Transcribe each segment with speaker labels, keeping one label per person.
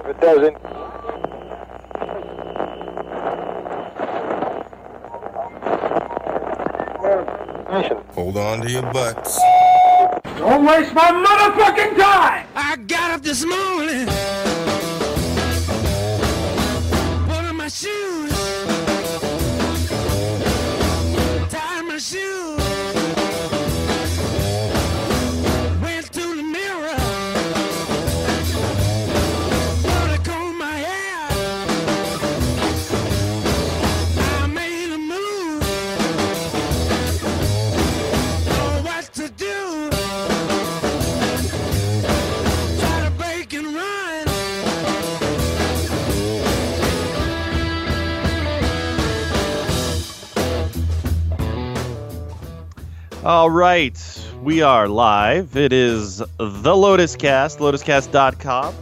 Speaker 1: If it doesn't, nation.
Speaker 2: Hold on to your butts.
Speaker 3: Don't waste my motherfucking time!
Speaker 4: I got up this morning. Put on my shoes. Tied my shoes. Went to the mirror. Put a comb in my hair. I made a move. Know what to do. Try to break and run.
Speaker 5: All right, we are live. It is the Lotus Cast, lotuscast.com.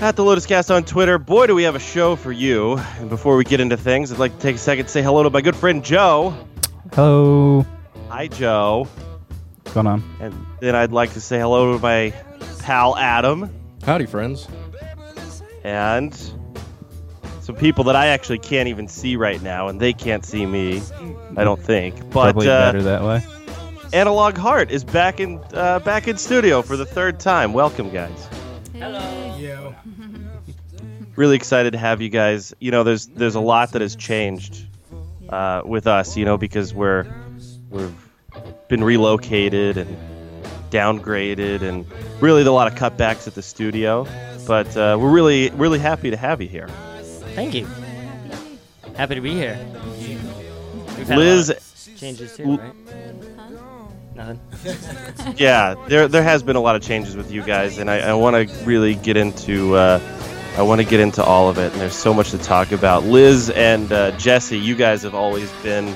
Speaker 5: At the Lotus Cast on Twitter. Boy, do we have a show for you. And before we get into things, I'd like to take a second to say hello to my good friend Joe.
Speaker 6: Hello.
Speaker 5: Hi, Joe.
Speaker 6: What's going on?
Speaker 5: And then I'd like to say hello to my pal Adam
Speaker 7: Howdy, friends.
Speaker 5: and some people that I actually can't even see right now, and they can't see me, I don't think. But
Speaker 6: Probably
Speaker 5: uh,
Speaker 6: better that way.
Speaker 5: Analog Heart is back in uh, back in studio for the third time. Welcome, guys.
Speaker 7: Yo.
Speaker 5: Really excited to have you guys. You know, there's there's a lot that has changed uh, with us. You know, because we're we've been relocated and downgraded, and really a lot of cutbacks at the studio. But uh, we're really really happy to have you here.
Speaker 8: Thank you. Happy to be here. We've had a lot
Speaker 5: Liz,
Speaker 8: of changes too,
Speaker 5: L-
Speaker 8: right? Nothing.
Speaker 5: yeah, there there has been a lot of changes with you guys, and I, I want to really get into uh, I want to get into all of it. And there's so much to talk about. Liz and uh, Jesse, you guys have always been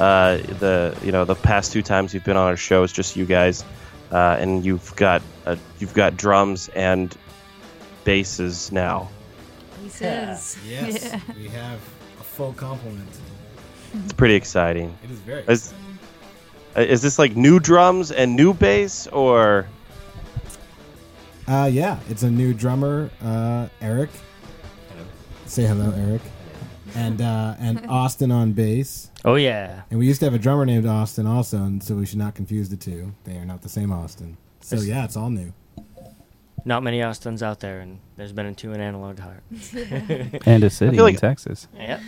Speaker 5: uh, the you know the past two times you've been on our show it's just you guys, uh, and you've got uh, you've got drums and basses now.
Speaker 9: He says.
Speaker 7: Yes, we have a full complement.
Speaker 5: It's pretty exciting.
Speaker 7: It is very.
Speaker 5: Is is this like new drums and new bass or?
Speaker 10: Uh, yeah, it's a new drummer, uh, Eric. Say hello, Eric. And uh, and Austin on bass.
Speaker 8: Oh yeah.
Speaker 10: And we used to have a drummer named Austin also, and so we should not confuse the two. They are not the same Austin. So yeah, it's all new.
Speaker 8: Not many Austins out there, and there's been two in Analog Heart.
Speaker 6: And a city
Speaker 5: like-
Speaker 6: in Texas.
Speaker 8: Yep.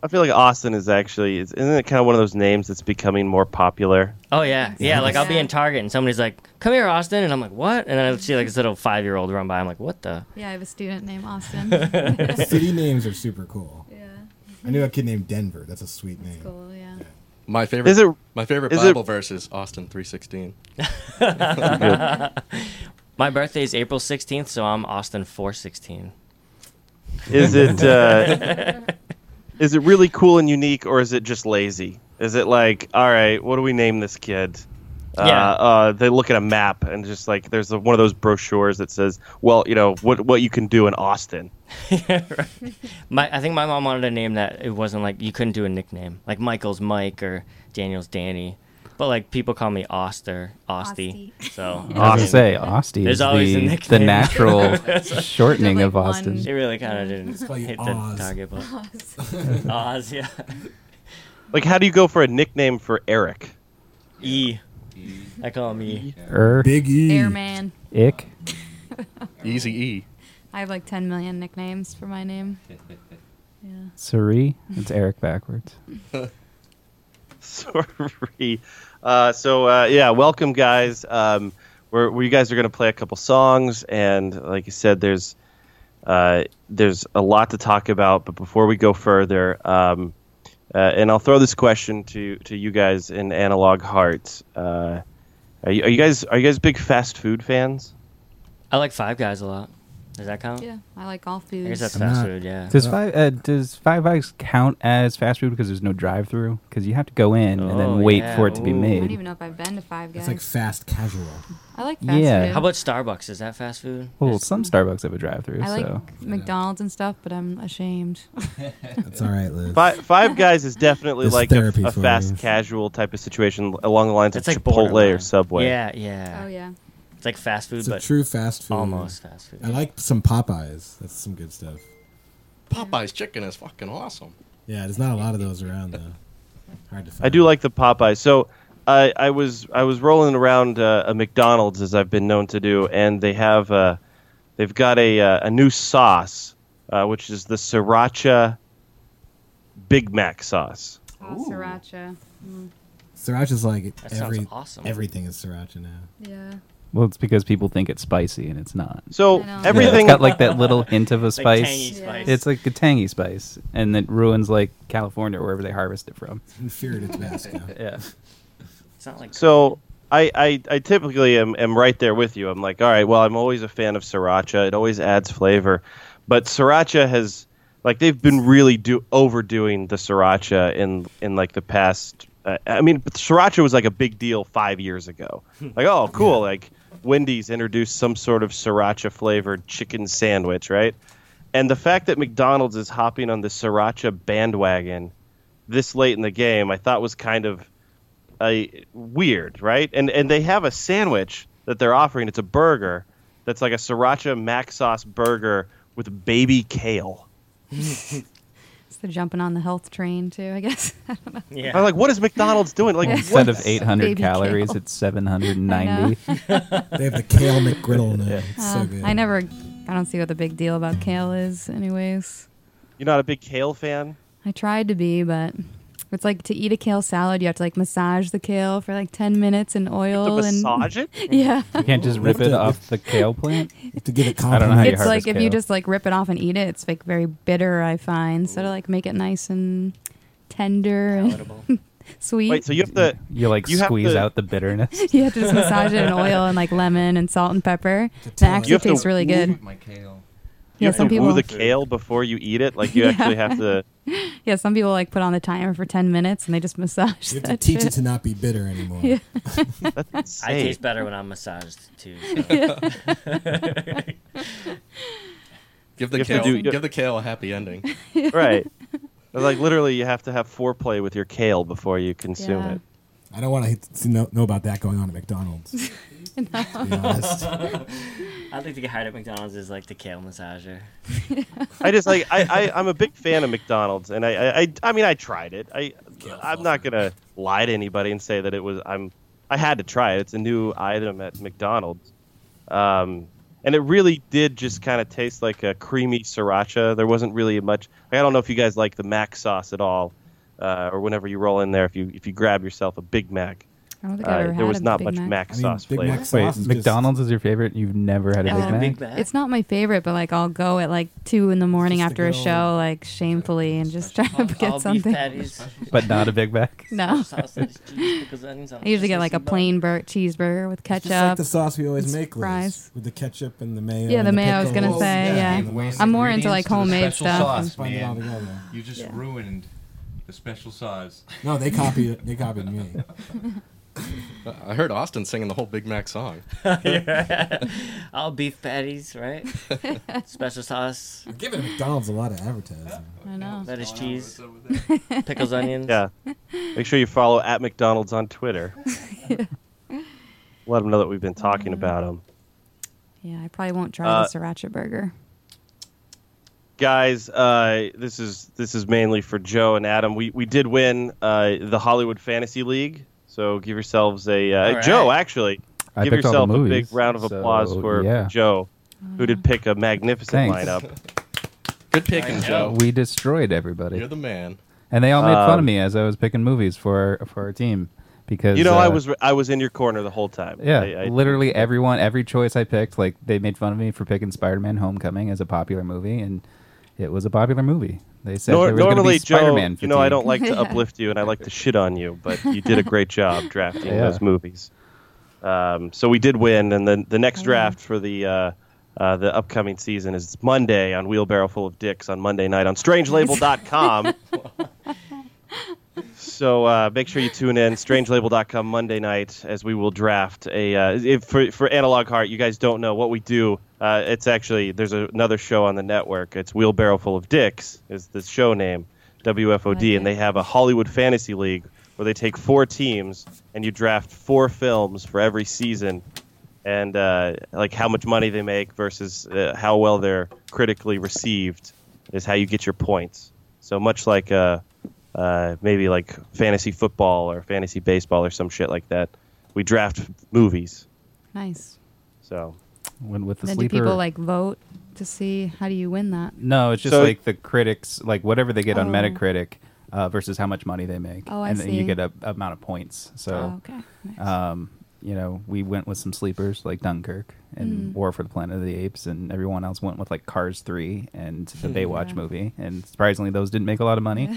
Speaker 5: I feel like Austin is actually is- isn't it kind of one of those names that's becoming more popular?
Speaker 8: Oh yeah. Yeah. Like I'll be
Speaker 9: Yeah.
Speaker 8: in Target, and somebody's like, "Come here, Austin," and I'm like, "What?" And then I see like this little five-year-old run by. I'm like, "What the?"
Speaker 9: Yeah, I have a student named Austin. yeah.
Speaker 10: City names are super cool. I knew a kid named Denver. That's a sweet name.
Speaker 9: Cool, yeah.
Speaker 7: my favorite.
Speaker 5: Is it
Speaker 7: my favorite
Speaker 5: is it-
Speaker 7: Bible verse is Austin three sixteen.
Speaker 8: My birthday is April 16th, so I'm Austin 416.
Speaker 5: is it uh, is it really cool and unique, or is it just lazy? Is it like, all right, what do we name this kid?
Speaker 8: Yeah.
Speaker 5: Uh, uh, they look at a map and just like there's a, one of those brochures that says, well, you know what what you can do in Austin.
Speaker 8: My, I think my mom wanted a name that it wasn't like you couldn't do a nickname, like Michael's Mike or Daniel's Danny, but like people call me Oster, Osty.
Speaker 9: Osty.
Speaker 8: So
Speaker 6: I was
Speaker 5: Austin.
Speaker 6: to say, Austin
Speaker 8: There's
Speaker 6: is
Speaker 8: always a
Speaker 6: the, the
Speaker 8: nickname.
Speaker 6: natural shortening
Speaker 9: Like
Speaker 6: of
Speaker 9: one-
Speaker 6: Austin.
Speaker 8: it really kind of didn't
Speaker 10: call you
Speaker 8: hit
Speaker 10: Oz.
Speaker 8: the target, but Oz, yeah,
Speaker 5: Like, how do you go for a nickname for Eric?
Speaker 8: E. I call him E.
Speaker 6: Er,
Speaker 10: Big E.
Speaker 9: Airman.
Speaker 6: ick.
Speaker 7: Easy E.
Speaker 9: I have like 10 million nicknames for my name.
Speaker 6: Suri. It's Eric backwards.
Speaker 5: Sorry. Uh, so uh, yeah, welcome guys. Um, we're, we you guys are going to play a couple songs, and like you said, there's uh, there's a lot to talk about. But before we go further, um, uh, and I'll throw this question to to you guys in Analog Heart. Uh, are, you, are you guys are you guys big fast food fans?
Speaker 8: I like Five Guys a lot. Does that count?
Speaker 9: Yeah, I like all
Speaker 8: I guess
Speaker 9: foods.
Speaker 8: that's
Speaker 10: I'm
Speaker 8: fast
Speaker 10: not-
Speaker 8: food. Yeah. Oh.
Speaker 6: Does five uh, does Five Eyes count as fast food because there's no drive through? Because you have to go in and
Speaker 8: Oh,
Speaker 6: then wait
Speaker 8: yeah.
Speaker 6: for it to be
Speaker 8: Ooh.
Speaker 9: I don't even
Speaker 6: made.
Speaker 9: know if I've been to Five
Speaker 10: It's
Speaker 9: Guys.
Speaker 10: like fast casual.
Speaker 9: I like fast
Speaker 6: Yeah.
Speaker 9: food.
Speaker 8: How about Starbucks? Is that fast food?
Speaker 6: Well, some Starbucks have a drive through,
Speaker 9: I like
Speaker 6: so
Speaker 9: McDonald's and stuff, but I'm ashamed.
Speaker 10: That's all right, Liz.
Speaker 5: Five, five Guys is definitely
Speaker 10: This
Speaker 5: like a,
Speaker 10: therapy
Speaker 5: a
Speaker 10: for
Speaker 5: fast
Speaker 10: you.
Speaker 5: casual type of situation along the lines
Speaker 8: It's
Speaker 5: of
Speaker 8: like
Speaker 5: Chipotle
Speaker 8: borderline.
Speaker 5: or Subway.
Speaker 8: Yeah, yeah.
Speaker 9: oh yeah,
Speaker 8: It's like fast food,
Speaker 10: It's a
Speaker 8: but
Speaker 10: true fast food.
Speaker 8: almost fast food.
Speaker 10: I like some Popeyes. That's some good stuff.
Speaker 7: Popeye's chicken is fucking awesome.
Speaker 10: Yeah, there's not a lot of those around though. Hard to find.
Speaker 5: I do like the Popeye. So I, I was I was rolling around uh, a McDonald's as I've been known to do, and they have uh, they've got a uh, a new sauce, uh, which is the sriracha Big Mac sauce.
Speaker 9: Oh, sriracha. Mm.
Speaker 10: Sriracha's like
Speaker 8: That sounds
Speaker 10: every
Speaker 8: awesome.
Speaker 10: everything is sriracha now.
Speaker 9: Yeah.
Speaker 6: Well, it's because people think it's spicy and it's not.
Speaker 5: So
Speaker 9: I know.
Speaker 5: everything
Speaker 6: it's got like that little hint of a
Speaker 8: Like
Speaker 6: spice.
Speaker 8: tangy spice.
Speaker 6: It's like a tangy spice, and it ruins like California or wherever they harvest it from.
Speaker 10: Inferior to Tabasco.
Speaker 6: Yeah.
Speaker 8: It's not like
Speaker 5: So I, I, I typically am, am right there with you. I'm like, all right, well, I'm always a fan of sriracha. It always adds flavor. But sriracha has, like, they've been really do overdoing the sriracha in, in like, the past. Uh, I mean, but sriracha was, like, a big deal five years ago. Like, oh, cool. Like, Wendy's introduced some sort of sriracha flavored chicken sandwich, right? And the fact that McDonald's is hopping on the sriracha bandwagon this late in the game, I thought was kind of uh, weird, right? And and they have a sandwich that they're offering. It's a burger that's like a sriracha mac sauce burger with baby kale.
Speaker 9: So they're jumping on the health train too, I guess.
Speaker 8: yeah.
Speaker 5: I'm like, what is McDonald's doing? Like,
Speaker 6: Instead
Speaker 5: what?
Speaker 6: of 800
Speaker 9: Baby
Speaker 6: calories,
Speaker 9: kale.
Speaker 6: it's 790.
Speaker 10: They have the kale McGriddle now. It's so
Speaker 9: Uh,
Speaker 10: good.
Speaker 9: I never. I don't see what the big deal about kale is, anyways.
Speaker 5: You're not a big kale fan?
Speaker 9: I tried to be, but it's like to eat a kale salad, you have to like massage the kale for like ten minutes in
Speaker 5: To
Speaker 9: oil and
Speaker 5: massage it?
Speaker 9: yeah.
Speaker 6: You can't just rip it off the kale plant.
Speaker 10: You have to give it
Speaker 6: I don't know how
Speaker 10: compliments.
Speaker 6: you
Speaker 9: it's like
Speaker 6: harvest
Speaker 9: if you
Speaker 6: kale.
Speaker 9: just like rip it off and eat it, it's like very bitter. I find so to like make it nice and tender and
Speaker 8: palatable.
Speaker 9: sweet.
Speaker 5: Wait, so you have to.
Speaker 6: You like
Speaker 5: You have
Speaker 6: squeeze
Speaker 5: to-
Speaker 6: out the bitterness.
Speaker 9: you have to just massage it in oil and like lemon and salt and pepper. That
Speaker 10: tell it.
Speaker 5: You
Speaker 9: actually
Speaker 5: have to-
Speaker 9: tastes really good.
Speaker 1: My kale.
Speaker 5: You
Speaker 9: Yeah,
Speaker 5: have to
Speaker 9: some people.
Speaker 5: woo the kale before you eat it. Like you
Speaker 9: Yeah.
Speaker 5: actually have to.
Speaker 9: Yeah, some people like put on the timer for ten minutes and they just massage
Speaker 10: You have to
Speaker 9: that
Speaker 10: teach
Speaker 9: shit.
Speaker 10: it to not be bitter anymore.
Speaker 9: Yeah.
Speaker 5: That's
Speaker 8: I
Speaker 5: insane.
Speaker 8: taste better when I'm massaged too. so.
Speaker 7: Give the
Speaker 5: You have to
Speaker 7: kale,
Speaker 5: do-
Speaker 7: give the kale a happy ending.
Speaker 5: right. Like literally, you have to have foreplay with your kale before you consume
Speaker 9: Yeah.
Speaker 5: it.
Speaker 10: I don't want to know, know about that going on at McDonald's. To be honest.
Speaker 8: I think to get hired at McDonald's is like the kale massager.
Speaker 5: I just like I, I I'm a big fan of McDonald's, and I I, I, I mean I tried it. I I'm not gonna lie to anybody and say that it was I'm I had to try it. It's a new item at McDonald's, um, and it really did just kind of taste like a creamy sriracha. There wasn't really much. I don't know if you guys like the mac sauce at all, uh, or whenever you roll in there, if you if you grab yourself a Big Mac,
Speaker 9: I don't think I've
Speaker 5: uh,
Speaker 9: ever
Speaker 5: there
Speaker 9: had
Speaker 5: was
Speaker 9: a
Speaker 5: not
Speaker 9: Big
Speaker 5: much
Speaker 9: Mac.
Speaker 5: mac
Speaker 10: I mean,
Speaker 5: sauce
Speaker 10: Big
Speaker 5: flavor.
Speaker 10: Mac
Speaker 6: Wait,
Speaker 10: sauce is
Speaker 6: McDonald's is your favorite? and You've never had a
Speaker 9: Yeah.
Speaker 6: Big
Speaker 9: Uh,
Speaker 6: Mac?
Speaker 8: Big Mac.
Speaker 9: It's not my favorite, but like I'll go at like two in the morning
Speaker 10: just a
Speaker 9: after a
Speaker 10: good old-
Speaker 9: show, like shamefully, and just try to
Speaker 8: all
Speaker 9: get something.
Speaker 8: beef patties,
Speaker 6: But not a Big Mac?
Speaker 9: No,
Speaker 8: sausage, cheese, pickles, onions.
Speaker 9: I usually get like a plain bur- cheeseburger with
Speaker 10: Just like
Speaker 9: ketchup.
Speaker 10: the sauce we always
Speaker 9: It's
Speaker 10: make, Liz,
Speaker 9: fries.
Speaker 10: with the ketchup and the mayo.
Speaker 9: Yeah,
Speaker 10: and
Speaker 9: the mayo I was
Speaker 10: pickles.
Speaker 9: gonna say, Uh, yeah.
Speaker 1: Give away some
Speaker 9: I'm more into,
Speaker 1: ingredients to
Speaker 9: like,
Speaker 1: the
Speaker 9: homemade
Speaker 1: special
Speaker 9: stuff.
Speaker 1: Sauce,
Speaker 10: Blend it all
Speaker 1: man.
Speaker 10: together.
Speaker 1: You just
Speaker 9: Yeah.
Speaker 1: ruined the special sauce.
Speaker 10: No, they copied. They copied me.
Speaker 7: I heard Austin singing the whole Big Mac song.
Speaker 8: all beef patties, right? Special sauce,
Speaker 10: We're giving McDonald's a Oh, lot of advertising.
Speaker 9: I know.
Speaker 8: lettuce, cheese, pickles, onions.
Speaker 5: Yeah. Make sure you follow at McDonald's on Twitter. Let them know that we've been talking about them.
Speaker 9: Yeah, I probably won't try
Speaker 5: Uh,
Speaker 9: the sriracha burger.
Speaker 5: Guys, uh, this is this is mainly for Joe and Adam. We we did win uh, the Hollywood Fantasy League, so give yourselves a uh,
Speaker 8: right.
Speaker 5: Joe. Actually,
Speaker 6: I
Speaker 5: give
Speaker 6: picked all the
Speaker 5: yourself a big
Speaker 6: movies,
Speaker 5: round of
Speaker 6: so,
Speaker 5: applause for
Speaker 6: yeah.
Speaker 5: Joe, who did pick a magnificent
Speaker 6: Thanks.
Speaker 5: lineup.
Speaker 7: Good picking, Joe.
Speaker 6: We destroyed everybody.
Speaker 7: You're the man.
Speaker 6: And they all made fun
Speaker 5: Um,
Speaker 6: of me as I was picking movies for for our team because
Speaker 5: You know,
Speaker 6: uh,
Speaker 5: I was I was in your corner the whole time.
Speaker 6: yeah
Speaker 5: I, I-
Speaker 6: literally everyone every choice I picked like they made fun of me for picking Spider Man Homecoming as a popular movie and it was a popular movie. They said
Speaker 5: Nor-
Speaker 6: there was gonna
Speaker 5: normally,
Speaker 6: be
Speaker 5: Joe,
Speaker 6: Spider-Man
Speaker 5: you know, I
Speaker 6: fatigue.
Speaker 5: don't like to uplift you and I like to shit on you, but you did a great job drafting
Speaker 6: Yeah.
Speaker 5: those movies. Um, so we did win, and then the next draft for the uh, uh, the upcoming season is Monday on Wheelbarrow Full of Dicks on Monday night on StrangeLabel.com. so uh, make sure you tune in StrangeLabel.com Monday night as we will draft a uh, if, for for Analog Heart. You guys don't know what we do. Uh, it's actually there's a, another show on the network. It's Wheelbarrow Full of Dicks is the show name WFOD, and
Speaker 9: Like it.
Speaker 5: they have a Hollywood Fantasy League where they take four teams and you draft four films for every season and uh, like how much money they make versus uh, how well they're critically received is how you get your points. So much like uh, uh, maybe like fantasy football or fantasy baseball or some shit like that, we draft movies.
Speaker 9: Nice.
Speaker 5: So
Speaker 6: When with the
Speaker 9: then
Speaker 6: sleeper.
Speaker 9: do people like vote to see how do you win that?
Speaker 6: no, it's just
Speaker 5: So-
Speaker 6: like the critics, like whatever they get on
Speaker 9: Oh.
Speaker 6: Metacritic uh, versus how much money they make.
Speaker 9: Oh, I
Speaker 6: and then you
Speaker 9: see.
Speaker 6: get a amount of points.
Speaker 9: Oh,
Speaker 6: So,
Speaker 9: okay. Nice.
Speaker 6: um, you know, we went with some sleepers like Dunkirk
Speaker 9: Mm.
Speaker 6: and War for the Planet of the Apes, and everyone else went with like Cars 3 and the Baywatch
Speaker 9: Yeah.
Speaker 6: movie. And surprisingly, those didn't make a lot of money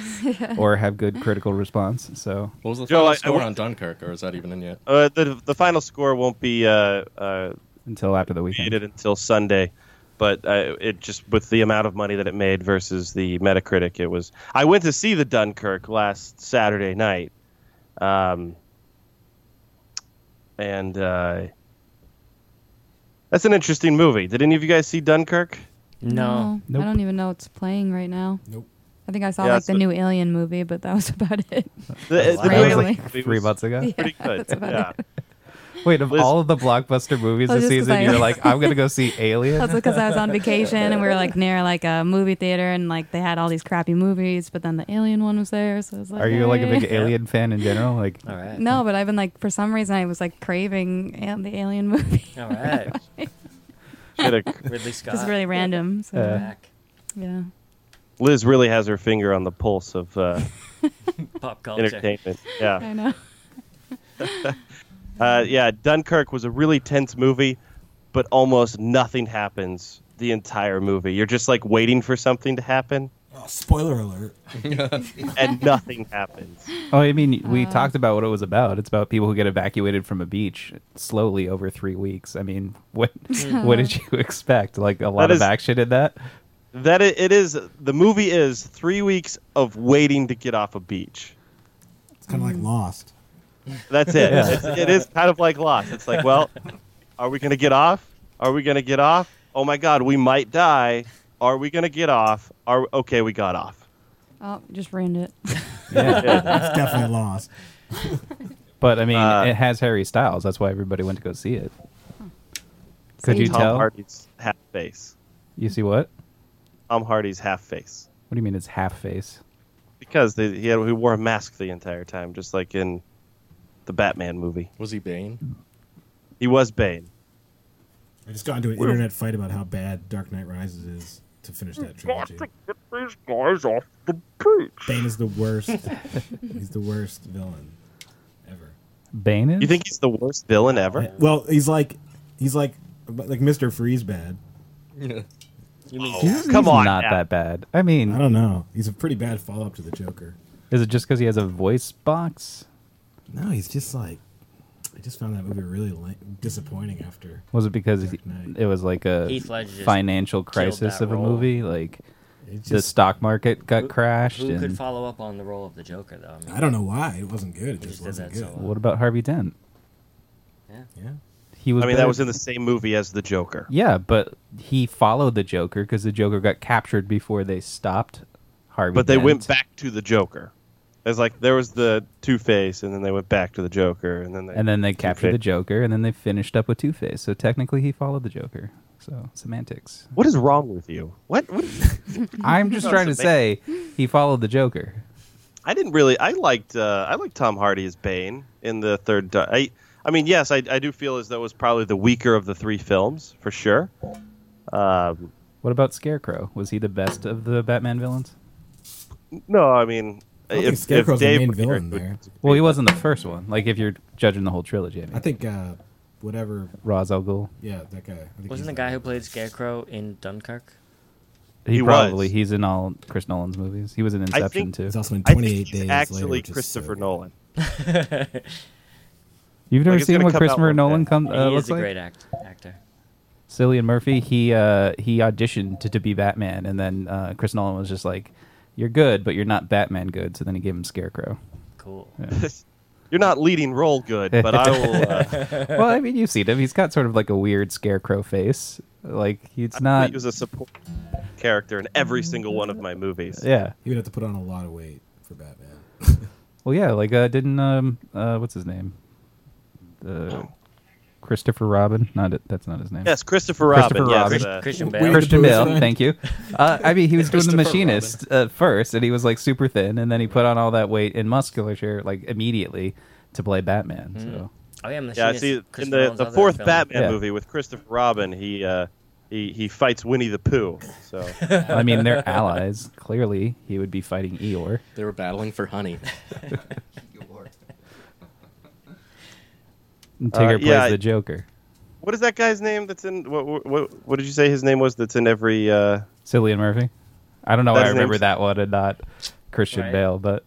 Speaker 6: or have good critical response. So,
Speaker 7: What was the
Speaker 5: Joe,
Speaker 7: final
Speaker 5: I- I
Speaker 7: score
Speaker 5: want-
Speaker 7: on Dunkirk, or is that even in yet?
Speaker 5: uh, the the final score won't be uh, uh,
Speaker 6: until after the weekend.
Speaker 5: created until Sunday. But uh, it just with the amount of money that it made versus the Metacritic, it was. I went to see the Dunkirk last Saturday night, um, and uh, that's an interesting movie. Did any of you guys see Dunkirk?
Speaker 8: No.
Speaker 6: Nope.
Speaker 9: I don't even know what's playing right now.
Speaker 10: Nope.
Speaker 9: I think I saw
Speaker 5: Yeah,
Speaker 9: like
Speaker 5: that's
Speaker 9: the
Speaker 5: what-
Speaker 9: new Alien movie, but that was about it.
Speaker 5: The,
Speaker 9: That was
Speaker 5: trailer
Speaker 9: like
Speaker 5: movie
Speaker 6: Three
Speaker 5: was
Speaker 6: months ago?
Speaker 5: Pretty good.
Speaker 9: that's about
Speaker 5: yeah.
Speaker 6: Wait, of
Speaker 5: Liz-
Speaker 6: all of the blockbuster movies
Speaker 9: Oh,
Speaker 6: this
Speaker 9: just 'cause
Speaker 6: season,
Speaker 9: I-
Speaker 6: you're like, I'm gonna go see Alien.
Speaker 9: That's because I was on vacation and we were like near like a movie theater and like they had all these crappy movies, but then the Alien one was there, so I was like,
Speaker 6: Are you like a big
Speaker 9: "Hey."
Speaker 6: Alien fan in general? Like,
Speaker 8: All right.
Speaker 9: No, but I've been like for some reason I was like craving al- the Alien movie.
Speaker 8: All right.
Speaker 5: Get a-
Speaker 8: Ridley Scott.
Speaker 9: Just really random. So
Speaker 6: Uh,
Speaker 8: Back.
Speaker 9: yeah.
Speaker 5: Liz really has her finger on the pulse of uh,
Speaker 8: Pop culture.
Speaker 5: entertainment. Yeah.
Speaker 9: I know.
Speaker 5: Uh, yeah, Dunkirk was a really tense movie, but almost nothing happens the entire movie. You're just like waiting for something to happen,
Speaker 10: Oh, spoiler alert.
Speaker 5: and nothing happens.
Speaker 6: oh, I mean, we
Speaker 9: Uh.
Speaker 6: talked about what it was about. It's about people who get evacuated from a beach slowly over three weeks. I mean, what what did you expect? Like a lot
Speaker 5: That
Speaker 6: of
Speaker 5: is-
Speaker 6: action in that.
Speaker 5: That it, it is. The movie is three weeks of waiting to get off a beach.
Speaker 10: It's kind of like Lost.
Speaker 5: That's it. It's, it is kind of like Lost. It's like, well, are we going to get off? Are we going to get off? Oh my God, we might die. Are we going to get off? Are okay, we got off.
Speaker 9: Oh, just ruined it.
Speaker 5: Yeah.
Speaker 10: It's definitely Lost.
Speaker 6: But I mean,
Speaker 5: Uh,
Speaker 6: it has Harry Styles. That's why everybody went to go see it. Could
Speaker 9: See?
Speaker 6: you
Speaker 5: Tom
Speaker 6: tell?
Speaker 5: Hardy's half face.
Speaker 6: You see what?
Speaker 5: Tom Hardy's half face.
Speaker 6: What do you mean? It's half face.
Speaker 5: Because they, he, had, he wore a mask the entire time, just like in the Batman movie.
Speaker 7: Was he Bane?
Speaker 5: He was Bane.
Speaker 10: I just got into an internet fight about how bad Dark Knight Rises is to finish that trilogy. Bane is the worst. he's the worst villain ever.
Speaker 6: Bane is.
Speaker 5: You think he's the worst villain ever?
Speaker 10: Well, he's like he's like like Mr. Freeze bad.
Speaker 6: He's-
Speaker 5: Oh. Come
Speaker 6: he's
Speaker 5: on
Speaker 6: Not
Speaker 5: now.
Speaker 6: that bad. I mean,
Speaker 10: I don't know. He's a pretty bad follow up to the Joker.
Speaker 6: is it just because he has a voice box?
Speaker 10: No, he's just like I just found that movie really la- disappointing after.
Speaker 6: Was it because he-
Speaker 10: Knight.
Speaker 6: it was like a
Speaker 8: Heath Ledger just
Speaker 6: financial
Speaker 8: killed
Speaker 6: crisis
Speaker 8: that
Speaker 6: of a
Speaker 8: role.
Speaker 6: movie? Like
Speaker 10: It
Speaker 6: the
Speaker 10: just
Speaker 6: stock market got crashed.
Speaker 8: Who could
Speaker 6: and
Speaker 8: follow up on the role of the Joker, though? I mean,
Speaker 10: I don't know why it wasn't good. It just
Speaker 8: just did
Speaker 10: wasn't
Speaker 8: that
Speaker 10: good.
Speaker 8: so well.
Speaker 6: what about Harvey Dent?
Speaker 10: Yeah.
Speaker 6: He was.
Speaker 5: I mean,
Speaker 6: better-
Speaker 5: that was in the same movie as the Joker.
Speaker 6: Yeah, but he followed the Joker because the Joker got captured before they stopped Harvey.
Speaker 5: But they
Speaker 6: Dent.
Speaker 5: went back to the Joker. It's like there was the Two Face, and then they went back to the Joker, and then they
Speaker 6: and then they captured
Speaker 5: Two-Face.
Speaker 6: the Joker, and then they finished up with Two Face. So technically, he followed the Joker. So semantics.
Speaker 5: What is wrong with you? What? what
Speaker 6: I'm just
Speaker 5: No,
Speaker 6: trying to say
Speaker 5: semantics.
Speaker 6: he followed the Joker.
Speaker 5: I didn't really. I liked. Uh, I liked Tom Hardy as Bane in the third. Dar- I. I mean, yes, I, I do feel as though it was probably the weaker of the three films for sure. Um,
Speaker 6: What about Scarecrow? Was he the best of the Batman villains?
Speaker 5: No, I mean,
Speaker 10: I don't think
Speaker 5: if, if
Speaker 10: Scarecrow's the
Speaker 5: Dave
Speaker 10: main
Speaker 5: were here,
Speaker 10: villain
Speaker 5: it would-
Speaker 10: there.
Speaker 6: Well, he wasn't the first one. Like if you're judging the whole trilogy, I
Speaker 10: I
Speaker 6: mean,
Speaker 10: think uh whatever
Speaker 6: Ra's al Ghul.
Speaker 10: yeah, that guy. I think he's
Speaker 8: Wasn't the guy who played Scarecrow in Dunkirk?
Speaker 6: He,
Speaker 5: He
Speaker 6: probably
Speaker 5: was.
Speaker 6: he's in all Chris Nolan's movies. He was in Inception
Speaker 5: think-
Speaker 6: too.
Speaker 10: He's also in
Speaker 5: I
Speaker 10: 28
Speaker 5: think
Speaker 10: days
Speaker 5: he's
Speaker 10: later,
Speaker 5: actually
Speaker 10: which is so
Speaker 5: Christopher
Speaker 10: good.
Speaker 5: Nolan.
Speaker 6: Uh, You've never
Speaker 5: it's
Speaker 6: seen
Speaker 5: gonna
Speaker 6: what
Speaker 5: come out
Speaker 6: Christopher
Speaker 5: one
Speaker 6: Nolan
Speaker 5: day.
Speaker 6: come uh,
Speaker 8: he
Speaker 6: looks
Speaker 8: is a
Speaker 6: like?
Speaker 8: great act- actor.
Speaker 6: Cillian Murphy. He uh, he auditioned to, to be Batman, and then uh, Chris Nolan was just like, "You're good, but you're not Batman good." So then he gave him Scarecrow.
Speaker 8: Cool.
Speaker 5: You're not leading role good, but I will. Uh,
Speaker 6: well, I mean, you've seen him. He's got sort of like a weird Scarecrow face. Like it's not.
Speaker 5: he was a support character in every single one of my movies.
Speaker 6: Yeah.
Speaker 10: He would have to put on a lot of weight for Batman.
Speaker 6: Well, yeah. Like uh, didn't um uh, what's his name? The Christopher Robin. Not that's not his name.
Speaker 5: Yes, Christopher
Speaker 6: Christopher
Speaker 5: Robin. yes,
Speaker 6: Robin.
Speaker 5: uh,
Speaker 8: Christian
Speaker 10: we-
Speaker 8: Bale.
Speaker 6: Christian
Speaker 10: Booth
Speaker 6: Bale,
Speaker 10: friend.
Speaker 6: thank you. Uh, I mean, he was doing the
Speaker 7: Christopher
Speaker 6: machinist at first, and he was like super thin, and then he put on all that weight and musculature like immediately to play Batman. So
Speaker 8: Oh yeah,
Speaker 5: yeah, I
Speaker 8: Machinist,
Speaker 5: see, in
Speaker 8: Christopher
Speaker 5: the,
Speaker 8: Nolan's
Speaker 5: the
Speaker 8: other
Speaker 5: fourth
Speaker 8: film.
Speaker 5: Batman
Speaker 6: Yeah.
Speaker 5: movie with Christopher Robin, he uh, he he fights Winnie the Pooh. So
Speaker 6: I mean, they're allies. Clearly, he would be fighting Eeyore.
Speaker 7: They were battling for honey.
Speaker 6: And Tigger
Speaker 5: Uh,
Speaker 6: plays
Speaker 5: yeah, I-
Speaker 6: the Joker.
Speaker 5: what is that guy's name? That's in what what what did you say his name was? That's in every. Uh,
Speaker 6: Cillian Murphy. I don't know
Speaker 5: That
Speaker 6: why I
Speaker 5: his name's-
Speaker 6: remember that one and not Christian
Speaker 8: Right.
Speaker 6: Bale, but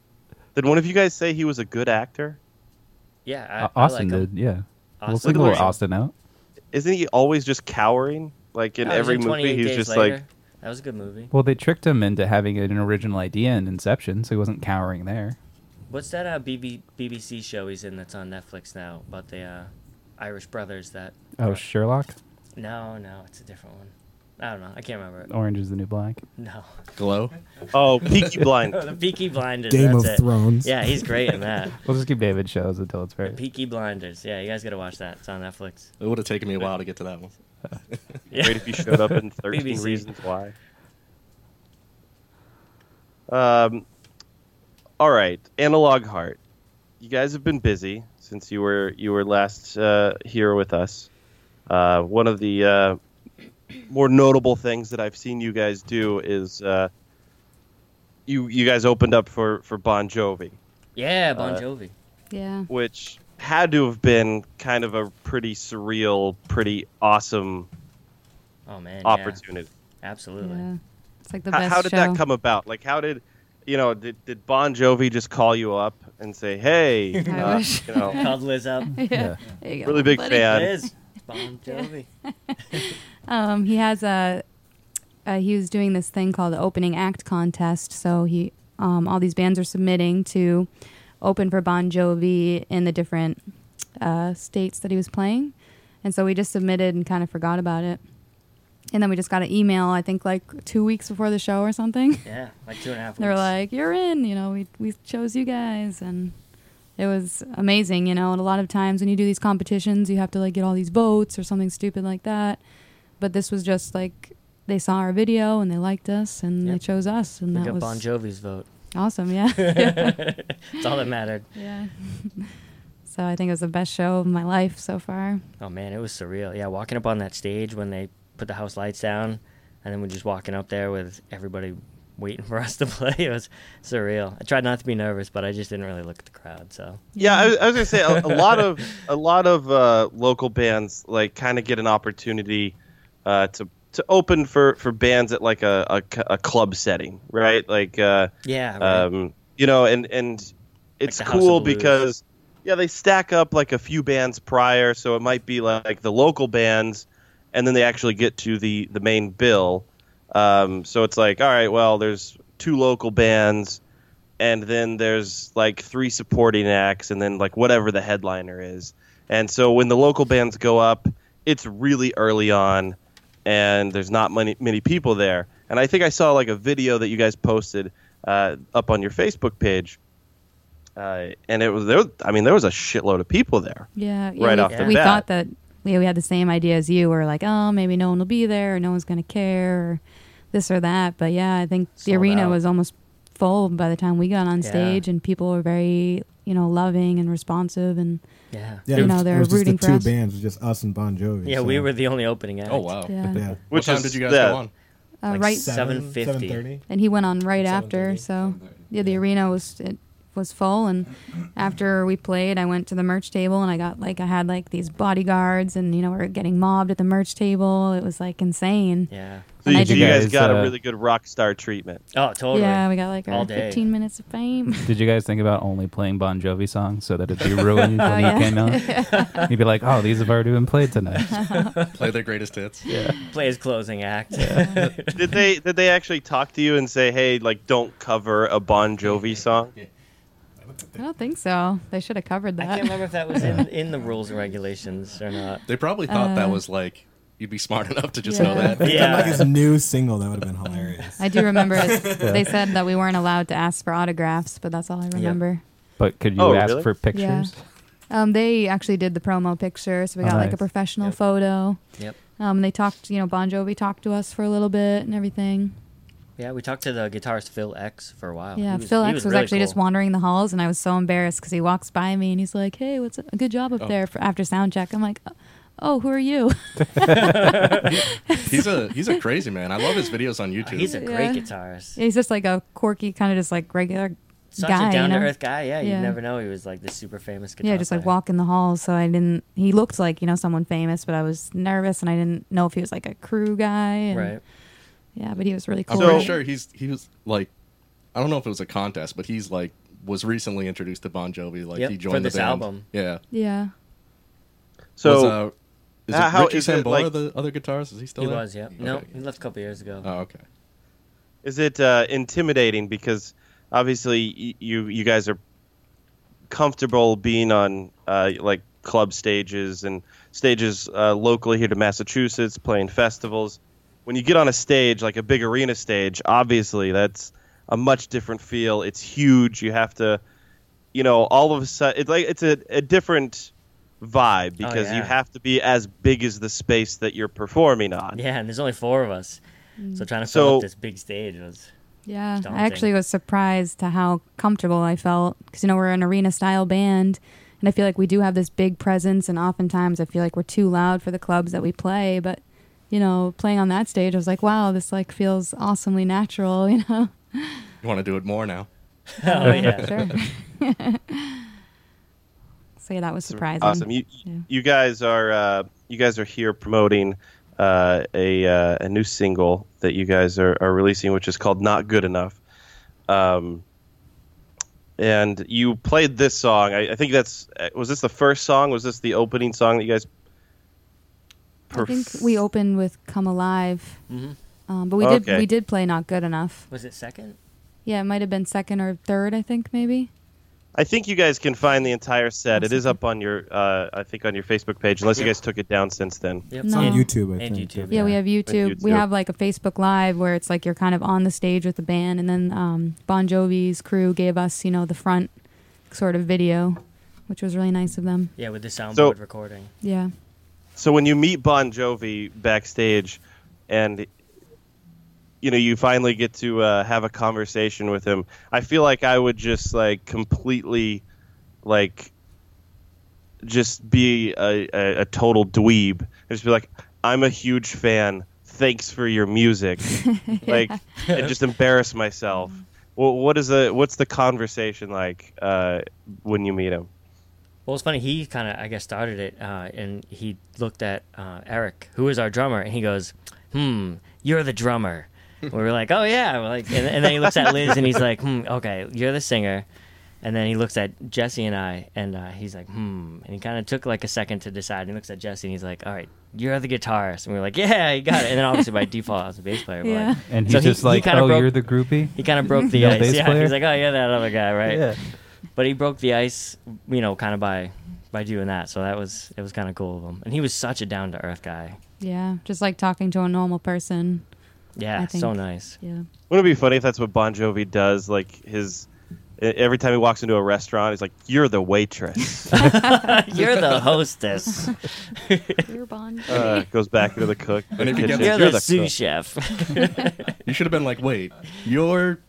Speaker 5: did one of you guys say he was a good actor?
Speaker 6: uh,
Speaker 8: Yeah, I,
Speaker 6: Austin
Speaker 8: I like him.
Speaker 6: did. Yeah, we'll
Speaker 8: Austin.
Speaker 6: single
Speaker 8: Look at
Speaker 6: Austin out.
Speaker 5: Isn't he always just cowering? Like in
Speaker 8: Oh, it was
Speaker 5: every
Speaker 8: like 28
Speaker 5: movie, he's
Speaker 8: Days
Speaker 5: just
Speaker 8: Later.
Speaker 5: like
Speaker 8: that was a good movie.
Speaker 6: Well, they tricked him into having an original idea in Inception, so he wasn't cowering there.
Speaker 8: What's that uh, BB, BBC show he's in that's on Netflix now about the uh, Irish brothers that?
Speaker 6: Oh, Sherlock,
Speaker 8: No, no, it's a different one. I don't know. I can't remember it.
Speaker 6: Orange is the New Black.
Speaker 8: No,
Speaker 7: Glow.
Speaker 5: oh Peaky Blind.
Speaker 8: the Peaky Blinders.
Speaker 10: Game
Speaker 8: that's
Speaker 10: of
Speaker 8: it.
Speaker 10: Thrones.
Speaker 8: Yeah, he's great in that.
Speaker 6: We'll just give David shows until it's right.
Speaker 8: Peaky Blinders. Yeah, you guys gotta watch that. It's on Netflix.
Speaker 7: It would have taken me a while to get to that one.
Speaker 8: Yeah.
Speaker 5: Great if you showed up in 13
Speaker 8: BBC.
Speaker 5: Reasons Why. Um, all right, Analog Heart. You guys have been busy since you were you were last uh, here with us. Uh, one of the uh, more notable things that I've seen you guys do is uh, you you guys opened up for for Bon Jovi
Speaker 8: Yeah, Bon
Speaker 5: Uh,
Speaker 8: Jovi.
Speaker 9: Yeah.
Speaker 5: which had to have been kind of a pretty surreal, pretty awesome
Speaker 8: Oh man. Yeah,
Speaker 5: opportunity.
Speaker 8: absolutely.
Speaker 9: Yeah. It's like the
Speaker 5: How-
Speaker 9: best
Speaker 5: how did
Speaker 9: show.
Speaker 5: that come about? Like, how did you know? Did, did Bon Jovi just call you up and say, "Hey,
Speaker 9: I
Speaker 5: uh,
Speaker 9: wish.
Speaker 5: you know,
Speaker 8: Called Liz up.
Speaker 9: Yeah. There you go,
Speaker 5: really big
Speaker 9: buddy.
Speaker 5: fan"?
Speaker 8: Liz. Bon Jovi.
Speaker 9: Um, he has a. Uh, he was doing this thing called the opening act contest. So he, um, all these bands are submitting to open for Bon Jovi in the different uh, states that he was playing, and so we just submitted and kind of forgot about it, and then we just got an email. I think like two weeks before the show or something.
Speaker 8: Yeah, like two and a half.
Speaker 9: They were
Speaker 8: weeks.
Speaker 9: like, "You're in." You know, we we chose you guys, and it was amazing. You know, and a lot of times when you do these competitions, you have to like get all these votes or something stupid like that. But this was just like they saw our video and they liked us and
Speaker 8: Yeah.
Speaker 9: they chose us, and
Speaker 8: We
Speaker 9: that
Speaker 8: got
Speaker 9: was
Speaker 8: Bon Jovi's vote.
Speaker 9: awesome. Yeah, yeah.
Speaker 8: It's all that mattered.
Speaker 9: yeah. so I think it was the best show of my life so far.
Speaker 8: Oh man, it was surreal. Yeah, walking up on that stage when they put the house lights down, and then we're just walking up there with everybody waiting for us to play. It was surreal. I tried not to be nervous, but I just didn't really look at the crowd. So
Speaker 5: Yeah, I, was- I was gonna say a, a lot of a lot of uh, local bands like kind of get an opportunity uh, to to open for for bands at like a a, cu- a club setting, right? Like. Uh,
Speaker 8: yeah, right.
Speaker 5: um, you know, and and it's
Speaker 8: the House of
Speaker 5: cool
Speaker 8: Blues.
Speaker 5: because yeah, they stack up like a few bands prior, so it might be like the local bands, and then they actually get to the the main bill. Um, so it's like, all right, well, there's two local bands, and then there's like three supporting acts, and then like whatever the headliner is. And so when the local bands go up, it's really early on, and there's not many many people there. And I think I saw like a video that you guys posted uh, up on your Facebook page, uh, and it was there. I mean, there was a shitload of people there.
Speaker 9: Yeah, yeah,
Speaker 5: Right
Speaker 9: we,
Speaker 5: off
Speaker 8: the
Speaker 9: we
Speaker 5: bat.
Speaker 9: thought that yeah, we had the same idea as you. We are like, oh, maybe no one will be there, or no one's going to care, or this or that. But yeah, I think the
Speaker 8: Sold
Speaker 9: arena
Speaker 8: out.
Speaker 9: was almost full by the time we got on
Speaker 8: Yeah.
Speaker 9: stage, and people were very, you know, loving and responsive, and
Speaker 8: yeah,
Speaker 10: Yeah,
Speaker 9: You
Speaker 10: it was-
Speaker 9: know, they're
Speaker 10: it was
Speaker 9: rooting
Speaker 10: just the
Speaker 9: for
Speaker 10: two
Speaker 9: us.
Speaker 10: bands, it was just us and Bon Jovi.
Speaker 8: yeah.
Speaker 10: so-
Speaker 8: We were the only opening act.
Speaker 7: Oh wow.
Speaker 9: yeah,
Speaker 10: Yeah.
Speaker 7: What
Speaker 5: Which
Speaker 7: time
Speaker 5: is
Speaker 7: did you guys
Speaker 5: yeah.
Speaker 7: go on?
Speaker 9: Uh,
Speaker 8: Like
Speaker 9: right.
Speaker 8: seven- 750.
Speaker 10: 7:30?
Speaker 9: and he went on right after,
Speaker 7: 7:30?
Speaker 9: so yeah, the arena was it was full, and after we played, I went to the merch table, and I got like I had like these bodyguards, and you know, we were getting mobbed at the merch table. It was like insane.
Speaker 8: Yeah.
Speaker 5: So
Speaker 9: And
Speaker 5: you,
Speaker 9: I
Speaker 5: you
Speaker 9: did-
Speaker 5: guys,
Speaker 6: Guys,
Speaker 5: got
Speaker 6: uh,
Speaker 5: a really good rock star treatment.
Speaker 8: Oh, totally.
Speaker 9: Yeah, we got like
Speaker 8: All
Speaker 9: our
Speaker 8: day.
Speaker 9: 15 minutes of fame.
Speaker 6: Did you guys think about only playing Bon Jovi songs so that it'd be ruined when he
Speaker 8: Oh,
Speaker 9: yeah.
Speaker 6: came out? You'd be like, "Oh, these have already been played tonight."
Speaker 7: Play their greatest hits.
Speaker 8: Play his closing act.
Speaker 5: did they did they actually talk to you and say, hey, like don't cover a Bon Jovi song?
Speaker 9: I don't think so. They should have covered
Speaker 8: I
Speaker 9: that.
Speaker 8: can't remember if that was in, in the rules and regulations or not.
Speaker 7: They probably thought that
Speaker 9: Uh,
Speaker 7: was like you'd be smart enough to just
Speaker 9: yeah.
Speaker 7: know that.
Speaker 10: Become like
Speaker 8: Yeah.
Speaker 10: his new single. That would have been hilarious.
Speaker 9: I do remember it. they said that we weren't allowed to ask for autographs, but that's all I remember.
Speaker 6: But could you
Speaker 5: Oh,
Speaker 6: ask
Speaker 5: really?
Speaker 6: for pictures?
Speaker 9: Um, they actually did the promo picture, so we
Speaker 6: Oh,
Speaker 9: got like a
Speaker 6: nice.
Speaker 9: professional
Speaker 8: Yep.
Speaker 9: photo.
Speaker 8: Yep.
Speaker 9: Um, they talked, you know, Bon Jovi talked to us for a little bit and everything.
Speaker 8: Yeah, we talked to the guitarist Phil X for a while.
Speaker 9: yeah,
Speaker 8: He was-
Speaker 9: Phil
Speaker 8: he
Speaker 9: X was,
Speaker 8: really
Speaker 9: actually just
Speaker 8: cool.
Speaker 9: wandering the halls, and I was so embarrassed because he walks by me and he's like, "Hey, what's a good job up
Speaker 7: Oh.
Speaker 9: there for after sound check?" I'm like, "Oh, who are you?"
Speaker 7: He's a he's a crazy man. I love his videos on YouTube.
Speaker 8: He's a great
Speaker 9: Yeah.
Speaker 8: guitarist.
Speaker 9: he's just like a quirky kind of just like regular
Speaker 8: Such
Speaker 9: guy.
Speaker 8: a
Speaker 9: you know?
Speaker 8: down to earth guy. Yeah,
Speaker 9: Yeah.
Speaker 8: you never know he was like this super famous guitar.
Speaker 9: Yeah, just like
Speaker 8: player.
Speaker 9: walk in the halls. So I didn't. He looked like you know someone famous, but I was nervous and I didn't know if he was like a crew guy. And,
Speaker 8: Right.
Speaker 9: Yeah, but he was really
Speaker 7: I'm
Speaker 9: cool.
Speaker 7: pretty sure he's he was like I don't know if it was a contest, but he's like was recently introduced to Bon Jovi. Like
Speaker 8: Yep,
Speaker 7: he
Speaker 8: for
Speaker 7: joined
Speaker 8: this
Speaker 7: the band.
Speaker 8: album.
Speaker 7: Yeah.
Speaker 9: Yeah.
Speaker 5: So
Speaker 7: Was, uh, is
Speaker 5: Uh,
Speaker 7: it
Speaker 5: how
Speaker 7: Ricky
Speaker 5: is it,
Speaker 7: Sambora
Speaker 5: like-
Speaker 7: the other guitarist? Is he still
Speaker 8: He
Speaker 7: there?
Speaker 8: was, yeah.
Speaker 7: Okay.
Speaker 8: No, he left a couple years ago.
Speaker 7: Oh, okay.
Speaker 5: Is it uh, intimidating because obviously y- you you guys are comfortable being on uh, like club stages and stages uh, locally here to Massachusetts playing festivals. When you get on a stage like a big arena stage, obviously that's a much different feel. It's huge. You have to, you know, all of a sudden it's like it's a, a different vibe because you
Speaker 8: Oh, yeah.
Speaker 5: have to be as big as the space that you're performing on.
Speaker 8: Yeah, and there's only four of us. So trying to fill
Speaker 5: So-
Speaker 8: up this big stage was
Speaker 9: Yeah,
Speaker 8: Daunting.
Speaker 9: I actually was surprised to how comfortable I felt because you know we're an arena style band, and I feel like we do have this big presence, and oftentimes I feel like we're too loud for the clubs that we play. But you know, playing on that stage, I was like, wow, this like feels awesomely natural. You know.
Speaker 7: You want to do it more now?
Speaker 8: Oh yeah.
Speaker 9: Sure. so yeah, that was surprising.
Speaker 5: Awesome. You
Speaker 9: Yeah.
Speaker 5: you guys are uh, you guys are here promoting uh, a uh, a new single that you guys are, are releasing, which is called "Not Good Enough." Um, and you played this song. I, I think that's uh, was this the first song? Was this the opening song that you guys?
Speaker 9: I think we opened with "Come Alive,"
Speaker 8: Mm-hmm.
Speaker 9: um, but we
Speaker 5: Okay.
Speaker 9: did we did play "Not Good Enough."
Speaker 8: Was it second?
Speaker 9: Yeah, it might have been second or third, I think maybe.
Speaker 5: I think you guys can find the entire set. It is up on your uh, I think on your Facebook page, unless you guys took it down since then.
Speaker 8: Yep.
Speaker 10: It's
Speaker 9: No.
Speaker 10: on YouTube, I
Speaker 8: And
Speaker 10: think.
Speaker 8: YouTube.
Speaker 10: yeah.
Speaker 9: Yeah, we have YouTube. We
Speaker 5: YouTube.
Speaker 9: have like a Facebook Live where it's like you're kind of on the stage with the band, and then um, Bon Jovi's crew gave us, you know, the front sort of video, which was really nice of them.
Speaker 8: Yeah, with the soundboard
Speaker 5: So-
Speaker 8: recording.
Speaker 9: Yeah.
Speaker 5: So when you meet Bon Jovi backstage, and you know you finally get to uh, have a conversation with him, I feel like I would just like completely, like, just be a, a, a total dweeb. I just be like, I'm a huge fan. Thanks for your music. like, and just embarrass myself. Well, what is the what's the conversation like uh, when you meet him?
Speaker 8: Well, it's funny. He kind of, I guess, started it, uh, and he looked at uh, Eric, who is our drummer, and he goes, "Hmm, you're the drummer." And we were like, "Oh yeah," we're like, and, and then he looks at Liz, and he's like, "Hmm, okay, you're the singer." And then he looks at Jesse and I, and uh, he's like, "Hmm," and he kind of took like a second to decide. And he looks at Jesse, and he's like, "All right, you're the guitarist," and we were like, "Yeah, you got it." And then obviously by default, I was the bass player. But
Speaker 9: Yeah.
Speaker 8: like,
Speaker 6: And he's
Speaker 8: So he-
Speaker 6: just
Speaker 8: he
Speaker 6: like,
Speaker 8: kinda
Speaker 6: oh,
Speaker 8: broke-
Speaker 6: you're the groupie.
Speaker 8: he kind of broke the
Speaker 6: No
Speaker 8: ice.
Speaker 6: bass
Speaker 8: Yeah,
Speaker 6: player?
Speaker 8: he's like, "Oh yeah, that other guy, right?"
Speaker 6: Yeah.
Speaker 8: but he broke the ice, you know, kind of by by doing that. So that was it was kind of cool of him. And he was such a down to earth guy.
Speaker 9: Yeah. Just like talking to a normal person.
Speaker 8: Yeah,
Speaker 9: I
Speaker 8: so
Speaker 9: think.
Speaker 8: nice.
Speaker 9: Yeah.
Speaker 5: Wouldn't it be funny if that's what Bon Jovi does? Like his e, every time he walks into a restaurant, he's like, "You're the waitress."
Speaker 8: You're the hostess.
Speaker 9: You're Bon Jovi.
Speaker 5: uh, goes back into the cook.
Speaker 7: And if he
Speaker 5: kitchen,
Speaker 7: gets-
Speaker 8: You're, the, sous
Speaker 5: cook."
Speaker 8: chef.
Speaker 7: You should have been like, wait, you're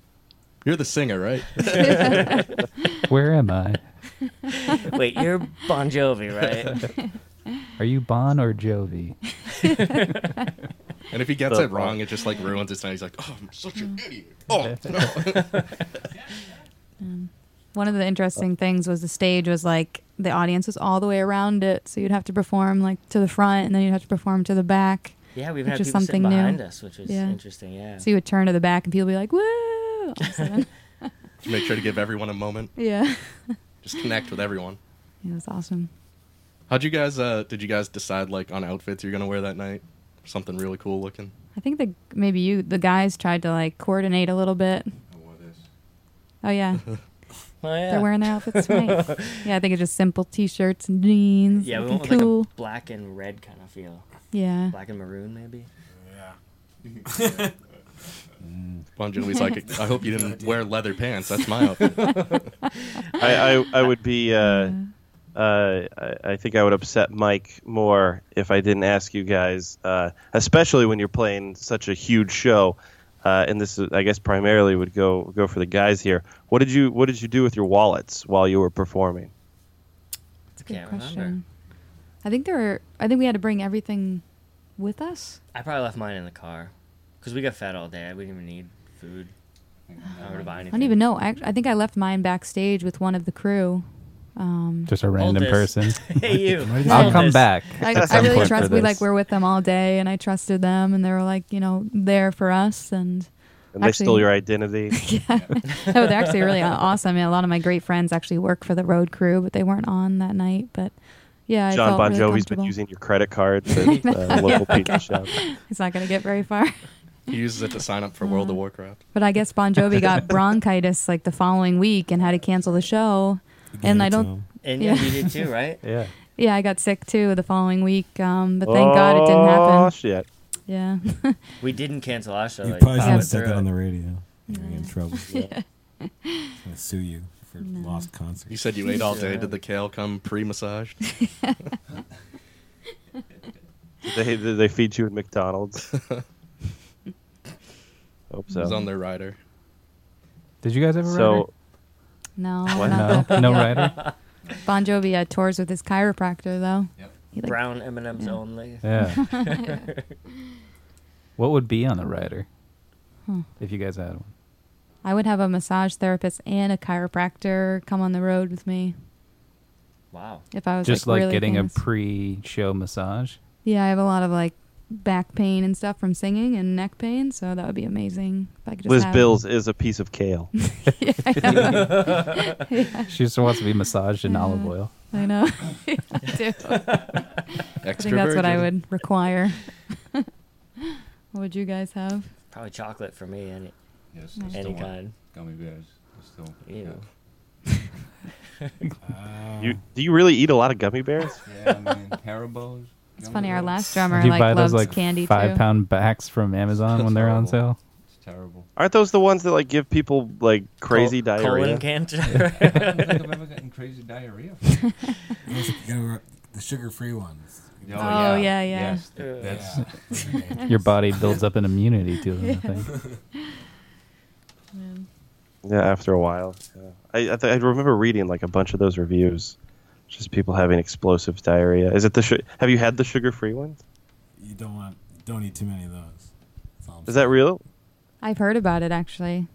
Speaker 7: you're the singer, right?
Speaker 6: Where am I?
Speaker 8: Wait, you're Bon Jovi, right?
Speaker 6: Are you Bon or Jovi?
Speaker 7: And if he gets
Speaker 5: The-
Speaker 7: it wrong, it just like ruins his night. He's like, oh, I'm such an idiot. Oh no.
Speaker 9: Um, One of the interesting things was the stage was like the audience was all the way around it, so you'd have to perform like to the front, and then you'd have to perform to the back.
Speaker 8: Yeah, we've
Speaker 9: Which
Speaker 8: had
Speaker 9: is
Speaker 8: people sitting
Speaker 9: something new.
Speaker 8: behind us, which was
Speaker 9: Yeah.
Speaker 8: interesting. Yeah.
Speaker 9: So you would turn to the back, and people would be like, "Woo!" all of a sudden.
Speaker 7: Make sure to give everyone a moment.
Speaker 9: yeah.
Speaker 7: Just connect with everyone.
Speaker 9: It was awesome.
Speaker 7: How'd you guys? uh Did you guys decide like on outfits you're gonna wear that night? Something really cool looking.
Speaker 9: I think the maybe you the guys tried to like coordinate a little bit.
Speaker 1: I wore this.
Speaker 9: Oh yeah,
Speaker 8: oh, yeah.
Speaker 9: they're wearing their outfits tonight. yeah, I think it's just simple t-shirts and jeans.
Speaker 8: yeah, we
Speaker 9: looking
Speaker 8: went with
Speaker 9: cool.
Speaker 8: like a black and red kind of feel.
Speaker 9: yeah,
Speaker 8: Black and maroon, maybe?
Speaker 7: Bon Jovi's like, I hope you didn't wear leather pants. That's my outfit.
Speaker 5: I, I I would be uh, uh, I, I think I would upset Mike more if I didn't ask you guys, uh, especially when you're playing such a huge show. Uh, and this, is, I guess, primarily would go go for the guys here. What did you What did you do with your wallets while you were performing?
Speaker 9: That's a good
Speaker 8: Can't
Speaker 9: question.
Speaker 8: remember.
Speaker 9: I think there were, I think we had to bring everything with us.
Speaker 8: I probably left mine in the car because we got fed all day. We didn't even need food. I don't buy
Speaker 9: I
Speaker 8: anything.
Speaker 9: don't even know. I, I think I left mine backstage with one of the crew. Um,
Speaker 6: Just a random
Speaker 8: Oldest.
Speaker 6: person.
Speaker 8: hey you.
Speaker 6: I'll
Speaker 8: Oldest.
Speaker 6: come back.
Speaker 9: I,
Speaker 6: at
Speaker 9: I
Speaker 6: some
Speaker 9: really
Speaker 6: point
Speaker 9: trust
Speaker 6: for
Speaker 9: we like
Speaker 6: this.
Speaker 9: were with them all day, and I trusted them, and they were like you know there for us, and
Speaker 5: And they
Speaker 9: Actually-
Speaker 5: stole your identity.
Speaker 9: oh, they're actually really aw- awesome. I mean, a lot of my great friends actually work for the road crew, but they weren't on that night. But yeah, I
Speaker 5: John
Speaker 9: felt
Speaker 5: Bon
Speaker 9: really
Speaker 5: Jovi's been
Speaker 9: comfortable.
Speaker 5: using your credit card at uh, a local pizza shop.
Speaker 9: He's not going to get very far.
Speaker 7: He uses it to sign up for World
Speaker 5: Uh,
Speaker 7: of Warcraft.
Speaker 9: But I guess Bon Jovi got bronchitis like the following week and had to cancel the show. And I don't.
Speaker 8: And yeah,
Speaker 9: Yeah.
Speaker 8: you did too, right?
Speaker 5: Yeah.
Speaker 9: Yeah, I got sick too the following week. Um, but thank God it didn't
Speaker 5: Oh
Speaker 9: happen.
Speaker 5: shit!
Speaker 9: Yeah.
Speaker 8: We didn't cancel our show.
Speaker 10: You
Speaker 8: like,
Speaker 10: probably should
Speaker 8: powered
Speaker 10: have said
Speaker 8: through
Speaker 10: that on
Speaker 8: it.
Speaker 10: the radio. You're in trouble. I'll sue you for lost
Speaker 7: You
Speaker 10: concerts.
Speaker 7: said you ate all day. Did the kale come pre-massaged?
Speaker 5: Did they did they feed you at McDonald's? Hope
Speaker 7: It was
Speaker 5: so.
Speaker 7: on their rider.
Speaker 6: Did you guys ever?
Speaker 5: So
Speaker 9: no.
Speaker 5: What?
Speaker 6: ride
Speaker 9: not
Speaker 6: her?
Speaker 9: that-
Speaker 6: no, no
Speaker 9: yeah.
Speaker 6: rider.
Speaker 9: Bon Jovi had tours with his chiropractor though.
Speaker 1: Yep.
Speaker 9: He, like,
Speaker 8: Brown M and M's only.
Speaker 6: Yeah. what would be on a rider?
Speaker 9: Hmm.
Speaker 6: If you guys had one,
Speaker 9: I would have a massage therapist and a chiropractor come on the road with me
Speaker 8: Wow.
Speaker 9: if I was
Speaker 6: just like,
Speaker 9: really
Speaker 6: getting
Speaker 9: famous.
Speaker 6: a pre-show massage.
Speaker 9: Yeah, I have a lot of like back pain and stuff from singing and neck pain, so that would be amazing if I could just
Speaker 5: Liz
Speaker 9: have-
Speaker 5: Bills is a piece of kale.
Speaker 9: Yeah, I know.
Speaker 6: She just wants to be massaged in olive oil.
Speaker 9: I, know. Yeah, I do. I think that's what I would require. what would you guys have?
Speaker 8: Probably chocolate for me and
Speaker 1: Yes, I still
Speaker 8: any
Speaker 1: want
Speaker 8: kind.
Speaker 1: gummy bears. I still
Speaker 8: Ew.
Speaker 5: You, do you really eat a lot of gummy bears?
Speaker 1: Yeah, I mean Haribos.
Speaker 9: It's
Speaker 1: gummy
Speaker 9: funny. Our
Speaker 1: bears,
Speaker 9: last drummer
Speaker 6: Do you
Speaker 9: like
Speaker 6: buy
Speaker 9: loves
Speaker 6: those like
Speaker 9: candy
Speaker 6: five
Speaker 9: too.
Speaker 6: pound backs from Amazon when they're on sale?
Speaker 1: It's terrible.
Speaker 5: Aren't those the ones that like give people like crazy
Speaker 8: Col-
Speaker 5: diarrhea?
Speaker 8: Colon cancer.
Speaker 1: I don't think I've ever gotten crazy diarrhea. From it.
Speaker 10: You gotta re- the sugar-free ones.
Speaker 1: Oh,
Speaker 9: yeah, yeah.
Speaker 1: Yes, th- that's
Speaker 10: Yeah.
Speaker 6: Your body builds up an immunity to them. I think.
Speaker 5: yeah, after a while. Yeah. I I, th- I remember reading like a bunch of those reviews, just people having explosive diarrhea. Is it the su- have you had the sugar free ones?
Speaker 10: you don't want. Don't eat too many of those. That's all I'm
Speaker 5: Is that real?
Speaker 9: I've heard about it actually.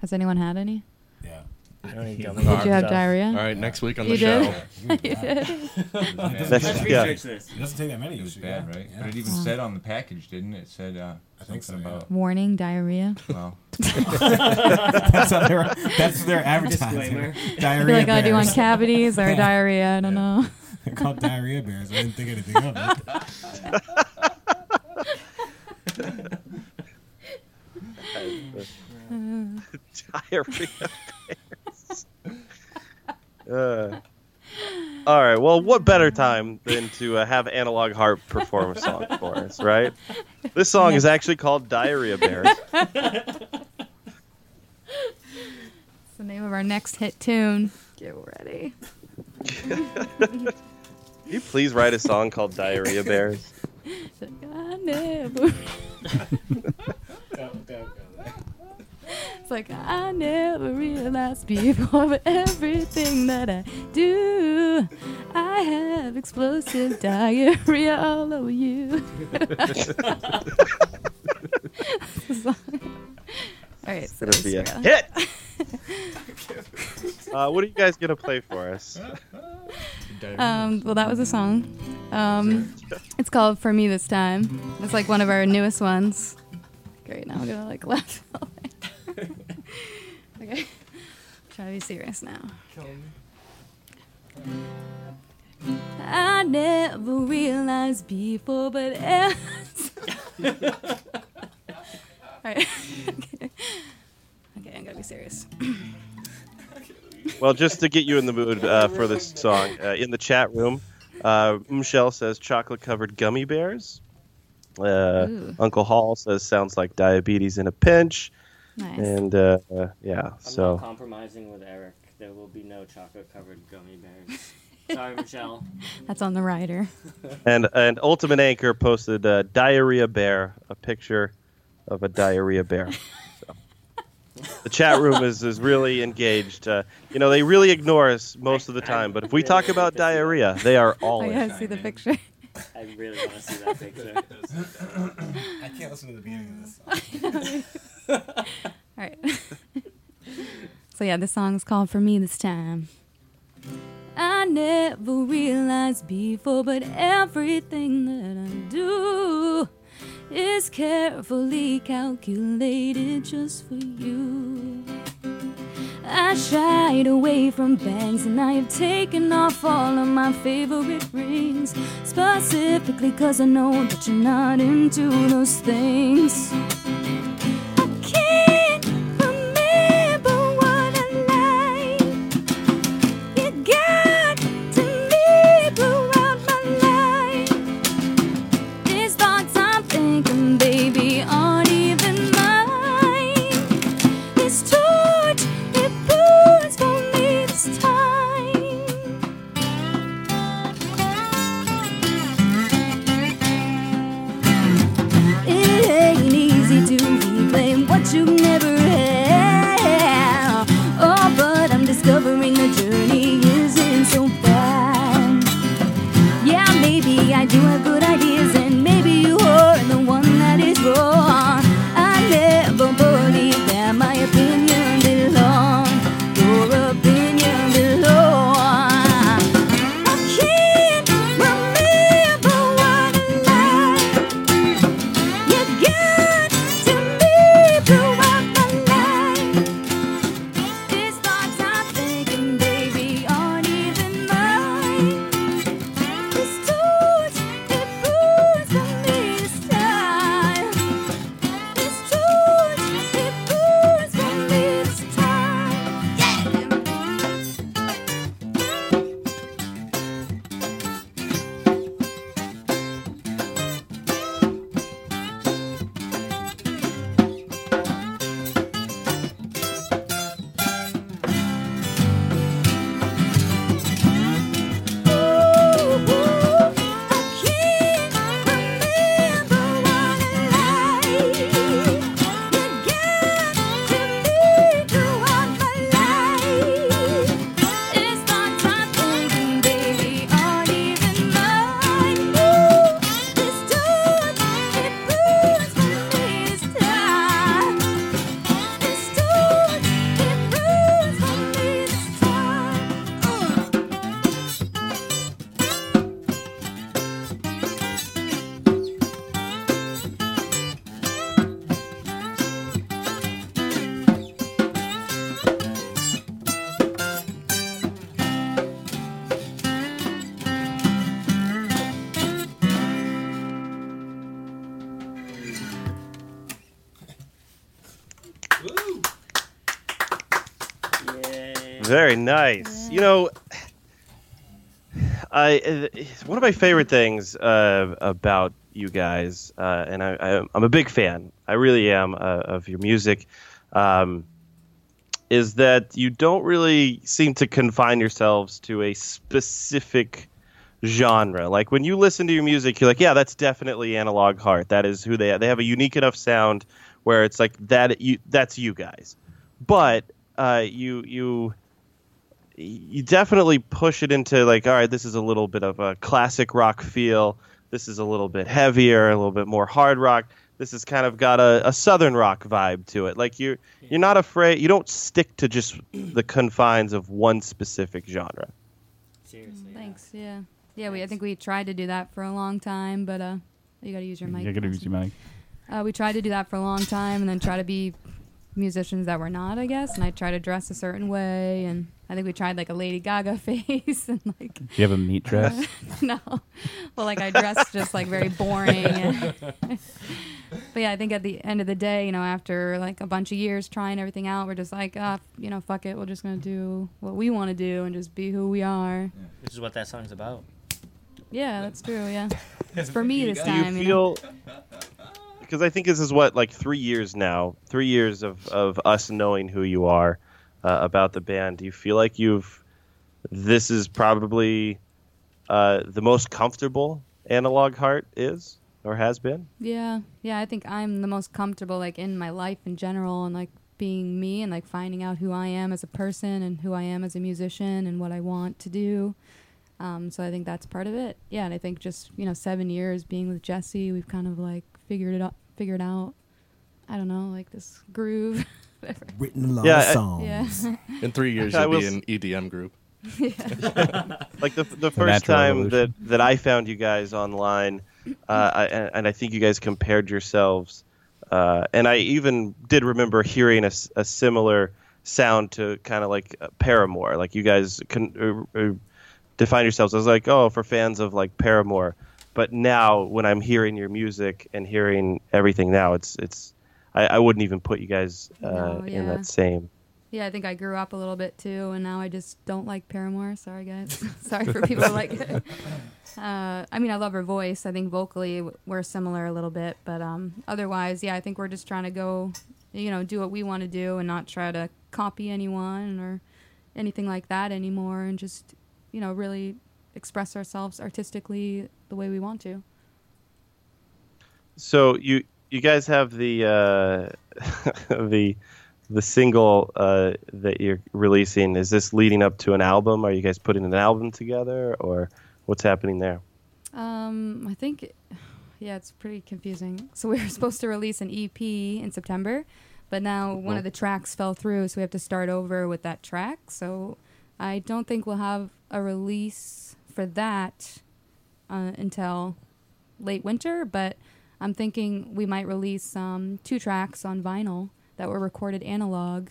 Speaker 9: Has anyone had any?
Speaker 10: saying. Yeah.
Speaker 8: I don't eat gummy
Speaker 7: Did
Speaker 9: Did you have
Speaker 8: stuff.
Speaker 9: diarrhea?
Speaker 7: All right, next week on the
Speaker 9: You did?
Speaker 7: show.
Speaker 5: Next- yeah.
Speaker 10: It doesn't take that many.
Speaker 1: It was
Speaker 10: usually, yeah.
Speaker 1: bad, right?
Speaker 10: Yeah.
Speaker 1: But it even said on the package, didn't it? It said uh,
Speaker 10: I think
Speaker 1: something
Speaker 10: so, yeah.
Speaker 1: about
Speaker 9: Warning diarrhea.
Speaker 1: well,
Speaker 10: that's, how they're, that's their advertising.
Speaker 9: I
Speaker 10: diarrhea
Speaker 9: feel like I do on
Speaker 10: bears.
Speaker 9: cavities or diarrhea. I don't know.
Speaker 10: They're called diarrhea bears. I didn't think anything of it.
Speaker 5: diarrhea bears. Uh, all right. Well, what better time than to uh, have Analog Heart perform a song for us, right? This song is actually called Diarrhea Bears.
Speaker 9: It's the name of our next hit tune. Get ready.
Speaker 5: Can you please write a song called Diarrhea Bears?
Speaker 9: I never. It's like I never realized before, but everything that I do, I have explosive diarrhea all over you. all right, so
Speaker 5: Gonna be a
Speaker 9: Sarah.
Speaker 5: hit. Uh, what are you guys gonna play for us?
Speaker 9: Um, well, that was a song. Um, it's called "For Me This Time." It's like one of our newest ones. Great, now I'm gonna like laugh. all night. okay, try to be serious now. I never realized before, but all right. okay. okay, I'm gonna be serious.
Speaker 5: Well, just to get you in the mood uh, for this song, uh, in the chat room, uh, Michelle says chocolate covered gummy bears. Uh,
Speaker 9: Ooh.
Speaker 5: Uncle Hall says sounds like diabetes in a pinch.
Speaker 9: Nice.
Speaker 5: And uh, uh, yeah,
Speaker 8: I'm
Speaker 5: so
Speaker 8: not compromising with Eric. There will be no chocolate covered gummy bears. Sorry, Michelle.
Speaker 11: That's on the rider.
Speaker 5: And and Ultimate Anchor posted uh, diarrhea bear, a picture of a diarrhea bear. So. The chat room is, is really engaged. Uh, you know, they really ignore us most of the time, but if we talk about diarrhea, they are all
Speaker 11: I
Speaker 5: in.
Speaker 11: gotta see the picture.
Speaker 8: I really want to see that picture.
Speaker 10: I can't listen to the beginning of this. Song.
Speaker 11: All right. so yeah, the song's called "For Me This Time." I never realized before, but everything that I do is carefully calculated just for you. I shied away from bangs and I have taken off all of my favorite rings, specifically 'cause I know that you're not into those things. I can't remember what I like. You got to me throughout my life. These thoughts I'm thinking, baby, aren't even mine. This torch it burns for me this time. It ain't easy to reclaim what you never had. Oh, but I'm discovering the journey isn't so bad. Yeah, maybe I do have good ideas, and maybe you are the one that is wrong. I never believed that my opinion belonged. Your opinion belonged. I can't remember what I like. You got to me throughout my life. These thoughts I'm thinking, baby, aren't even mine. This torch it burns for me this time. This torch it burns for me this time. Yeah. Uh.
Speaker 8: Yay.
Speaker 5: Very nice. You know, I it's one of my favorite things uh, about you guys, uh, and I, I, I'm a big fan. I really am uh, of your music. Um, is that you don't really seem to confine yourselves to a specific genre. Like when you listen to your music, you're like, yeah, that's definitely Analog Heart. That is who they are. They have a unique enough sound where it's like that. You that's you guys, but uh, you you you definitely push it into like, all right, this is a little bit of a classic rock feel. This is a little bit heavier, a little bit more hard rock. This has kind of got a, a southern rock vibe to it. Like you, you're not afraid. You don't stick to just the confines of one specific genre.
Speaker 8: Seriously.
Speaker 11: Thanks. Yeah. Yeah. We I think we tried to do that for a long time, but uh, you gotta use your mic.
Speaker 9: you gotta use
Speaker 11: Austin.
Speaker 9: your mic.
Speaker 11: Uh, we tried to do that for a long time, and then try to be musicians that we're not, I guess. And I try to dress a certain way, and I think we tried like a Lady Gaga face, and like
Speaker 9: Do you have a meat dress?
Speaker 11: no, well, like I dressed just like very boring. And but yeah, I think at the end of the day, you know, after like a bunch of years trying everything out, we're just like, ah, you know, fuck it, we're just gonna do what we want to do and just be who we are.
Speaker 8: Which is what that song's about.
Speaker 11: Yeah, that's true. Yeah, it's for me this
Speaker 5: Do you
Speaker 11: time. you know?
Speaker 5: feel? Because I think this is what like three years now, three years of of us knowing who you are uh, about the band. Do you feel like you've this is probably uh, the most comfortable analog heart is or has been.
Speaker 9: Yeah, yeah. I think I'm the most comfortable, like in my life in general, and like being me, and like finding out who I am as a person, and who I am as a musician, and what I want to do. Um, so I think that's part of it. Yeah, and I think just you know seven years being with Jesse, we've kind of like figured it out. Figured out. I don't know, like this groove.
Speaker 10: Written a lot
Speaker 5: Yeah,
Speaker 10: of
Speaker 5: I-
Speaker 10: songs.
Speaker 9: yeah.
Speaker 7: In three years,
Speaker 5: I
Speaker 7: you'll
Speaker 5: will
Speaker 7: be
Speaker 5: s-
Speaker 7: an EDM group.
Speaker 5: like the, the first
Speaker 6: natural
Speaker 5: time that,
Speaker 6: evolution.
Speaker 5: that I found you guys online, uh, I, and and I think you guys compared yourselves, uh, and I even did remember hearing a, s- a similar sound to kind of like uh, Paramore. Like you guys can uh, uh, define yourselves. I was like, oh, for fans of like Paramore, but now when I'm hearing your music and hearing everything now, it's it's I, I wouldn't even put you guys uh,
Speaker 9: No,
Speaker 5: in
Speaker 9: yeah.
Speaker 5: that same.
Speaker 9: Yeah, I think I grew up a little bit too, and now I just don't like Paramore. Sorry, guys. Sorry for people who like it. Uh, I mean, I love her voice. I think vocally w- we're similar a little bit, but um, otherwise, yeah, I think we're just trying to go, you know, do what we want to do and not try to copy anyone or anything like that anymore, and just, you know, really express ourselves artistically the way we want to.
Speaker 5: so you you guys have the uh, the the single uh, that you're releasing is this leading up to an album are you guys putting an album together or what's happening there
Speaker 9: Um, I think, yeah, it's pretty confusing. So we were supposed to release an EP in September, but now one of the tracks fell through, so we have to start over with that track. So I don't think we'll have a release for that uh, until late winter. But I'm thinking we might release um, two tracks on vinyl that were recorded analog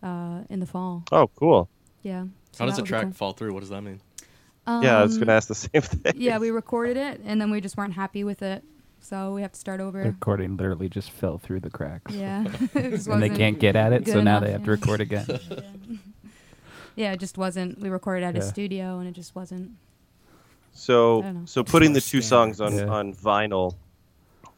Speaker 9: uh, in the fall.
Speaker 5: oh cool
Speaker 9: Yeah. so
Speaker 7: How does
Speaker 9: that
Speaker 7: a
Speaker 9: would be
Speaker 7: track
Speaker 9: cool.
Speaker 7: fall through? What does that mean?
Speaker 5: yeah i was
Speaker 9: Um,
Speaker 5: gonna ask the same thing
Speaker 9: yeah, we recorded it and then we just weren't happy with it, so we have to start
Speaker 6: The
Speaker 9: over.
Speaker 6: recording literally just fell through the cracks.
Speaker 9: Yeah, It just
Speaker 6: And they
Speaker 9: wasn't-
Speaker 6: can't get at it,
Speaker 9: good
Speaker 6: so now
Speaker 9: enough,
Speaker 6: they have to
Speaker 9: yeah.
Speaker 6: record again.
Speaker 9: Yeah, it just wasn't. We recorded at
Speaker 6: Yeah.
Speaker 9: a studio and it just wasn't. I don't
Speaker 5: so
Speaker 9: know.
Speaker 5: so putting the two songs on
Speaker 6: Yeah.
Speaker 5: on vinyl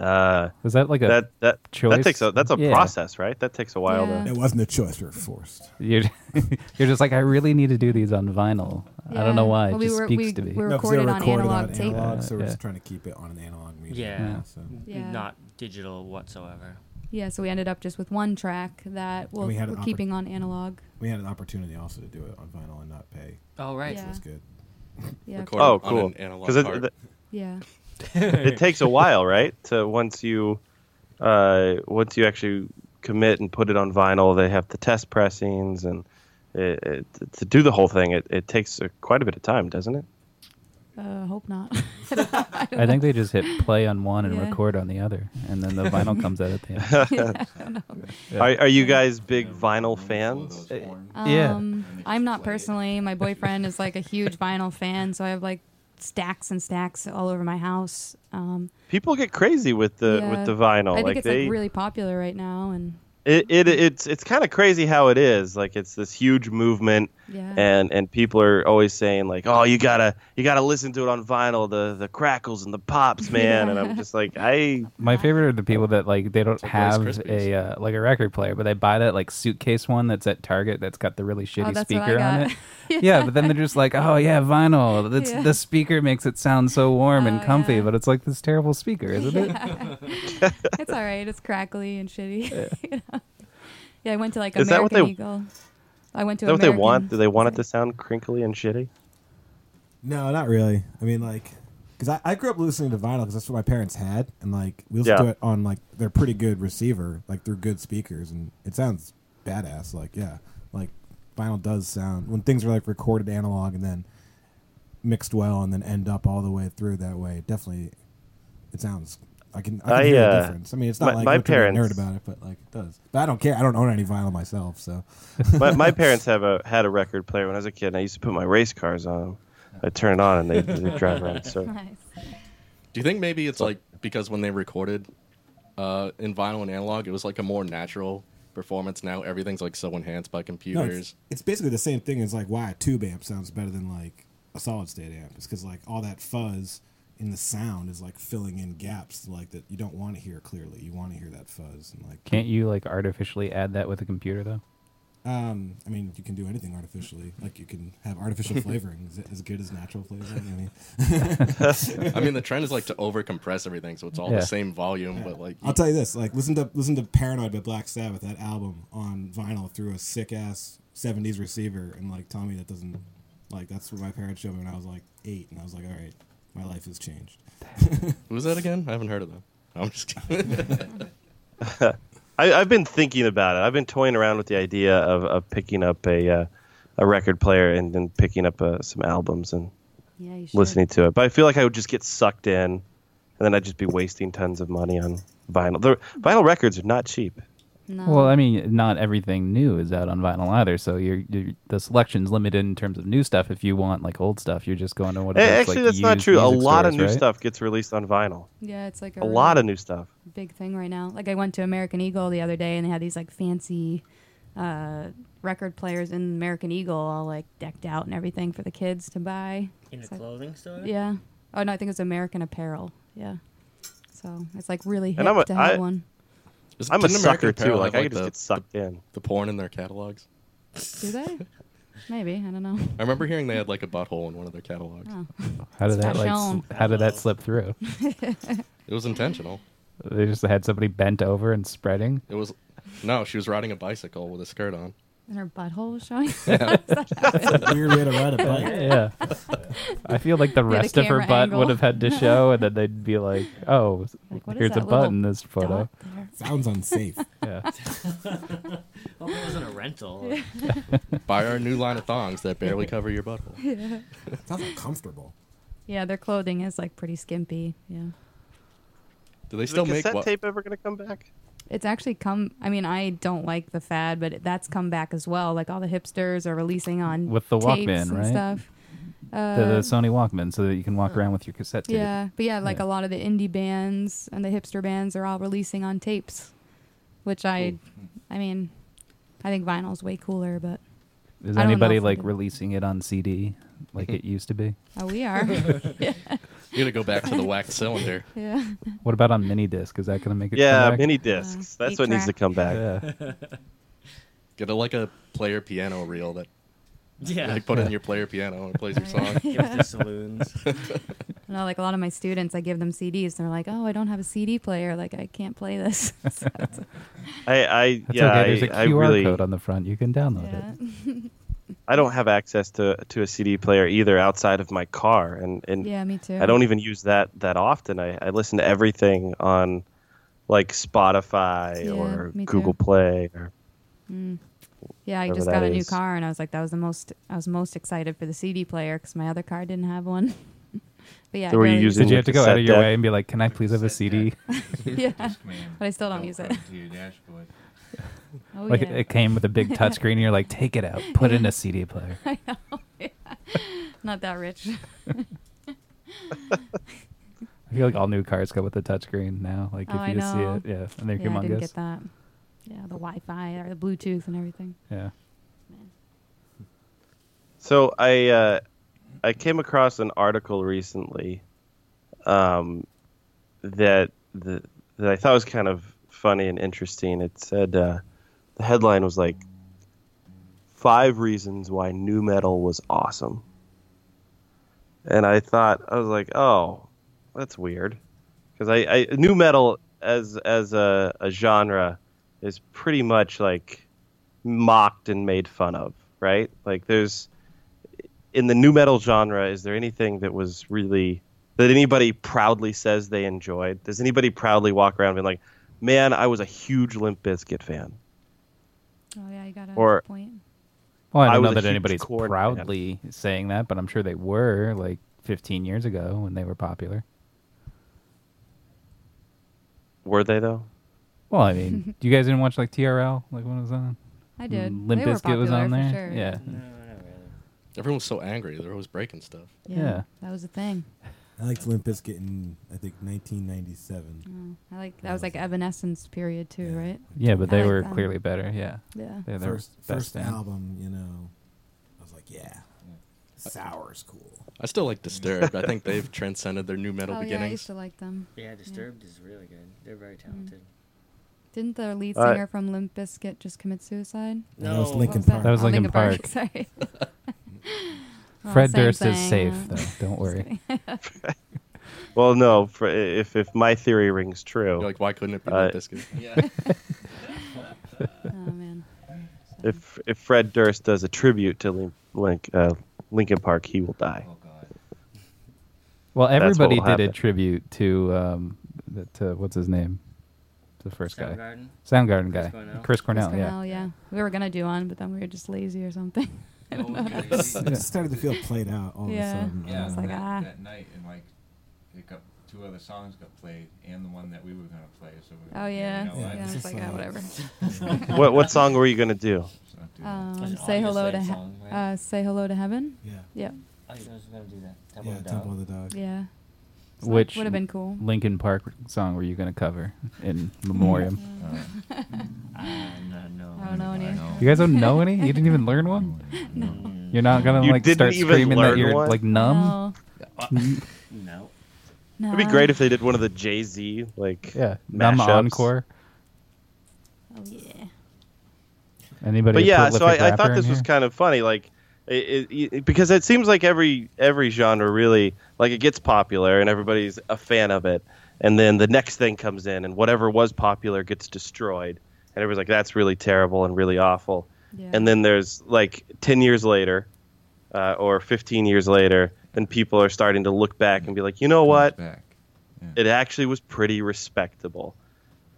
Speaker 5: uh
Speaker 6: Was that like a
Speaker 5: that that that
Speaker 6: Choice?
Speaker 5: takes a that's a
Speaker 6: Yeah.
Speaker 5: process right that takes a while
Speaker 9: Yeah.
Speaker 5: to
Speaker 10: It wasn't a choice. We were forced.
Speaker 6: You're, you're just like, I really need to do these on vinyl. I don't know
Speaker 9: Yeah.
Speaker 6: why. It
Speaker 9: Well, we
Speaker 6: just
Speaker 9: were-
Speaker 6: speaks
Speaker 9: we
Speaker 6: to me.
Speaker 9: were-
Speaker 10: No, 'cause they
Speaker 9: Recorded
Speaker 10: were
Speaker 9: on
Speaker 10: recorded
Speaker 9: analog
Speaker 10: on
Speaker 9: tape.
Speaker 10: analog, so we're
Speaker 6: Yeah.
Speaker 10: just trying to keep it on an analog medium.
Speaker 8: Yeah. Yeah.
Speaker 10: So.
Speaker 9: Yeah.
Speaker 8: Not digital whatsoever.
Speaker 9: Yeah, so we ended up just with one track that we'll,
Speaker 10: we
Speaker 9: we
Speaker 10: had
Speaker 9: are
Speaker 10: an oppor-
Speaker 9: keeping on analog.
Speaker 10: We had an opportunity also to do it on vinyl and not pay.
Speaker 8: Oh right.
Speaker 9: Yeah.
Speaker 10: That's good.
Speaker 9: Yeah,
Speaker 7: Record
Speaker 5: oh
Speaker 7: on
Speaker 5: cool
Speaker 7: an analog
Speaker 5: it,
Speaker 7: heart.
Speaker 5: th-
Speaker 9: yeah,
Speaker 5: it takes a while, right? To once you uh, once you actually commit and put it on vinyl, they have the test pressings and it, it, to do the whole thing. It, it takes uh quite a bit of time, doesn't it?
Speaker 9: uh, hope not.
Speaker 6: I think they just hit play on one and
Speaker 9: Yeah.
Speaker 6: record on the other, and then the vinyl comes out at the end.
Speaker 5: Are, are you guys big vinyl fans? Eh,
Speaker 6: Yeah.
Speaker 9: Um, I'm not personally. My boyfriend is like a huge vinyl fan, so I have like stacks and stacks all over my house. Um,
Speaker 5: People get crazy with the
Speaker 9: Yeah.
Speaker 5: with the vinyl.
Speaker 9: I think
Speaker 5: like
Speaker 9: it's
Speaker 5: they,
Speaker 9: like really popular right now, and
Speaker 5: it, it it's it's kind of crazy how it is. Like it's this huge movement.
Speaker 9: yeah,
Speaker 5: and and people are always saying like oh you gotta you gotta listen to it on vinyl the the crackles and the pops man and i'm just like i
Speaker 6: My favorite are the people that like they don't
Speaker 7: like Rice
Speaker 6: have a
Speaker 7: Krispies.
Speaker 6: uh, like a record player, but they buy that like suitcase one that's at Target that's got the really shitty
Speaker 9: Oh, that's what I
Speaker 6: speaker on
Speaker 9: got.
Speaker 6: it. yeah, but then they're just like, oh yeah, vinyl. That's
Speaker 9: Yeah.
Speaker 6: the speaker makes it sound so warm and
Speaker 9: Oh,
Speaker 6: comfy,
Speaker 9: yeah.
Speaker 6: but it's like this terrible speaker, isn't it?
Speaker 9: it's all right. It's crackly and shitty. Yeah, you know? yeah I went to like
Speaker 5: Is that what
Speaker 9: American
Speaker 5: they-
Speaker 9: Eagle. I went to
Speaker 5: Is that what they
Speaker 9: American-
Speaker 5: want? Do they want it to sound crinkly and shitty?
Speaker 10: No, not really. I mean, like, because I, I grew up listening to vinyl because that's what my parents had, and like we listened
Speaker 5: Yeah.
Speaker 10: to it on like their pretty good receiver, like through good speakers, and it sounds badass. Like, yeah, like vinyl does sound when things are like recorded analog and then mixed well and then end up all the way through that way. it Definitely, it sounds. I can, I can
Speaker 5: I,
Speaker 10: hear
Speaker 5: uh,
Speaker 10: the difference. I mean, it's not
Speaker 5: my-
Speaker 10: like
Speaker 5: my
Speaker 10: much of a nerd
Speaker 5: parents-
Speaker 10: about it, but like it does. But I don't care. I don't own any vinyl myself, so
Speaker 5: My, my parents have a had a record player when I was a kid. and I used to put my race cars on. 'em. I'd turn it on and they they drive around. So
Speaker 9: Nice.
Speaker 7: Do you think maybe it's like because when they recorded uh, in vinyl and analog, it was like a more natural performance? Now everything's like so enhanced by
Speaker 10: No,
Speaker 7: computers.
Speaker 10: it's, it's basically the same thing as like why a tube amp sounds better than like a solid state amp. It's because like all that fuzz in the sound is like filling in gaps like that you don't want to hear clearly. You want to hear that fuzz and like
Speaker 6: Can't you like artificially add that with a computer though?
Speaker 10: Um, I mean, you can do anything artificially. Like you can have artificial flavoring. Is it as good as natural flavoring? I mean,
Speaker 7: I mean, the trend is like to over compress everything, so it's all
Speaker 6: Yeah.
Speaker 7: the same volume, but like
Speaker 10: I'll tell you this: like, listen to listen to "Paranoid" by Black Sabbath. That album on vinyl through a sick ass '70s receiver, and like, tell me that doesn't like that's what my parents showed me when I was like eight, and I was like, all right, my life has changed.
Speaker 7: who's that again? I haven't heard of them. I'm just kidding.
Speaker 5: I, I've been thinking about it. I've been toying around with the idea of, of picking up a uh, a record player and then picking up uh, some albums and
Speaker 9: Yeah, you should.
Speaker 5: listening to it. But I feel like I would just get sucked in, and then I'd just be wasting tons of money on vinyl. The vinyl records are not cheap.
Speaker 9: No.
Speaker 6: Well, I mean, not everything new is out on vinyl either, so you're, you the selection's limited in terms of new stuff. If you want like old stuff, you're just going to whatever.
Speaker 5: Eh, Actually,
Speaker 6: like,
Speaker 5: that's not
Speaker 6: used
Speaker 5: true. A
Speaker 6: music
Speaker 5: lot of
Speaker 6: stores,
Speaker 5: new
Speaker 6: right?
Speaker 5: stuff gets released on vinyl.
Speaker 9: yeah, it's like a,
Speaker 5: A lot of new stuff.
Speaker 9: big thing right now. Like I went to American Eagle the other day and they had these like fancy uh, record players in American Eagle all like decked out and everything for the kids to buy.
Speaker 8: In a
Speaker 9: It's like-
Speaker 8: clothing store?
Speaker 9: Yeah. Oh no, I think it was American Apparel. Yeah. So it's like really hip
Speaker 5: And I'm a-
Speaker 9: to have
Speaker 5: I-
Speaker 9: one.
Speaker 7: Just-
Speaker 5: I'm a
Speaker 7: didn't American
Speaker 5: sucker too.
Speaker 7: Apparel
Speaker 5: Like,
Speaker 7: have,
Speaker 5: I could just
Speaker 7: the,
Speaker 5: get sucked in.
Speaker 7: the porn in their catalogs.
Speaker 9: Do they? Maybe I don't know.
Speaker 7: I remember hearing they had like a butthole in one of their catalogs.
Speaker 9: Oh.
Speaker 6: How did
Speaker 9: It's
Speaker 6: that
Speaker 9: not
Speaker 6: like?
Speaker 9: shown.
Speaker 6: s- How did that slip through?
Speaker 7: It was intentional.
Speaker 6: They just had somebody bent over and spreading.
Speaker 7: It was no, she was riding a bicycle with a skirt on.
Speaker 9: And her butthole was showing.
Speaker 10: Weird way to ride a bike.
Speaker 6: Yeah, I feel like the
Speaker 9: the
Speaker 6: rest of her
Speaker 9: camera
Speaker 6: butt
Speaker 9: angle.
Speaker 6: would have had to show, and then they'd be like, "Oh,
Speaker 9: Like, what is
Speaker 6: here's a
Speaker 9: that
Speaker 6: butt
Speaker 9: little
Speaker 6: in this photo."
Speaker 9: dot there?
Speaker 10: Sounds unsafe.
Speaker 6: Yeah,
Speaker 8: Hope it wasn't a rental.
Speaker 7: Buy our new line of thongs that barely cover your butthole.
Speaker 10: Sounds uncomfortable.
Speaker 9: Yeah, their clothing is like pretty skimpy. Yeah.
Speaker 7: Do they
Speaker 5: Is
Speaker 7: still
Speaker 5: the
Speaker 7: make
Speaker 5: cassette
Speaker 7: what?
Speaker 5: tape ever going to come back?
Speaker 9: It's actually come. I mean, I don't like the fad, but that's come back as well. Like all the hipsters are releasing on
Speaker 6: With the
Speaker 9: tapes
Speaker 6: Walkman,
Speaker 9: and
Speaker 6: right?
Speaker 9: Stuff. Uh,
Speaker 6: the, the Sony Walkman, so that you can walk around with your cassette tape.
Speaker 9: Oh. yeah, but yeah, like
Speaker 6: Yeah.
Speaker 9: a lot of the indie bands and the hipster bands are all releasing on tapes, which I, I mean, I think vinyl's way cooler, but
Speaker 6: Is
Speaker 9: I don't know
Speaker 6: anybody
Speaker 9: if we
Speaker 6: like
Speaker 9: do.
Speaker 6: releasing it on CD like it used to be?
Speaker 9: oh, we are.
Speaker 7: You gotta go back to the wax cylinder.
Speaker 9: yeah.
Speaker 6: What about on mini disc? Is that going to make it? come
Speaker 5: Yeah,
Speaker 6: back?
Speaker 5: mini discs.
Speaker 9: Uh,
Speaker 5: That's what needs to
Speaker 9: eight-track.
Speaker 5: come back.
Speaker 6: Yeah.
Speaker 7: Get a, like a player piano reel that
Speaker 8: Yeah.
Speaker 7: like put in your player piano and it plays your song.
Speaker 8: Give it to saloons.
Speaker 9: You know, like a lot of my students, I give them CDs. They're like, "Oh, I don't have a CD player. Like, I can't play this." So it's-
Speaker 5: I, I
Speaker 6: That's
Speaker 5: yeah,
Speaker 6: okay. There's a
Speaker 5: I, I
Speaker 6: QR
Speaker 5: really,
Speaker 6: code on the front. You can download
Speaker 9: Uh, yeah.
Speaker 6: it.
Speaker 5: I don't have access to to a CD player either outside of my car, and and
Speaker 9: yeah, me too.
Speaker 5: I don't even use that that often. I, I listen to everything on like Spotify
Speaker 9: Yeah,
Speaker 5: or
Speaker 9: me too.
Speaker 5: Google Play. Or,
Speaker 9: mm. Yeah, I
Speaker 5: whatever
Speaker 9: just
Speaker 5: that
Speaker 9: got a new
Speaker 5: is.
Speaker 9: car, and I was like, that was the most I was most excited for the CD player because my other car didn't have one. but yeah,
Speaker 5: So were you using-
Speaker 6: Did you have to go out of your
Speaker 5: Cassette
Speaker 6: way and be like, "Can I please have a CD?"
Speaker 9: Yeah, but
Speaker 1: Discman.
Speaker 9: I still don't use it.
Speaker 1: Velcro to your dashboard.
Speaker 9: Oh
Speaker 6: Like
Speaker 9: yeah,
Speaker 6: it came with a big touchscreen. and You're like, "Take it out. Put in a CD player."
Speaker 9: not that rich.
Speaker 6: I feel like all new cars go with a touchscreen now. Like
Speaker 9: Oh,
Speaker 6: if
Speaker 9: I
Speaker 6: you just see
Speaker 9: know.
Speaker 6: it, yeah, and they're
Speaker 9: yeah, I
Speaker 6: humongous.
Speaker 9: didn't get that. Yeah, the Wi-Fi or the Bluetooth and everything.
Speaker 6: Yeah.
Speaker 5: so I uh, I came across an article recently um, that the, that I thought was kind of funny and interesting. It said uh, the headline was like five reasons why new metal was awesome, and I thought I was like, oh, that's weird, because I, I new metal as as a, a genre is pretty much like mocked and made fun of, right? Like there's in the new metal genre, is there anything that was really that anybody proudly says they enjoyed? Does anybody proudly walk around being like, "Man, I was a huge Limp Bizkit fan"?
Speaker 9: Oh yeah, you got a
Speaker 5: Or-
Speaker 9: point.
Speaker 6: Well, I
Speaker 5: I
Speaker 6: don't
Speaker 5: was
Speaker 6: know
Speaker 5: a
Speaker 6: that
Speaker 5: huge
Speaker 6: anybody's
Speaker 5: Korn fan.
Speaker 6: proudly saying that, but I'm sure they were like 15 years ago when they were popular.
Speaker 5: Were they though?
Speaker 6: Well, I mean, you guys didn't watch like TRL like when it was on?
Speaker 9: I did.
Speaker 6: Mm, Limp
Speaker 9: they were
Speaker 6: Bizkit was
Speaker 9: popular
Speaker 6: on
Speaker 9: for
Speaker 6: there.
Speaker 9: Sure.
Speaker 6: Yeah.
Speaker 8: No, not really.
Speaker 7: Everyone was so angry, they're always breaking stuff.
Speaker 9: yeah,
Speaker 6: Yeah.
Speaker 9: that was the thing.
Speaker 10: I liked Limp Bizkit in I think 1997.
Speaker 9: Oh, I like that was like Evanescence period too,
Speaker 10: Yeah.
Speaker 9: right?
Speaker 6: Yeah, but
Speaker 9: I
Speaker 6: they
Speaker 9: like
Speaker 6: were
Speaker 9: them.
Speaker 6: clearly better. Yeah.
Speaker 9: Yeah.
Speaker 6: They're their
Speaker 10: First,
Speaker 6: best
Speaker 10: first
Speaker 6: band.
Speaker 10: album, you know, I was like, yeah, sour's cool.
Speaker 7: I still like Disturbed. I think they've transcended their new metal
Speaker 9: Oh yeah, I used
Speaker 7: beginnings.
Speaker 9: to like them. Mm.
Speaker 8: Yeah, Disturbed is really good. They're very talented.
Speaker 9: Didn't the lead
Speaker 5: Uh,
Speaker 9: singer from Limp Bizkit just commit suicide?
Speaker 10: No. That was
Speaker 9: What
Speaker 10: Linkin
Speaker 9: that?
Speaker 10: Park.
Speaker 6: That was
Speaker 9: Oh,
Speaker 6: Linkin Park.
Speaker 9: Sorry. Well,
Speaker 6: Fred
Speaker 9: same
Speaker 6: Durst is
Speaker 9: thing,
Speaker 6: safe,
Speaker 9: uh, yeah.
Speaker 6: though. Don't worry.
Speaker 5: Well, no. For, if if my theory rings true,
Speaker 7: You're like, why couldn't it be
Speaker 5: Uh,
Speaker 7: Limp Bizkit?
Speaker 9: Oh man.
Speaker 5: if if Fred Durst does a tribute to Link, Link, uh, Linkin Park, he will die.
Speaker 1: Oh god.
Speaker 6: Well,
Speaker 5: That's what
Speaker 6: everybody
Speaker 5: will
Speaker 6: did a
Speaker 5: happen.
Speaker 6: tribute to um, the, to what's his name, the first guy,
Speaker 8: Soundgarden.
Speaker 6: Soundgarden
Speaker 8: Chris
Speaker 6: guy,
Speaker 8: Cornell.
Speaker 6: Chris Cornell.
Speaker 9: Chris
Speaker 6: yeah.
Speaker 9: Cornell, yeah. We were gonna do one, but then we were just lazy or something. I don't know.
Speaker 10: I just started to feel played out all
Speaker 9: Yeah.
Speaker 10: of a sudden. uh,
Speaker 1: Yeah,
Speaker 9: was like,
Speaker 1: that,
Speaker 9: ah.
Speaker 1: that night and like it got two other songs got played and the one that we were gonna play. So we
Speaker 9: Oh yeah.
Speaker 1: you know,
Speaker 10: Yeah.
Speaker 9: Yeah.
Speaker 1: I-
Speaker 10: it's
Speaker 9: It's
Speaker 10: just
Speaker 9: like
Speaker 10: like-
Speaker 9: ah, whatever.
Speaker 5: What what song were you gonna do?
Speaker 1: let's not do that.
Speaker 9: Um,
Speaker 8: an
Speaker 9: say
Speaker 8: August
Speaker 9: hello
Speaker 8: Rain
Speaker 9: to he-
Speaker 8: song, right?
Speaker 9: uh, say hello to heaven.
Speaker 10: yeah,
Speaker 9: Yep.
Speaker 8: Oh, you guys were gonna do that. Temple
Speaker 10: yeah,
Speaker 8: of the
Speaker 10: Temple
Speaker 8: Dog.
Speaker 10: of the Dog.
Speaker 9: Yeah.
Speaker 6: Which
Speaker 9: would have been cool.
Speaker 6: Lincoln Park song were you going to cover in memoriam?
Speaker 8: Ah, no, no.
Speaker 9: Mm. I don't know any.
Speaker 6: You guys don't know any? You didn't even learn one? You're not going to
Speaker 5: You
Speaker 6: like
Speaker 5: didn't
Speaker 6: start
Speaker 5: even
Speaker 6: screaming that
Speaker 5: learn
Speaker 6: you're
Speaker 5: one?
Speaker 6: like numb?
Speaker 8: No.
Speaker 9: No.
Speaker 5: It'd be great if they did one of the Jay Z like
Speaker 6: Yeah. Numb
Speaker 5: mashups.
Speaker 6: encore.
Speaker 9: Oh yeah.
Speaker 6: Anybody?
Speaker 5: But
Speaker 6: a
Speaker 5: yeah, so
Speaker 6: prolific
Speaker 5: I, I
Speaker 6: rapper
Speaker 5: thought this
Speaker 6: in
Speaker 5: was
Speaker 6: here?
Speaker 5: kind of funny, like it, it, it- because it seems like every every genre really like it gets popular and everybody's a fan of it, and then the next thing comes in and whatever was popular gets destroyed, and everybody's like that's really terrible and really awful,
Speaker 9: Yeah.
Speaker 5: and then there's like ten years later, uh, or fifteen years later, then people are starting to look back and be like, you know what,
Speaker 1: Back.
Speaker 5: it actually was pretty respectable.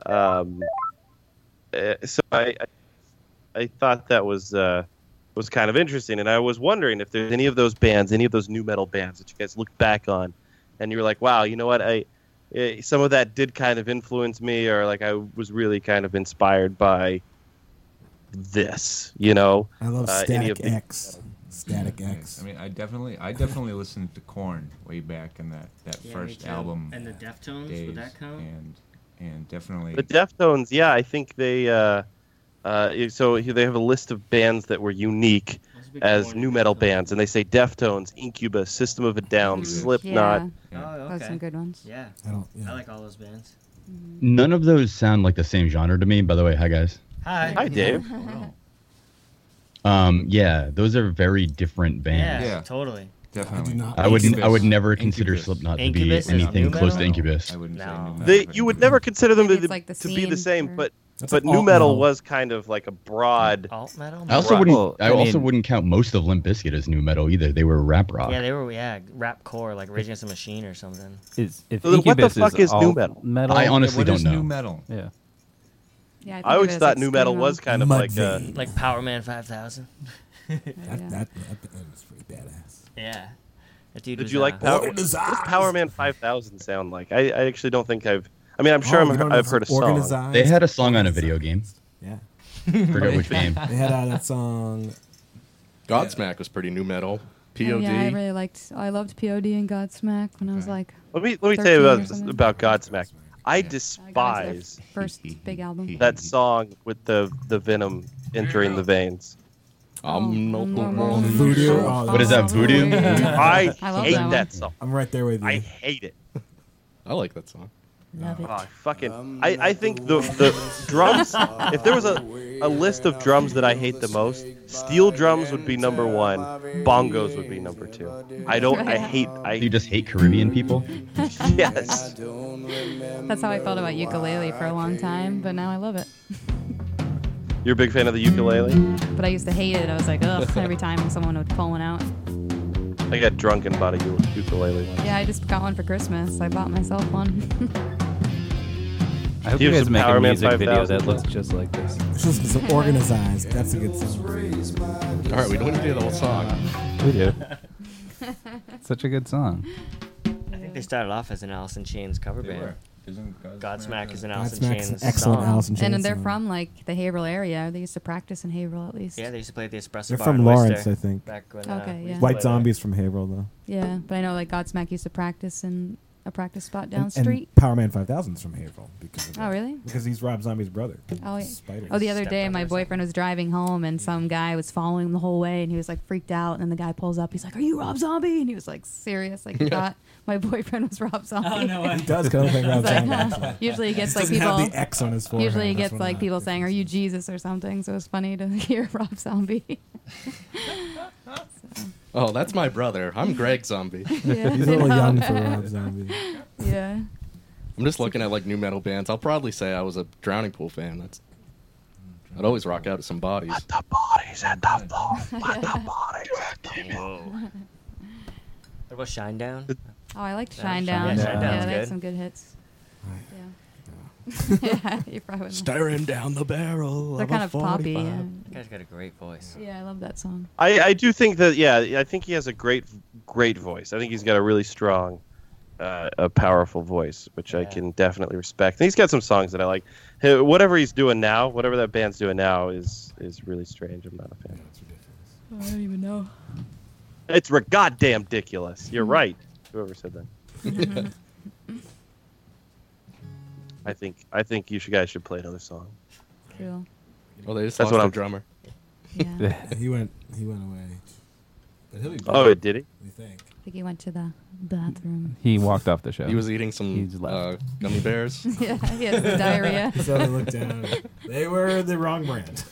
Speaker 5: Um, eh, so I, I, I thought that was uh, was kind of interesting, and I was wondering if there's any of those bands, any of those new metal bands that you guys look back on, and you're like, wow, you know what, I. eh, Some of that did kind of influence me, or like I was really kind of inspired by this, you know.
Speaker 10: I love
Speaker 5: Uh, any
Speaker 10: Static
Speaker 5: of the-
Speaker 10: X. Static
Speaker 1: Yeah,
Speaker 10: X.
Speaker 1: I mean, I definitely, I definitely listened to Corn way back in that that
Speaker 8: Yeah, me
Speaker 1: first
Speaker 8: too.
Speaker 1: album.
Speaker 8: And the Deftones,
Speaker 1: days,
Speaker 8: would that count?
Speaker 1: And and definitely.
Speaker 5: The Deftones, yeah, I think they. Uh, uh, so they have a list of bands that were unique
Speaker 8: Those would be
Speaker 5: as
Speaker 8: corny
Speaker 5: new metal
Speaker 8: Deftones.
Speaker 5: bands, and they say Deftones, Incubus, System of a Down,
Speaker 1: Incubus.
Speaker 5: Slipknot.
Speaker 9: Mm, Yeah.
Speaker 1: yeah.
Speaker 8: Oh,
Speaker 9: Those are some
Speaker 8: okay.
Speaker 9: good ones.
Speaker 8: Yeah,
Speaker 10: I don't. Yeah.
Speaker 8: I like all those bands.
Speaker 2: None of those sound like the same genre to me. By the way, hi guys.
Speaker 8: Hi.
Speaker 5: Hi, Dave.
Speaker 2: Um, yeah, those are very different
Speaker 8: Yeah,
Speaker 2: bands.
Speaker 1: Yeah.
Speaker 8: totally.
Speaker 1: definitely.
Speaker 10: I do not-
Speaker 2: I would I
Speaker 1: Incubus.
Speaker 2: would never consider
Speaker 1: Incubus.
Speaker 2: Slipknot
Speaker 8: Incubus
Speaker 2: to
Speaker 8: is
Speaker 2: be anything
Speaker 8: new
Speaker 2: close
Speaker 8: metal?
Speaker 2: to Incubus.
Speaker 1: I wouldn't say
Speaker 8: No.
Speaker 2: Oh,
Speaker 1: new metal,
Speaker 5: They,
Speaker 1: but
Speaker 5: you would never consider them to,
Speaker 9: It's
Speaker 5: the,
Speaker 9: like the
Speaker 5: to be the
Speaker 9: scene,
Speaker 5: same,
Speaker 9: or-
Speaker 5: but
Speaker 10: That's
Speaker 5: but
Speaker 10: alt
Speaker 5: new metal
Speaker 10: metal.
Speaker 5: was kind of like a broad.
Speaker 8: Alt metal.
Speaker 2: I also
Speaker 5: Right.
Speaker 2: wouldn't
Speaker 6: Well,
Speaker 2: I,
Speaker 6: I
Speaker 2: also
Speaker 6: mean-
Speaker 2: wouldn't count most of Limp Bizkit as new metal either. They were rap rock.
Speaker 8: Yeah, they were yeah rap core like Rage Against the Machine or something.
Speaker 6: Is, if
Speaker 5: So then what the
Speaker 6: Incubus
Speaker 5: fuck is new
Speaker 6: all
Speaker 5: metal?
Speaker 2: I honestly
Speaker 1: what
Speaker 2: don't
Speaker 1: is
Speaker 2: know.
Speaker 1: new metal?
Speaker 6: yeah.
Speaker 9: Yeah. think
Speaker 5: I always
Speaker 9: it is,
Speaker 5: thought
Speaker 9: like,
Speaker 5: new metal
Speaker 9: screamo.
Speaker 5: was kind of like uh, a,
Speaker 10: Mudvayne.
Speaker 8: Like Power Man Five Thousand.
Speaker 10: that,
Speaker 9: Yeah.
Speaker 10: that, that band was pretty badass.
Speaker 8: Yeah. That dude
Speaker 5: Did
Speaker 8: was,
Speaker 5: you like
Speaker 8: uh,
Speaker 5: Power?
Speaker 10: Organ
Speaker 5: What does
Speaker 10: Design.
Speaker 5: Power Man Five Thousand sound like? I, I actually don't think I've. I mean, I'm sure
Speaker 10: Oh,
Speaker 5: I'm,
Speaker 10: you don't know
Speaker 5: I've
Speaker 10: some
Speaker 5: heard a song.
Speaker 10: Organized-
Speaker 2: They had a song on a video game.
Speaker 10: Yeah,
Speaker 2: Forgot which name.
Speaker 10: they had uh, that song.
Speaker 7: Godsmack was pretty new metal. POD.
Speaker 9: Oh, yeah, I really liked. I loved Pod and Godsmack when I was
Speaker 1: Okay.
Speaker 9: like
Speaker 5: Let me let me tell you
Speaker 9: 13 or
Speaker 5: about
Speaker 9: something.
Speaker 5: about Godsmack. I
Speaker 1: Yeah.
Speaker 9: I got into their
Speaker 5: despise
Speaker 9: first big album.
Speaker 5: that song with the the venom entering the veins.
Speaker 7: I'm
Speaker 9: Oh,
Speaker 7: no
Speaker 9: Normal.
Speaker 7: normal.
Speaker 10: Voodoo. Oh,
Speaker 2: What is that, voodoo?
Speaker 5: I,
Speaker 9: I love
Speaker 5: hate
Speaker 9: that
Speaker 5: that,
Speaker 9: one.
Speaker 5: song.
Speaker 10: I'm right there with you.
Speaker 5: I hate it.
Speaker 7: I like that song.
Speaker 9: Love
Speaker 5: Oh,
Speaker 9: it.
Speaker 5: I fucking. I, I think the the drums. If there was a a list of drums that I hate the most, steel drums would be number one. Bongos would be number two. I don't. I hate.
Speaker 2: You
Speaker 5: I
Speaker 2: just hate Caribbean people?
Speaker 5: yes.
Speaker 9: That's how I felt about ukulele for a long time, but now I love it.
Speaker 5: You're a big fan of the ukulele.
Speaker 9: But I used to hate it. I was like, ugh, every time someone would pull one out.
Speaker 5: I got drunk and bought a u- ukulele. once.
Speaker 9: Yeah, I just got one for Christmas. I bought myself one.
Speaker 6: I hope
Speaker 5: Do you
Speaker 6: you
Speaker 5: have
Speaker 6: guys
Speaker 5: some
Speaker 6: make
Speaker 5: Power
Speaker 6: a
Speaker 5: Man
Speaker 6: music video
Speaker 5: 5000?
Speaker 6: that looks just like this.
Speaker 10: Let's listen to some organized. That's a good song.
Speaker 7: All right, we don't need to do the whole song.
Speaker 6: We do. Such a good song.
Speaker 8: I think they started off as an Alice in Chains cover
Speaker 1: They
Speaker 8: band.
Speaker 1: were. Isn't
Speaker 8: Godsmack is an Alice in
Speaker 10: Godsmack's an
Speaker 8: Chains
Speaker 10: excellent
Speaker 8: song.
Speaker 10: Alice in Chains.
Speaker 9: and they're
Speaker 10: song.
Speaker 9: from like the Haverhill area. They used to practice in Haverhill at least.
Speaker 8: Yeah, they used to play at the Espresso
Speaker 10: They're
Speaker 8: Bar
Speaker 10: from
Speaker 8: in
Speaker 10: Lawrence,
Speaker 8: Worcester
Speaker 10: I think.
Speaker 8: Back when,
Speaker 9: Okay,
Speaker 8: uh, we used
Speaker 9: yeah.
Speaker 8: to
Speaker 10: White
Speaker 8: play
Speaker 10: Zombies from Haverhill, though.
Speaker 9: Yeah, but I know like Godsmack used to practice in a practice spot down
Speaker 10: And- and
Speaker 9: street.
Speaker 10: Power Man 5000's from Haverhill. Because of
Speaker 9: Oh,
Speaker 10: that.
Speaker 9: really?
Speaker 10: Because he's Rob Zombie's brother.
Speaker 9: Oh, yeah.
Speaker 10: Spider.
Speaker 9: oh, the other day,
Speaker 8: Stepbrother
Speaker 9: my
Speaker 8: or
Speaker 9: boyfriend was driving home, and some guy was following him the whole way, and he was like freaked out. And then the guy pulls up, he's like, "Are you Rob Zombie?" And he was like, "Serious?" Like he thought my boyfriend was Rob Zombie.
Speaker 12: Oh no way.
Speaker 10: He does kind of like Rob
Speaker 9: It's like,
Speaker 10: Zombie.
Speaker 9: huh.
Speaker 10: actually.
Speaker 9: Usually he gets
Speaker 10: Just
Speaker 9: like
Speaker 10: doesn't
Speaker 9: people.
Speaker 10: have the X on his forehead.
Speaker 9: Usually he
Speaker 10: That's
Speaker 9: gets
Speaker 10: one of
Speaker 9: like
Speaker 10: the
Speaker 9: people saying, "Are you Jesus?" or something. So it was funny to hear Rob Zombie.
Speaker 7: Oh, that's my brother. I'm Greg Zombie.
Speaker 9: yeah,
Speaker 10: He's a
Speaker 9: you
Speaker 10: little
Speaker 9: know?
Speaker 10: young for Rob Zombie.
Speaker 9: yeah.
Speaker 7: I'm just looking at like new metal bands. I'll probably say I was a Drowning Pool fan. That's I'd always rock out at some bodies.
Speaker 5: The bodies at the floor.
Speaker 8: What about Shinedown?
Speaker 9: Oh, I liked
Speaker 8: Yeah,
Speaker 9: Shine
Speaker 8: Shinedown
Speaker 9: Down. Yeah,
Speaker 8: sounds
Speaker 9: they had
Speaker 8: good.
Speaker 9: some good hits. Yeah. yeah, you probably wouldn't. like-
Speaker 7: him down the barrel.
Speaker 9: They're kind of poppy. Yeah.
Speaker 8: That guy's got a great voice.
Speaker 9: yeah, I love that song.
Speaker 5: I, I do think that yeah I think he has a great great voice I think he's got a really strong uh, a powerful voice which I
Speaker 8: Yeah.
Speaker 5: can definitely respect and he's got some songs that I like Hey, whatever he's doing now whatever that band's doing now is is really strange I'm not a fan
Speaker 9: I don't even know.
Speaker 5: it's re- goddamn ridiculous you're
Speaker 8: Mm-hmm.
Speaker 5: right whoever said that I think I think you should, guys should play another song
Speaker 9: Cool.
Speaker 7: Well, they just
Speaker 5: That's
Speaker 7: lost
Speaker 5: what
Speaker 7: their
Speaker 5: I'm-
Speaker 7: drummer.
Speaker 9: Yeah.
Speaker 6: Yeah.
Speaker 10: He went. He went away. But he'll be back.
Speaker 5: oh it did he
Speaker 10: we think.
Speaker 9: I think he went to the bathroom.
Speaker 6: He walked off the show.
Speaker 7: He was eating some
Speaker 6: He's
Speaker 7: uh,
Speaker 6: left.
Speaker 7: gummy bears.
Speaker 9: yeah, he has diarrhea.
Speaker 10: So they looked down. They were the wrong brand.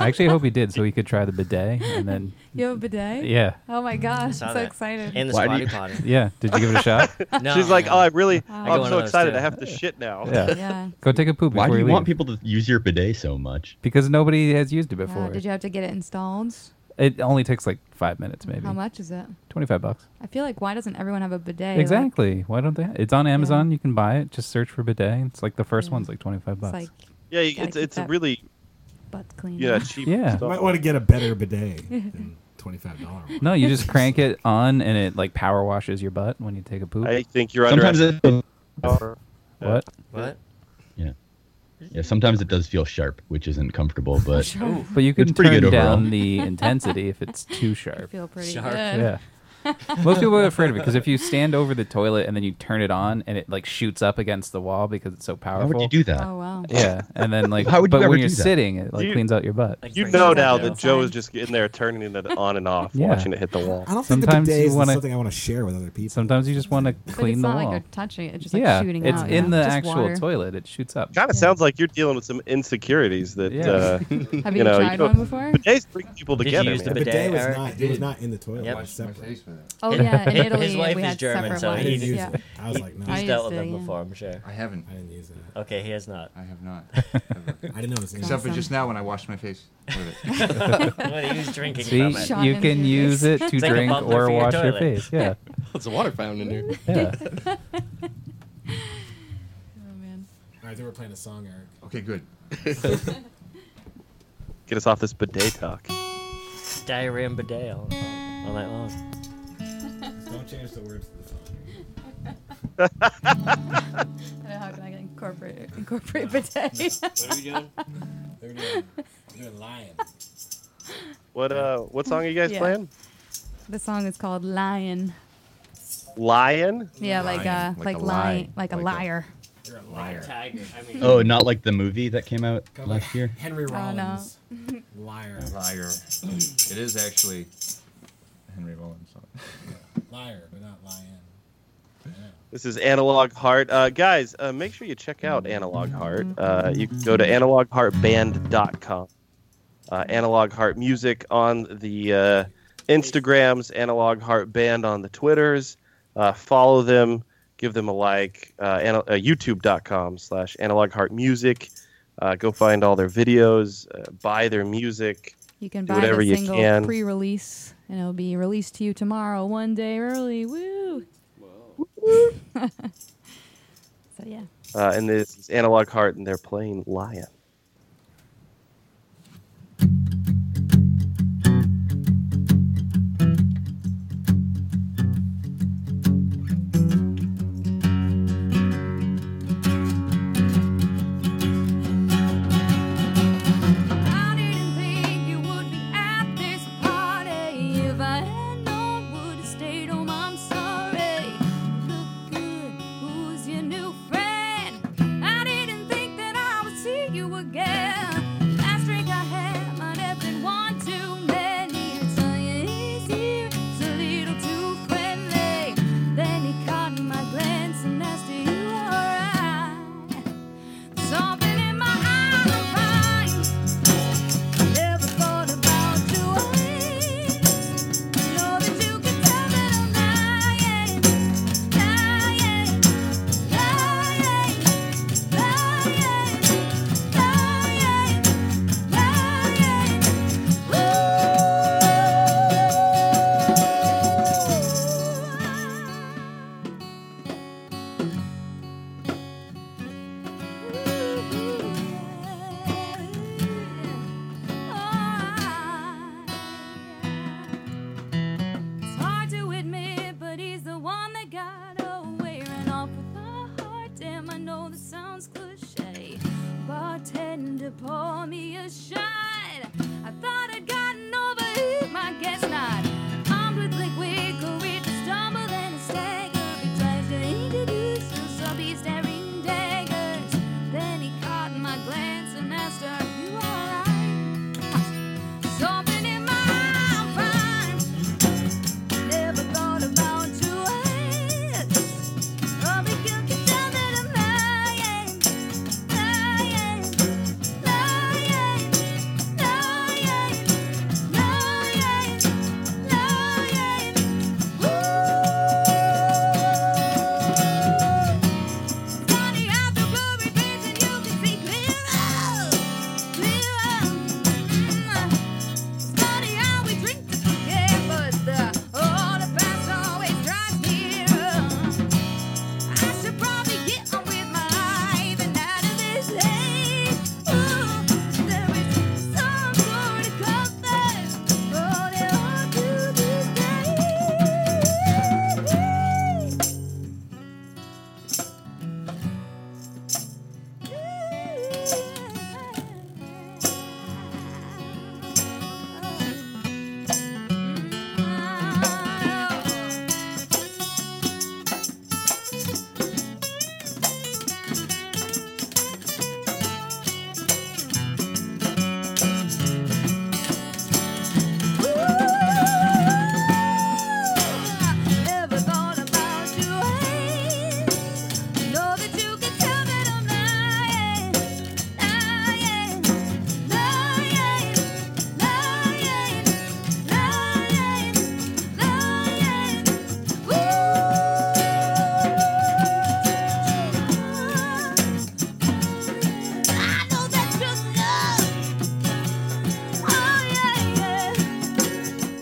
Speaker 6: I actually hope he did so he could try the bidet and then
Speaker 9: You have a bidet?
Speaker 6: yeah.
Speaker 9: Oh my god, I'm
Speaker 8: saw
Speaker 9: so
Speaker 8: that.
Speaker 9: excited.
Speaker 8: And the
Speaker 2: Why do
Speaker 8: Squatty Potty.
Speaker 2: you-
Speaker 6: Yeah. Did you give it a shot?
Speaker 8: No,
Speaker 5: she's like
Speaker 8: no.
Speaker 5: oh I really
Speaker 9: I
Speaker 5: oh,
Speaker 8: got one
Speaker 5: I'm so
Speaker 8: of those,
Speaker 5: excited
Speaker 8: too.
Speaker 5: I have to shit now
Speaker 6: Yeah.
Speaker 9: yeah.
Speaker 6: Go take a poop
Speaker 2: Why
Speaker 6: before
Speaker 2: do you
Speaker 6: leave.
Speaker 2: want people to use your bidet so much?
Speaker 6: because nobody has used it
Speaker 9: Yeah,
Speaker 6: before.
Speaker 9: Uh, did you have to get it installed?
Speaker 6: It only takes like five minutes, maybe.
Speaker 9: How much is it?
Speaker 6: Twenty-five bucks.
Speaker 9: I feel like why doesn't everyone have a bidet? Like,
Speaker 6: exactly. Why don't they? ha- It's on Amazon. You can buy it. Just search for bidet. It's like the first
Speaker 9: Yeah.
Speaker 6: one's like twenty-five
Speaker 9: it's
Speaker 6: bucks.
Speaker 9: like
Speaker 5: yeah you-
Speaker 9: Gotta
Speaker 5: it's
Speaker 9: keep
Speaker 5: it's a
Speaker 9: that-
Speaker 5: really
Speaker 9: butt clean.
Speaker 5: you know cheap
Speaker 6: Yeah.
Speaker 10: You
Speaker 5: stuff.
Speaker 10: might want to get a better bidet than twenty five dollar one.
Speaker 6: no, you just crank it on and it like power washes your butt when you take a poop.
Speaker 5: I think you're
Speaker 2: Sometimes
Speaker 5: under.
Speaker 2: it,
Speaker 6: what?
Speaker 8: What?
Speaker 2: yeah, sometimes it does feel sharp, which isn't comfortable, but
Speaker 9: Sure.
Speaker 6: But you can
Speaker 2: It's pretty
Speaker 6: turn
Speaker 2: good overall.
Speaker 6: down the intensity if it's too sharp.
Speaker 9: Feel pretty
Speaker 8: Sharp.
Speaker 9: good.
Speaker 6: Yeah. Most people are afraid of it because if you stand over the toilet and then you turn it on and it like shoots up against the wall because it's so
Speaker 2: how
Speaker 6: powerful.
Speaker 2: would you do that?
Speaker 9: Oh wow.
Speaker 6: Yeah, and then like,
Speaker 2: How would you
Speaker 6: but
Speaker 2: ever
Speaker 6: when you're
Speaker 2: do that?
Speaker 6: sitting, it like
Speaker 5: You-
Speaker 6: cleans out your butt.
Speaker 8: Like
Speaker 5: You
Speaker 8: Frank
Speaker 5: know
Speaker 8: Sinatra.
Speaker 5: now
Speaker 9: Yeah.
Speaker 5: that Joe is just in there turning it on and off,
Speaker 6: Yeah.
Speaker 5: watching it hit the wall.
Speaker 10: I don't think
Speaker 6: Sometimes
Speaker 10: a bidet
Speaker 6: you
Speaker 10: is
Speaker 6: wanna-
Speaker 10: something I want to share with other people.
Speaker 6: Sometimes you just want to
Speaker 9: But
Speaker 6: clean
Speaker 9: it's
Speaker 6: the
Speaker 9: not
Speaker 6: wall.
Speaker 9: like you're touching it, it's just like
Speaker 6: yeah,
Speaker 9: shooting
Speaker 6: it's
Speaker 9: out.
Speaker 6: in
Speaker 9: yeah.
Speaker 6: the
Speaker 9: Just
Speaker 6: actual
Speaker 9: water.
Speaker 6: toilet. It shoots up.
Speaker 5: Kind of
Speaker 9: Yeah.
Speaker 5: sounds like you're dealing with some insecurities that
Speaker 6: Yeah.
Speaker 5: uh,
Speaker 9: Have you,
Speaker 5: you know.
Speaker 9: tried
Speaker 5: you
Speaker 9: one
Speaker 5: don't-
Speaker 9: before?
Speaker 5: bidets bring people
Speaker 8: Did you
Speaker 5: together.
Speaker 8: use the
Speaker 5: man.
Speaker 10: the
Speaker 8: bidet,
Speaker 10: bidet, was
Speaker 8: Eric?
Speaker 10: not. It was not in the toilet.
Speaker 8: Yep.
Speaker 10: It was
Speaker 1: Washed my
Speaker 10: separate.
Speaker 1: face with it.
Speaker 9: Oh yeah, in
Speaker 8: His
Speaker 9: Italy
Speaker 8: wife
Speaker 9: we
Speaker 8: is
Speaker 9: had
Speaker 8: German,
Speaker 9: separate
Speaker 8: so
Speaker 10: I
Speaker 9: ones.
Speaker 10: didn't use
Speaker 9: yeah.
Speaker 10: it. I was like, no,
Speaker 9: I
Speaker 8: He's
Speaker 10: I
Speaker 9: used
Speaker 8: dealt with
Speaker 9: to,
Speaker 8: them
Speaker 9: yeah.
Speaker 8: before, I'm sure.
Speaker 1: I haven't.
Speaker 10: didn't use it.
Speaker 8: Okay, he has not.
Speaker 1: I have not. ever.
Speaker 10: I didn't notice anything.
Speaker 1: Except for just now when I washed my face with it.
Speaker 8: What he was drinking
Speaker 6: See,
Speaker 8: from it.
Speaker 9: Shot
Speaker 6: you
Speaker 9: into
Speaker 6: can
Speaker 9: your
Speaker 6: use it
Speaker 9: face.
Speaker 6: to
Speaker 8: It's like a
Speaker 6: drink
Speaker 8: bubbler
Speaker 6: or
Speaker 8: for your
Speaker 6: wash your
Speaker 8: toilet.
Speaker 6: face. Yeah,
Speaker 7: It's a water fountain in here.
Speaker 6: yeah.
Speaker 9: Oh man.
Speaker 10: All right, they were playing a song, Eric.
Speaker 1: Okay, good.
Speaker 5: Get us off this bidet talk.
Speaker 8: Diarrhea and bidet all, all night long.
Speaker 10: Don't change the words to the song.
Speaker 9: I don't know how can I incorporate incorporate bidet.
Speaker 8: What are we doing?
Speaker 10: They're doing, they're doing lion.
Speaker 5: What uh, what song are you guys
Speaker 9: Yeah.
Speaker 5: playing?
Speaker 9: the song is called Lion.
Speaker 5: Lion.
Speaker 9: Yeah, like uh
Speaker 1: Lion,
Speaker 9: like,
Speaker 1: like a lie,
Speaker 9: lion like a
Speaker 1: like a-
Speaker 9: liar.
Speaker 10: You're a liar.
Speaker 8: Tiger. I mean,
Speaker 2: Oh, not like the movie that came out
Speaker 10: Go
Speaker 2: last year.
Speaker 10: Henry
Speaker 9: Oh, no.
Speaker 10: Rollins. Liar.
Speaker 1: Liar. It is actually a Henry Rollins song.
Speaker 10: Liar, but not lion.
Speaker 5: This is Analog Heart. Uh, guys, uh, make sure you check out Analog
Speaker 9: Mm-hmm.
Speaker 5: Heart. Uh, you can go to analogheartband.com. Uh, Analog Heart Music on the uh, Instagrams, Analog Heart Band on the Twitters. Uh, follow them, give them a like. Uh, ana- uh, YouTube.com slash Analog Heart Music. Uh, go find all their videos, uh, buy their music.
Speaker 9: You can
Speaker 5: Do
Speaker 9: buy
Speaker 5: whatever
Speaker 9: the
Speaker 5: you
Speaker 9: single
Speaker 5: can.
Speaker 9: pre-release, and it'll be released to you tomorrow, one day early. Woo! so yeah,
Speaker 5: Uh, and this is Analog Heart, and they're playing Lion.
Speaker 11: I didn't think you would be at this party. If I had known, would have stayed home. I'm sorry. Look good, new friend. I didn't think that I would see you again. Last drink I had might have been one too many. It's uneasy, it's a little too friendly. Then he caught my glance and asked, Are you alright? Something in my eyes I'm fine. Never thought about doing. Know that you can tell that I'm lying, lying, lying, lying, lying, It's hard to admit, but he's the one that got away. Ran off with my heart. Damn, I know this sounds cliche. Bartender, pour me a shot. I thought I'd gotten over him, I guess not. Completely quick, a to stumble and a stagger. He tries to introduce us, I'll be staring daggers. Then he caught my glance and asked, Are you alright? Something in my eye, I'm fine. Never thought about you. Oh, but you can tell that I'm lying, lying, lying, lying, lying, lying. Ooh. Funny how through blurry vision you can see clearer, clearer. Mm-hmm. It's funny how we drink together, but the- oh, the past always drives me nearer. I should probably get on with my life and out of this haze. Ooh, there is some sort of comfort, but it ought to be stayed. Never thought about you. eh? Know that you can tell that I'm lying, lying, lying, lying, lying, lying. Ooh, I know that's just love. Oh yeah, yeah.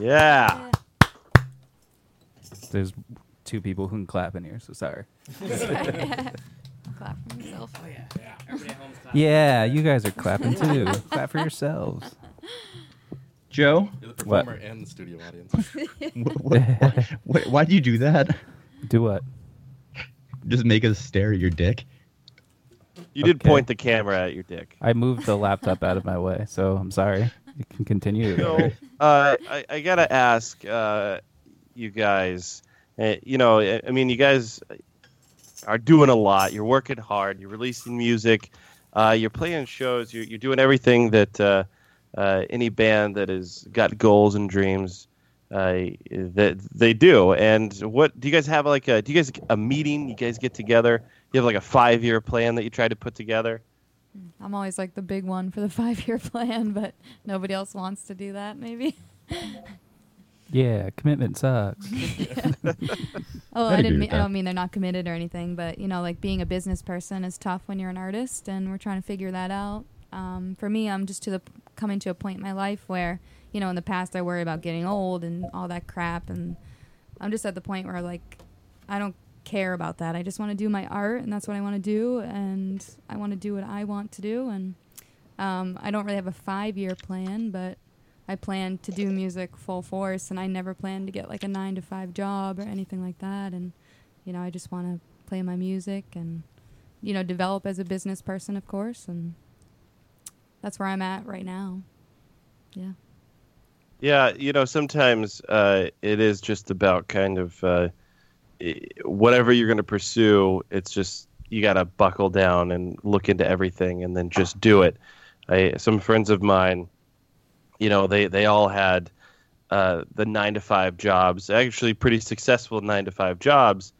Speaker 5: Yeah.
Speaker 6: There's two people who can clap in here, so sorry.
Speaker 9: Clap for myself. Oh, yeah.
Speaker 6: yeah, you guys are clapping too. clap for yourselves.
Speaker 2: Joe?
Speaker 7: You're the performer and the studio audience.
Speaker 2: what, what, why'd you do that?
Speaker 6: Do what?
Speaker 2: Just make us stare at your dick.
Speaker 5: You did
Speaker 6: Okay.
Speaker 5: point the camera at your dick.
Speaker 6: I moved the laptop out of my way, so I'm sorry. You can continue.
Speaker 5: So, uh, I, I gotta ask uh, you guys. Uh, you know, I, I mean, you guys are doing a lot. You're working hard. You're releasing music. Uh, you're playing shows. You're, you're doing everything that uh, uh, any band that has got goals and dreams uh, that they do. And what do you guys have? Like, a, do you guys a meeting? You guys get together? You have like a five year plan that you try to put together?
Speaker 9: I'm always like the big one for the five year plan, but nobody else wants to do that, maybe.
Speaker 6: Yeah, commitment sucks.
Speaker 9: Oh,
Speaker 6: I'd
Speaker 9: I
Speaker 6: agree
Speaker 9: didn't.
Speaker 6: with
Speaker 9: Mean, I
Speaker 6: that.
Speaker 9: don't mean they're not committed or anything, but you know, like being a business person is tough when you're an artist, and we're trying to figure that out. Um, for me, I'm just to the coming to a point in my life where you know, in the past, I worry about getting old and all that crap, and I'm just at the point where like I don't care about that. I just want to do my art, and that's what I want to do, and I want to do what I want to do. And um, I don't really have a five year plan, but I plan to do music full force, and I never plan to get like a nine to five job or anything like that. And you know, I just want to play my music and you know develop as a business person, of course, and that's where I'm at right now. Yeah.
Speaker 5: Yeah, you know, sometimes uh, it is just about kind of uh, i- whatever you're going to pursue. It's just you got to buckle down and look into everything, and then just do it. I, some friends of mine, you know, they they all had uh, the nine to five jobs, actually pretty successful nine to five jobs,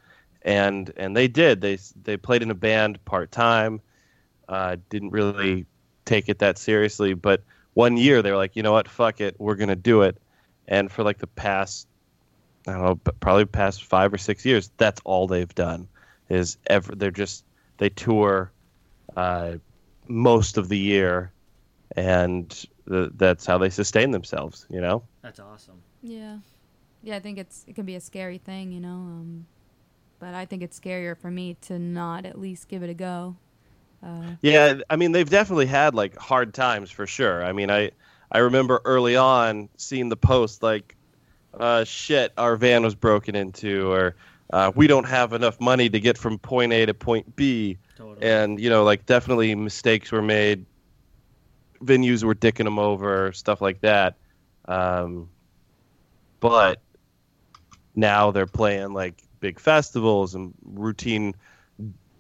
Speaker 5: and and they did. They s- they played in a band part time. Uh, didn't really take it that seriously, but one year they were like, you know what, fuck it, we're gonna do it. And for like the past, I don't know, p- probably past five or six years, that's all they've done is ever. They're just they tour uh, most of the year, and th- that's how they sustain themselves. You know.
Speaker 8: That's awesome.
Speaker 9: Yeah, yeah. I think it's it can be a scary thing, you know. Um, but I think it's scarier for me to not at least give it a go. Uh,
Speaker 5: Yeah, I mean they've definitely had like hard times for sure. I mean I I remember early on seeing the post like uh shit our van was broken into or uh, we don't have enough money to get from point A to point B. And you know like definitely mistakes were made venues were dicking them over stuff like that. Um but now they're playing like big festivals and routine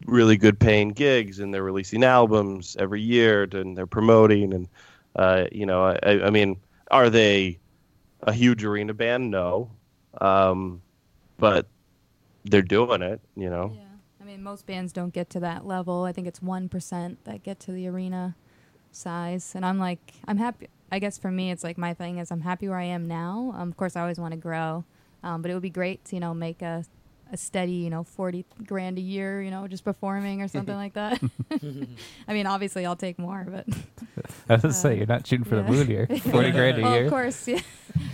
Speaker 5: really good paying gigs and they're releasing albums every year and they're promoting and uh, you know I, I mean are they a huge arena band no um, but they're doing it you know
Speaker 9: I mean, most bands don't get to that level. I think it's one percent that get to the arena size, and I'm like, I'm happy. I guess for me, it's like my thing is I'm happy where I am now. Um, of course, I always want to grow, um, but it would be great to you know make a a steady you know forty grand a year you know just performing or something like that. I mean, obviously, I'll take more, but.
Speaker 6: I was gonna say you're not shooting for the moon here. Forty grand a
Speaker 9: well,
Speaker 6: year.
Speaker 9: Of course, yeah.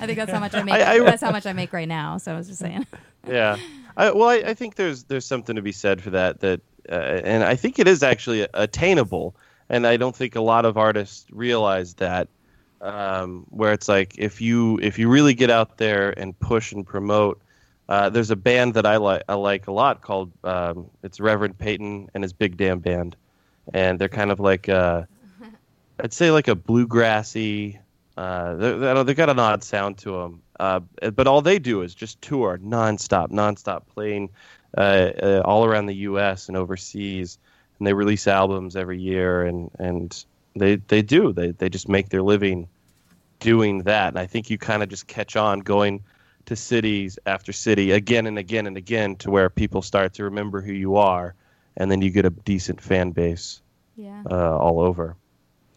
Speaker 9: I think that's how much I make.
Speaker 5: I- I-
Speaker 9: that's how much I make right now. So I was just saying.
Speaker 5: yeah. I, well, I, I think there's there's something to be said for that. That uh, and I think it is actually attainable, and I don't think a lot of artists realize that. Um, where it's like if you if you really get out there and push and promote, uh, there's a band that I like I like a lot called um, it's Reverend Peyton and his Big Damn Band, and they're kind of like uh, I'd say like a bluegrassy. Uh, they have got an odd sound to them, uh, but all they do is just tour nonstop, nonstop, playing uh, uh, all around the U.S. and overseas, and they release albums every year, and and they they do they they just make their living doing that, and I think you kind of just catch on going to cities after city again and again and again to where people start to remember who you are, and then you get a decent fan base
Speaker 9: Yeah.
Speaker 5: uh, all over.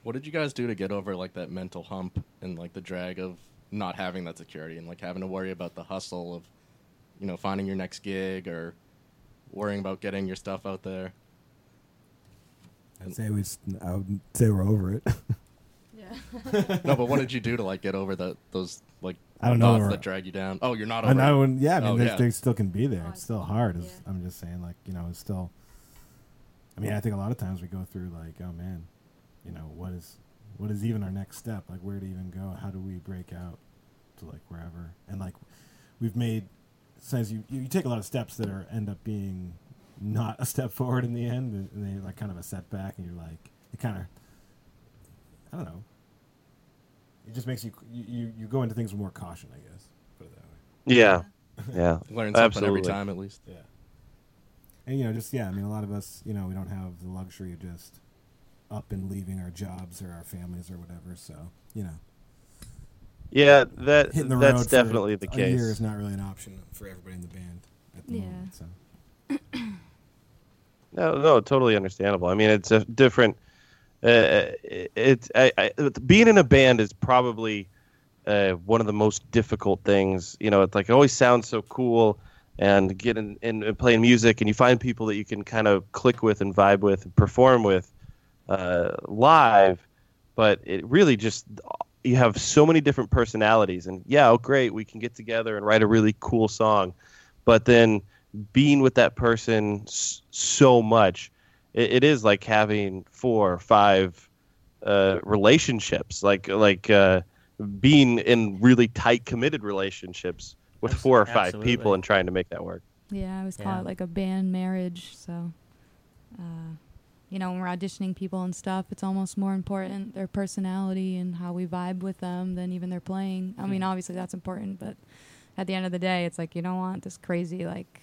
Speaker 7: What did you guys do to get over like that mental hump and like the drag of not having that security and like having to worry about the hustle of, you know, finding your next gig or worrying about getting your stuff out there?
Speaker 10: I'd say we. s- I would say we're over it.
Speaker 7: no, but what did you do to like get over that those like
Speaker 10: I don't know.
Speaker 7: thoughts
Speaker 10: we're-
Speaker 7: that drag you down? Oh, you're not over.
Speaker 10: And I
Speaker 7: it.
Speaker 10: would, yeah, I mean,
Speaker 7: Oh,
Speaker 10: they,
Speaker 7: yeah.
Speaker 10: they still can be there. It's still hard. It's- I'm just saying, like, you know, it's still. I mean, I think a lot of times we go through like, oh man, you know, what is, what is even our next step? Like, where to even go? How do we break out to like wherever? And like, we've made since you you take a lot of steps that are end up being not a step forward in the end, and- and they like kind of a setback, and you're like, it kind of, I don't know. It just makes you you you- you go into things with more caution, I guess. Put it that way.
Speaker 5: Yeah. Yeah.
Speaker 7: Learn something every
Speaker 5: Absolutely.
Speaker 7: time at least.
Speaker 10: Yeah. And you know, just yeah, I mean, a lot of us, you know, we don't have the luxury of just up and leaving our jobs or our families or whatever. So you know,
Speaker 5: Yeah, that
Speaker 10: hitting the
Speaker 5: that's
Speaker 10: road for
Speaker 5: definitely the
Speaker 10: a
Speaker 5: case.
Speaker 10: year is not really an option for everybody in the band at the
Speaker 9: Yeah.
Speaker 10: moment. So
Speaker 5: No, no, totally understandable. I mean, it's a different. Uh, it's I, I, being in a band is probably uh, one of the most difficult things. You know, it's like it always sounds so cool, and getting and, and playing music, and you find people that you can kind of click with and vibe with and perform with uh, live. But it really just you have so many different personalities, and yeah, oh great, we can get together and write a really cool song, but then being with that person s- so much, it, it is like having four or five uh, relationships, like like uh, being in really tight, committed relationships with four or five people
Speaker 8: absolutely.
Speaker 5: and trying to make that work.
Speaker 9: Yeah, I always call
Speaker 8: Yeah.
Speaker 9: it like a band marriage. So, uh, you know, when we're auditioning people and stuff, it's almost more important their personality and how we vibe with them than even their playing. I
Speaker 10: Hmm.
Speaker 9: mean, obviously that's important, but at the end of the day, it's like you don't want this crazy like.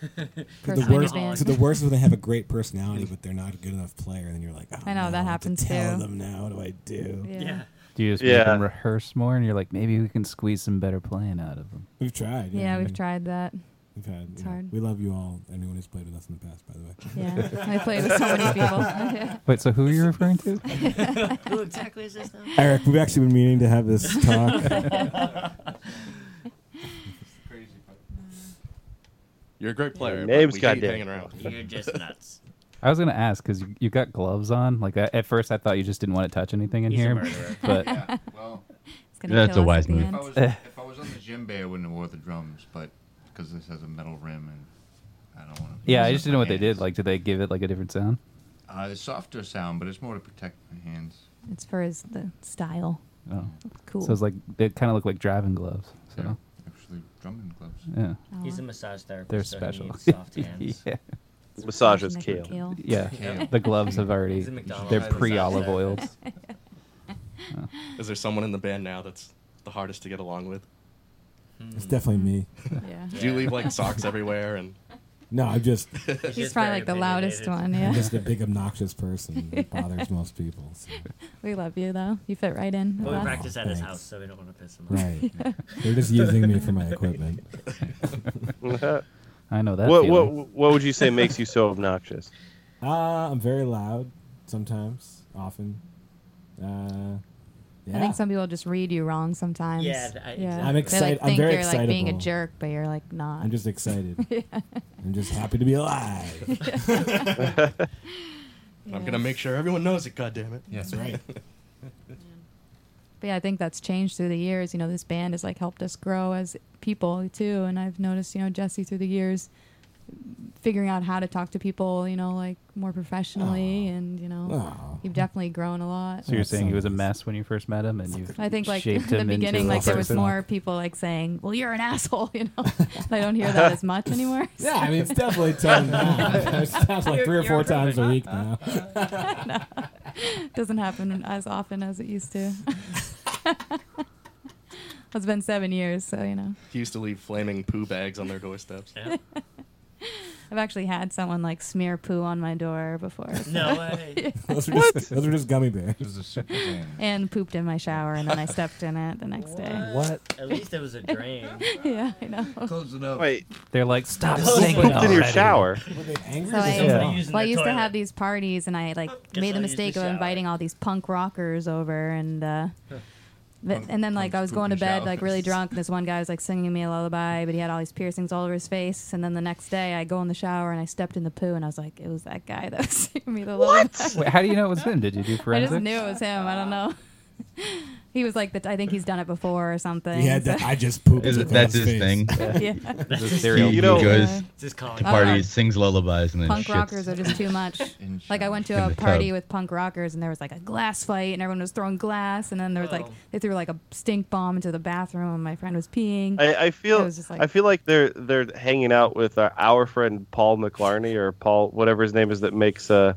Speaker 9: person
Speaker 10: The
Speaker 9: in your
Speaker 10: worst,
Speaker 9: band.
Speaker 10: so the worst is when they have a great personality, but they're not a good enough player, and you're like, oh,
Speaker 9: I know,
Speaker 10: no,
Speaker 9: that
Speaker 10: what to
Speaker 9: happens
Speaker 10: tell
Speaker 9: too.
Speaker 10: them now, what do I do?
Speaker 9: Yeah. Yeah.
Speaker 6: Do you just
Speaker 5: Yeah.
Speaker 6: make them rehearse more, and you're like, maybe we can squeeze some better playing out of them?
Speaker 10: We've tried.
Speaker 9: Yeah, we've tried that.
Speaker 10: We've had.
Speaker 9: It's
Speaker 10: you know,
Speaker 9: hard.
Speaker 10: We love you all. Anyone who's played with us in the past, by the way.
Speaker 9: Yeah, I played with so many people. Yeah.
Speaker 6: Wait, so who are you referring to?
Speaker 12: Who exactly is this now?
Speaker 10: Eric, we've actually been meaning to have this talk.
Speaker 1: Crazy, but
Speaker 7: You're a great player. but
Speaker 5: name's
Speaker 7: we hate
Speaker 5: goddamn-
Speaker 7: hanging around.
Speaker 12: You're just nuts.
Speaker 6: I was gonna ask because you, you got gloves on. Like that. at first, I thought you just didn't want to touch anything in
Speaker 12: He's a
Speaker 6: here,
Speaker 12: murderer.
Speaker 6: but
Speaker 1: yeah, well,
Speaker 9: It's gonna
Speaker 2: That's
Speaker 9: kill
Speaker 2: a
Speaker 9: us at
Speaker 2: wise
Speaker 9: the
Speaker 2: move.
Speaker 1: if
Speaker 9: end.
Speaker 1: I
Speaker 6: Eh.
Speaker 1: was if I was on the djembe, I wouldn't have wore the drums, but because this has a metal rim and I don't want to.
Speaker 6: yeah, I just didn't know what they did. Like, did they give it like a different sound?
Speaker 1: uh, it's softer sound, but it's more to protect my hands.
Speaker 9: It's for his the style.
Speaker 6: Oh,
Speaker 9: Cool.
Speaker 6: so it's like they kind of look like driving gloves. So
Speaker 1: Actually, drumming gloves.
Speaker 6: yeah,
Speaker 8: He's a massage therapist.
Speaker 6: they're
Speaker 8: so he
Speaker 6: special.
Speaker 8: needs soft hands.
Speaker 6: yeah,
Speaker 5: Massages
Speaker 9: Neck
Speaker 5: kale.
Speaker 9: and kale.
Speaker 6: yeah.
Speaker 1: Kale.
Speaker 6: The gloves have already
Speaker 8: He's a McDonald's
Speaker 6: they're
Speaker 8: massage
Speaker 6: pre olive oiled.
Speaker 8: therapist.
Speaker 7: Is there someone in the band now that's the hardest to get along with?
Speaker 10: it's definitely me.
Speaker 9: Yeah.
Speaker 7: Do you leave like socks everywhere and
Speaker 10: No, I'm just,
Speaker 8: He's
Speaker 9: He's
Speaker 8: just
Speaker 9: probably
Speaker 8: very
Speaker 9: like the loudest
Speaker 8: opinionated.
Speaker 9: one.
Speaker 10: I'm
Speaker 9: Yeah.
Speaker 10: just a big obnoxious person. Mm, It bothers most people. so.
Speaker 9: we love you though. You fit right in. with
Speaker 8: But we
Speaker 9: us.
Speaker 8: practice at his
Speaker 10: Thanks.
Speaker 8: house, so we don't want to piss him off.
Speaker 10: Right. They're just using me for my equipment.
Speaker 5: what,
Speaker 6: I know that.
Speaker 5: what
Speaker 6: feeling.
Speaker 5: what would you say makes you so obnoxious?
Speaker 10: Uh, I'm very loud sometimes, often. Uh, yeah.
Speaker 9: I think some people just read you wrong sometimes.
Speaker 8: Yeah, I-
Speaker 10: I'm
Speaker 8: They, like,
Speaker 10: excited.
Speaker 9: They like,
Speaker 10: I'm
Speaker 9: think
Speaker 10: very
Speaker 9: you're like being a
Speaker 10: excitable.
Speaker 9: jerk, but you're like not.
Speaker 10: I'm just excited. I'm just happy to be alive.
Speaker 7: I'm gonna make sure everyone knows it, goddamn it.
Speaker 10: That's right.
Speaker 9: but yeah, I think that's changed through the years. You know, this band has like helped us grow as people too. And I've noticed, you know, Jesse through the years figuring out how to talk to people, you know, like more professionally and, you know,
Speaker 10: Aw.
Speaker 9: you've definitely grown a lot.
Speaker 6: So you're
Speaker 10: That's
Speaker 6: saying he was a
Speaker 10: nice.
Speaker 6: mess when you first met him, and you
Speaker 9: I think like
Speaker 6: shaped
Speaker 9: the
Speaker 6: him into
Speaker 9: beginning,
Speaker 6: a
Speaker 9: like there was
Speaker 6: person?
Speaker 9: more people like saying, "Well, you're an asshole," you know. I don't hear that as much anymore. so-
Speaker 10: Yeah, I mean, it's definitely toned down. It sounds like three or four times a week now.
Speaker 9: Doesn't happen as often as it used to. it's been seven years, so you know.
Speaker 7: He used to leave flaming poo bags on their doorsteps.
Speaker 8: Yeah.
Speaker 9: I've actually had someone like smear poo on my door before,
Speaker 8: No way.
Speaker 10: Those are just, those are just gummy bears.
Speaker 1: This is a super band.
Speaker 9: and pooped in my shower, and then I stepped in it the next day.
Speaker 6: What?
Speaker 8: At least it was a drain.
Speaker 9: Yeah, I know.
Speaker 1: Close it up.
Speaker 5: Wait,
Speaker 6: They're like, stop
Speaker 5: who
Speaker 6: singing
Speaker 5: pooped in your
Speaker 6: already."
Speaker 5: shower?
Speaker 10: Were they angry?
Speaker 9: So
Speaker 10: or
Speaker 9: I,
Speaker 10: something
Speaker 6: Yeah.
Speaker 10: wrong?
Speaker 8: Using
Speaker 9: well, I
Speaker 8: the
Speaker 9: used to
Speaker 8: toilet.
Speaker 9: have these parties, and I like
Speaker 8: Guess
Speaker 9: made the
Speaker 8: I'll use the
Speaker 9: mistake of
Speaker 8: shower.
Speaker 9: inviting all these punk rockers over, and uh, th- and then like I
Speaker 1: punks
Speaker 9: was
Speaker 1: poop
Speaker 9: going to
Speaker 1: in
Speaker 9: bed like really
Speaker 1: showers.
Speaker 9: drunk. and This one guy was like singing me a lullaby, but he had all these piercings all over his face. And then the next day, I go in the shower and I stepped in the poo, and I was like, it was that guy that was singing me the lullaby.
Speaker 6: Wait, how do you know it was him? Did you do
Speaker 9: I
Speaker 6: forensics?
Speaker 9: just knew it was him. I don't know. he was like, the, I think he's done it before or something.
Speaker 10: He had
Speaker 9: so-
Speaker 10: that. I just pooped.
Speaker 2: Is
Speaker 10: in
Speaker 2: it- that's
Speaker 10: his
Speaker 2: his
Speaker 10: face.
Speaker 2: thing.
Speaker 9: yeah.
Speaker 6: It was a
Speaker 2: He,
Speaker 6: serial
Speaker 2: he
Speaker 5: You know-
Speaker 2: goes
Speaker 8: Just calling.
Speaker 2: to
Speaker 9: I don't know.
Speaker 2: parties, sings lullabies, and then
Speaker 9: punk
Speaker 2: shits.
Speaker 9: rockers are just too much.
Speaker 1: In
Speaker 9: like I went to
Speaker 2: In
Speaker 9: a
Speaker 2: the
Speaker 9: party
Speaker 2: tub.
Speaker 9: with punk rockers and there was like a glass fight and everyone was throwing glass and then there was like
Speaker 8: Oh.
Speaker 9: they threw like a stink bomb into the bathroom and my friend was peeing.
Speaker 5: I, I feel
Speaker 9: It was just like-
Speaker 5: I feel like they're they're hanging out with our, our friend Paul McLarney or Paul whatever his name is that makes uh,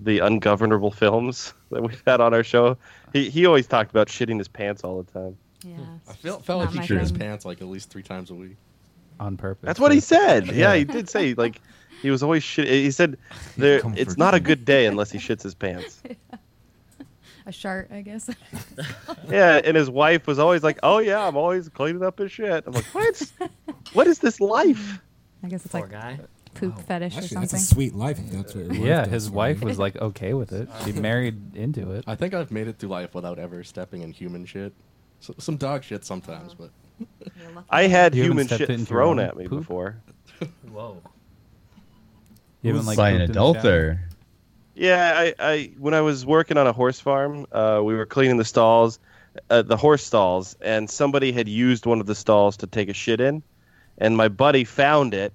Speaker 5: the ungovernable films that we've had on our show. He he always talked about shitting his pants all the time.
Speaker 9: yeah.
Speaker 7: I felt, felt like
Speaker 9: Not
Speaker 7: he
Speaker 9: my
Speaker 7: shit his
Speaker 9: thing.
Speaker 7: pants like at least three times a week.
Speaker 6: on purpose.
Speaker 5: That's what he
Speaker 6: Like,
Speaker 5: said. Yeah, he did say like he was always shit. He said there it's not a good day unless he shits his pants.
Speaker 9: A shark, I guess.
Speaker 5: Yeah, and his wife was always like, "Oh yeah, I'm always cleaning up his shit." I'm like, "What? what is this life?"
Speaker 9: I guess it's
Speaker 8: Poor
Speaker 9: like
Speaker 8: guy.
Speaker 9: poop fetish or
Speaker 10: Actually, that's a
Speaker 9: something.
Speaker 10: sweet life. If that's what. your wife
Speaker 6: Yeah,
Speaker 10: does
Speaker 6: his
Speaker 10: for
Speaker 6: wife
Speaker 10: you.
Speaker 6: was like okay with it. She married into it.
Speaker 7: I think I've made it through life without ever stepping in human shit. So, some dog shit sometimes, but
Speaker 5: I had
Speaker 6: You haven't
Speaker 5: human
Speaker 6: stepped
Speaker 5: shit
Speaker 6: into your
Speaker 5: thrown
Speaker 6: own
Speaker 5: at me
Speaker 6: poop?
Speaker 5: before.
Speaker 8: Whoa.
Speaker 6: You haven't,
Speaker 2: Who's
Speaker 6: like,
Speaker 2: by an
Speaker 6: pooped in the
Speaker 2: adult
Speaker 6: shower?
Speaker 2: or
Speaker 5: Yeah, I, I when I was working on a horse farm, uh, we were cleaning the stalls, uh, the horse stalls, and somebody had used one of the stalls to take a shit in, and my buddy found it,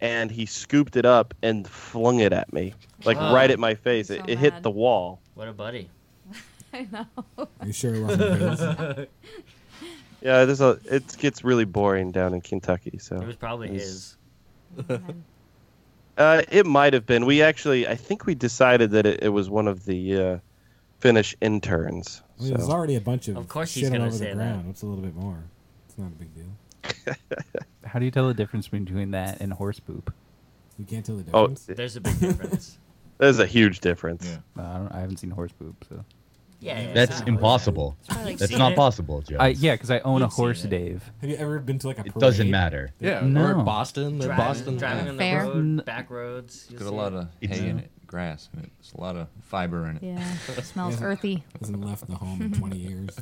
Speaker 5: and he scooped it up and flung it at me, like
Speaker 8: Wow.
Speaker 5: right at my face. It, it hit the wall.
Speaker 8: What a buddy.
Speaker 9: I know.
Speaker 10: You sure
Speaker 8: it
Speaker 5: Yeah, there's a. It gets really boring down in Kentucky. So
Speaker 8: was probably
Speaker 5: it's-
Speaker 8: his.
Speaker 5: Uh, it might have been. We actually, I think we decided that it, it was one of the uh, Finnish interns.
Speaker 10: I mean, there's
Speaker 5: so.
Speaker 10: already a bunch of,
Speaker 8: Of course he's
Speaker 10: shit all
Speaker 8: gonna
Speaker 10: over
Speaker 8: say
Speaker 10: the
Speaker 8: that.
Speaker 10: ground. It's a little bit more. It's not a big deal.
Speaker 6: How do you tell the difference between that and horse poop?
Speaker 10: You can't tell the
Speaker 5: Oh,
Speaker 10: difference.
Speaker 8: There's a big difference.
Speaker 5: There's a huge difference.
Speaker 6: No, I, don't, I haven't seen horse poop, so.
Speaker 8: Yeah, yeah,
Speaker 2: That's
Speaker 8: it's not-
Speaker 2: impossible.
Speaker 8: It's probably like
Speaker 2: That's
Speaker 8: seen
Speaker 2: not
Speaker 8: it.
Speaker 2: possible, Joe.
Speaker 6: I, yeah, because I own a
Speaker 8: You've seen
Speaker 6: horse,
Speaker 8: it.
Speaker 6: Dave.
Speaker 10: Have you ever been to like a?
Speaker 2: It doesn't
Speaker 10: parade?
Speaker 2: matter.
Speaker 7: Yeah,
Speaker 6: No.
Speaker 7: or Boston, the
Speaker 8: Driving,
Speaker 7: Boston.
Speaker 8: driving on the
Speaker 9: Fair.
Speaker 6: N-
Speaker 8: road, back roads.
Speaker 1: It's
Speaker 8: you'll
Speaker 1: got a
Speaker 8: see
Speaker 1: lot
Speaker 8: it.
Speaker 1: of hay in it, grass in it. It's a lot of fiber in it.
Speaker 9: Yeah, it smells
Speaker 10: Yeah.
Speaker 9: earthy.
Speaker 10: Hasn't left the home in 20 years.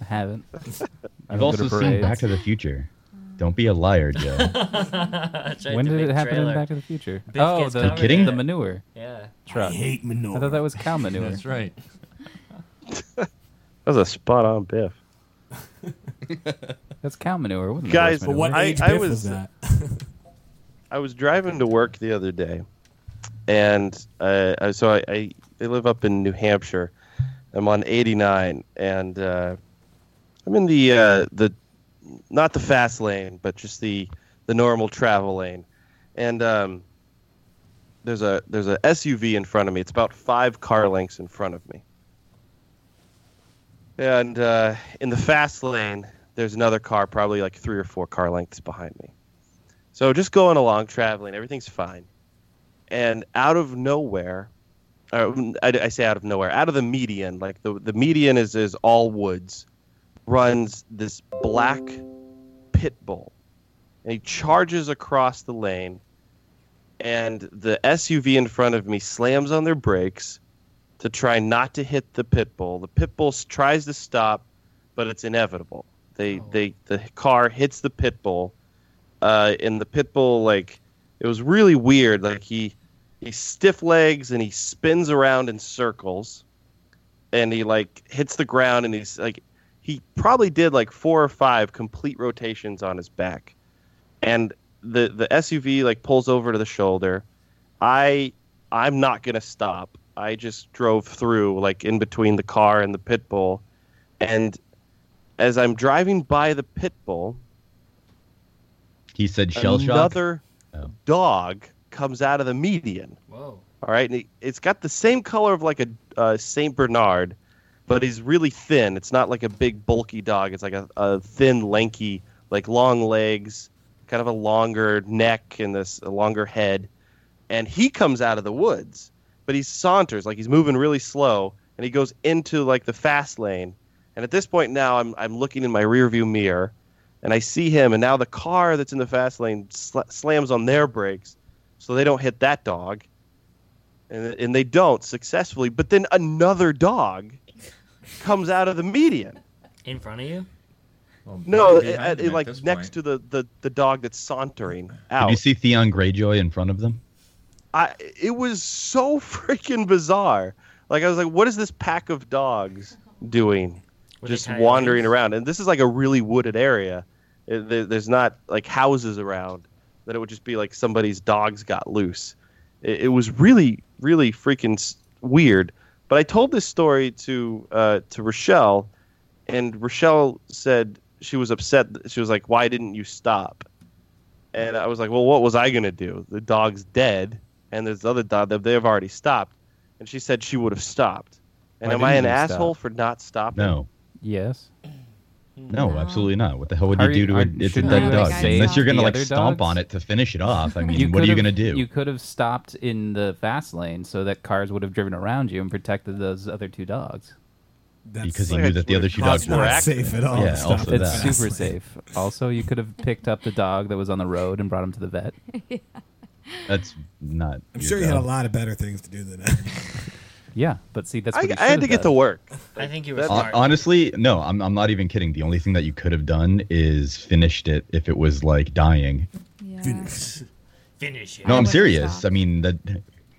Speaker 6: I haven't. I
Speaker 2: I've
Speaker 6: don't go to
Speaker 2: also seen
Speaker 6: parades.
Speaker 2: Back to the Future. Don't be a liar, Joe.
Speaker 8: That's right,
Speaker 6: When
Speaker 8: the
Speaker 6: did
Speaker 8: big
Speaker 6: it happen
Speaker 8: trailer.
Speaker 6: in Back to the Future?
Speaker 8: Biff
Speaker 6: oh,
Speaker 8: gets
Speaker 6: the,
Speaker 8: covered
Speaker 2: Kidding? in
Speaker 6: the
Speaker 8: it.
Speaker 6: manure
Speaker 8: Yeah.
Speaker 6: truck.
Speaker 10: manure.
Speaker 6: I thought that was cow manure.
Speaker 1: That's right.
Speaker 5: That was a spot on Biff.
Speaker 6: That's cow manure. Wasn't it?
Speaker 5: Guys,
Speaker 6: Horse
Speaker 5: but
Speaker 10: But
Speaker 6: manure.
Speaker 10: what
Speaker 5: I-
Speaker 10: age
Speaker 5: I
Speaker 10: Biff
Speaker 5: was-
Speaker 10: was, that?
Speaker 5: I was driving to work the other day, and uh, I- so I, I, I live up in New Hampshire. I'm on 89, and uh, I'm in the uh, the not the fast lane, but just the the normal travel lane. And um, there's a there's a SUV in front of me. It's about five car lengths in front of me. And uh, in the fast lane, there's another car, probably like three or four car lengths behind me. So just going along, traveling, everything's fine. And out of nowhere, uh, I, I say out of nowhere, out of the median, like the, the median is, is all woods, runs this black pit bull. And he charges across the lane, and the SUV in front of me slams on their brakes to try not to hit the pit bull. The pit bull s- tries to stop, but it's inevitable. They, they, the car hits the pit bull uh, and the pit bull like it was really weird. Like he he stiff legs and he spins around in circles, and he like hits the ground and he's like he probably did like four or five complete rotations on his back, and the the SUV like pulls over to the shoulder. I I'm not gonna stop. I just drove through like in between the car and the pit bull, and as I'm driving by the pit bull,
Speaker 2: He said shell shock.
Speaker 5: another
Speaker 2: Oh.
Speaker 5: dog comes out of the median.
Speaker 8: Whoa.
Speaker 5: All right, and it- it's got the same color of like a uh, Saint Bernard, but he's really thin. It's not like a big bulky dog. It's like a, a thin, lanky, like long legs, kind of a longer neck and this a longer head. And he comes out of the woods, but he saunters like he's moving really slow, and he goes into like the fast lane. And at this point now, I'm I'm looking in my rearview mirror, and I see him, and now the car that's in the fast lane sl- slams on their brakes, so they don't hit that dog and, and they don't successfully. But then another dog comes out of the median.
Speaker 8: In front of you?
Speaker 1: Well,
Speaker 5: No,
Speaker 1: behind
Speaker 5: it, it-
Speaker 1: him at
Speaker 5: like
Speaker 1: this
Speaker 5: next
Speaker 1: point.
Speaker 5: to the, the, the dog that's sauntering
Speaker 2: Did
Speaker 5: out.
Speaker 2: you see Theon Greyjoy in front of them?
Speaker 5: I, it was so freaking bizarre. Like I was like, what is this pack of dogs doing,
Speaker 8: Were they
Speaker 5: just
Speaker 8: coyotes?
Speaker 5: wandering around? And this is like a really wooded area. It- there- there's not like houses around. That it would just be like somebody's dogs got loose. It, it was really, really freaking s- weird. But I told this story to uh, to Rochelle, and Rochelle said she was upset. She was like, "Why didn't you stop?" And I was like, "Well, what was I gonna do? The dog's dead, and this other dog that they've already stopped." And she said she would have stopped. And
Speaker 6: Why
Speaker 5: am I an
Speaker 6: didn't you
Speaker 5: asshole for not stopping?
Speaker 2: No.
Speaker 6: Yes.
Speaker 2: No,
Speaker 9: No.
Speaker 2: absolutely not. What the hell would
Speaker 6: Are
Speaker 2: you do
Speaker 6: you-
Speaker 2: to
Speaker 6: are-
Speaker 2: a, a
Speaker 6: shouldn't
Speaker 9: you
Speaker 2: dead
Speaker 9: have
Speaker 2: dog?
Speaker 9: guys
Speaker 2: Unless you're
Speaker 9: stop
Speaker 2: gonna
Speaker 6: the
Speaker 2: like
Speaker 6: other
Speaker 2: stomp
Speaker 6: dogs?
Speaker 2: on it to finish it off. I mean,
Speaker 6: You
Speaker 2: what are you
Speaker 6: could've-
Speaker 2: gonna do?
Speaker 6: You could have stopped in the fast lane so that cars would have driven around you and protected those other two dogs.
Speaker 10: That's
Speaker 2: because he
Speaker 5: Like, I
Speaker 2: knew
Speaker 5: just
Speaker 2: that the other
Speaker 5: would've
Speaker 2: two
Speaker 5: caused
Speaker 2: dogs
Speaker 10: that's
Speaker 5: more
Speaker 2: were.
Speaker 10: not
Speaker 5: accident.
Speaker 10: safe at all.
Speaker 2: Yeah,
Speaker 10: Stop
Speaker 2: also
Speaker 10: it.
Speaker 2: that.
Speaker 6: It's super safe. Also, you could have picked up the dog that was on the road and brought him to the vet.
Speaker 2: That's not.
Speaker 10: I'm
Speaker 2: your
Speaker 10: sure you had a
Speaker 2: job.
Speaker 10: lot of better things to do than that.
Speaker 6: Yeah, but see, that's what
Speaker 5: I,
Speaker 6: he
Speaker 5: I had
Speaker 6: should've
Speaker 5: to get to
Speaker 6: done.
Speaker 5: work.
Speaker 8: I think you were
Speaker 2: Hon-
Speaker 8: smart.
Speaker 2: Honestly, no, I'm, I'm not even kidding. The only thing that you could have done is finished it if it was like dying.
Speaker 9: Yeah.
Speaker 10: Finish.
Speaker 8: Finish it.
Speaker 2: No, I'm
Speaker 9: would've
Speaker 2: serious.
Speaker 9: stopped.
Speaker 2: I mean, that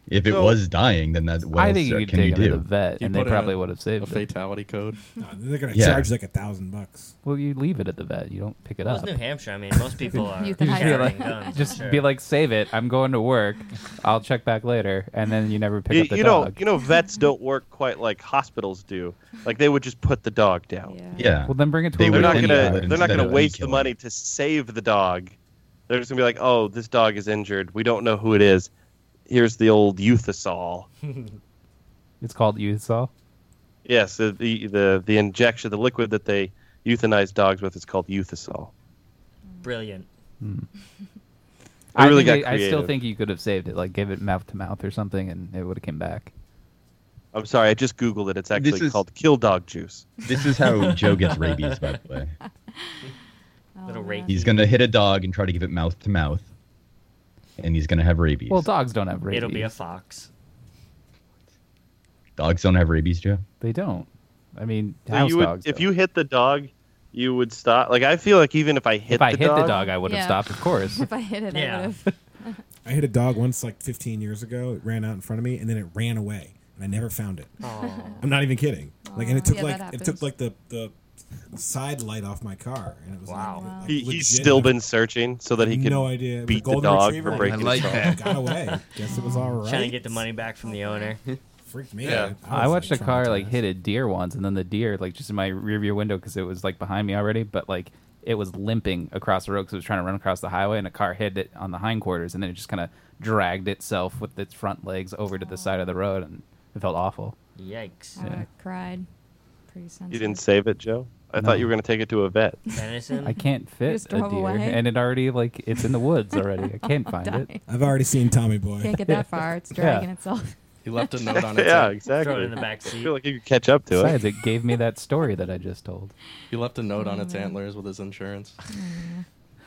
Speaker 2: If it
Speaker 6: So-
Speaker 2: was dying, then that what
Speaker 6: I
Speaker 2: else
Speaker 6: think you
Speaker 2: are-
Speaker 6: could
Speaker 2: can you
Speaker 6: take it to
Speaker 2: do?
Speaker 6: the vet,
Speaker 7: You
Speaker 6: and they
Speaker 7: put
Speaker 6: probably
Speaker 7: a-
Speaker 6: would have
Speaker 7: a
Speaker 6: saved it.
Speaker 7: fatality code.
Speaker 10: they're gonna
Speaker 2: Yeah.
Speaker 10: charge like a thousand bucks.
Speaker 6: Well, you leave it at the vet. You don't pick it
Speaker 8: Well,
Speaker 6: up.
Speaker 8: it's New Hampshire. I mean, most people are
Speaker 6: You just be
Speaker 8: carrying
Speaker 6: like,
Speaker 8: guns,
Speaker 6: just
Speaker 8: sure.
Speaker 6: be like, save it. I'm going to work. I'll check back later, and then you never pick
Speaker 5: You,
Speaker 6: up the
Speaker 5: you know,
Speaker 6: dog.
Speaker 5: you know, vets don't work quite like hospitals do. Like they would just put the dog down.
Speaker 2: Yeah.
Speaker 6: Well, then bring it to
Speaker 2: They
Speaker 6: a
Speaker 5: They're
Speaker 2: would
Speaker 5: not
Speaker 2: then kill
Speaker 5: gonna.
Speaker 2: it
Speaker 5: They're not
Speaker 2: instead
Speaker 5: gonna
Speaker 2: of
Speaker 5: waste the
Speaker 2: killing
Speaker 5: money to save the dog. They're just gonna be like, "Oh, this dog is injured. We don't know who it is. Here's the old euthasol.
Speaker 6: It's called Euthasol.
Speaker 5: Yes, the the the, the injection, the liquid that they euthanize dogs with is called euthasol.
Speaker 8: Brilliant.
Speaker 5: I really
Speaker 6: think
Speaker 5: got
Speaker 6: I- I still
Speaker 5: creative.
Speaker 6: think you could have saved it. Like, give it mouth to mouth or something, and it would have came back.
Speaker 5: I'm sorry, I just googled it. It's
Speaker 2: This
Speaker 5: actually
Speaker 2: is-
Speaker 5: called kill dog juice.
Speaker 2: This is how Joe gets rabies, by the way.
Speaker 9: Oh,
Speaker 8: Little rake.
Speaker 2: He's gonna hit a dog and try to give it mouth to mouth, and he's gonna have rabies.
Speaker 6: Well, dogs don't have rabies.
Speaker 8: It'll be a fox.
Speaker 2: Dogs don't have rabies, Joe.
Speaker 6: They don't. I mean,
Speaker 5: So
Speaker 6: house
Speaker 5: you would,
Speaker 6: dogs.
Speaker 5: if
Speaker 6: though.
Speaker 5: you hit the dog, you would stop. Like I feel like even if I hit
Speaker 6: if I
Speaker 5: the
Speaker 6: hit
Speaker 5: dog,
Speaker 6: the dog, I would have
Speaker 9: Yeah.
Speaker 6: stopped, of course.
Speaker 9: If I hit it, I
Speaker 8: Yeah.
Speaker 9: would have.
Speaker 10: I hit a dog once like 15 years ago. It ran out in front of me and then it ran away and I never found it. I'm not even kidding. Like and it took
Speaker 9: Yeah,
Speaker 10: like
Speaker 9: that
Speaker 10: it
Speaker 9: happens.
Speaker 10: took like the the side light off my car and it was wow. Like, like,
Speaker 5: he, he's
Speaker 10: legit,
Speaker 5: still
Speaker 10: like,
Speaker 5: been searching so that he can
Speaker 10: no idea. It was a
Speaker 5: beat the
Speaker 10: golden
Speaker 5: dog
Speaker 10: retriever.
Speaker 5: for breaking
Speaker 10: I like
Speaker 5: his dog.
Speaker 10: that. Got away. Guess it was all right.
Speaker 8: Trying to get the money back from the owner.
Speaker 10: Freaked me
Speaker 5: Yeah.
Speaker 10: out.
Speaker 6: I
Speaker 10: was,
Speaker 6: watched a
Speaker 10: like,
Speaker 6: car like
Speaker 10: traumatized.
Speaker 6: hit a deer once, and then the deer like just in my rear view window because it was like behind me already, but like it was limping across the road because it was trying to run across the highway, and a car hit it on the hindquarters, and then it just kind of dragged itself with its front legs over to the side of the road, and it felt awful.
Speaker 8: Yikes.
Speaker 9: I would have cried. Pretty sensitive.
Speaker 5: You didn't save it, Joe. I thought you were going to take it to a vet.
Speaker 8: Venison.
Speaker 6: I can't fit
Speaker 9: just
Speaker 6: a
Speaker 9: drove
Speaker 6: deer,
Speaker 9: away?
Speaker 6: and it already like it's in the woods already. I can't find it.
Speaker 9: Die.
Speaker 10: I've already seen Tommy Boy.
Speaker 9: Can't get that far. It's
Speaker 6: Yeah.
Speaker 9: dragging itself.
Speaker 7: He left a note on its
Speaker 5: yeah,
Speaker 7: head.
Speaker 5: exactly.
Speaker 8: Throw it in the back
Speaker 5: I
Speaker 8: seat.
Speaker 5: feel like you could catch up to it.
Speaker 6: Besides, it gave me that story that I just told.
Speaker 7: He left a note on its antlers with his insurance.
Speaker 9: Mm.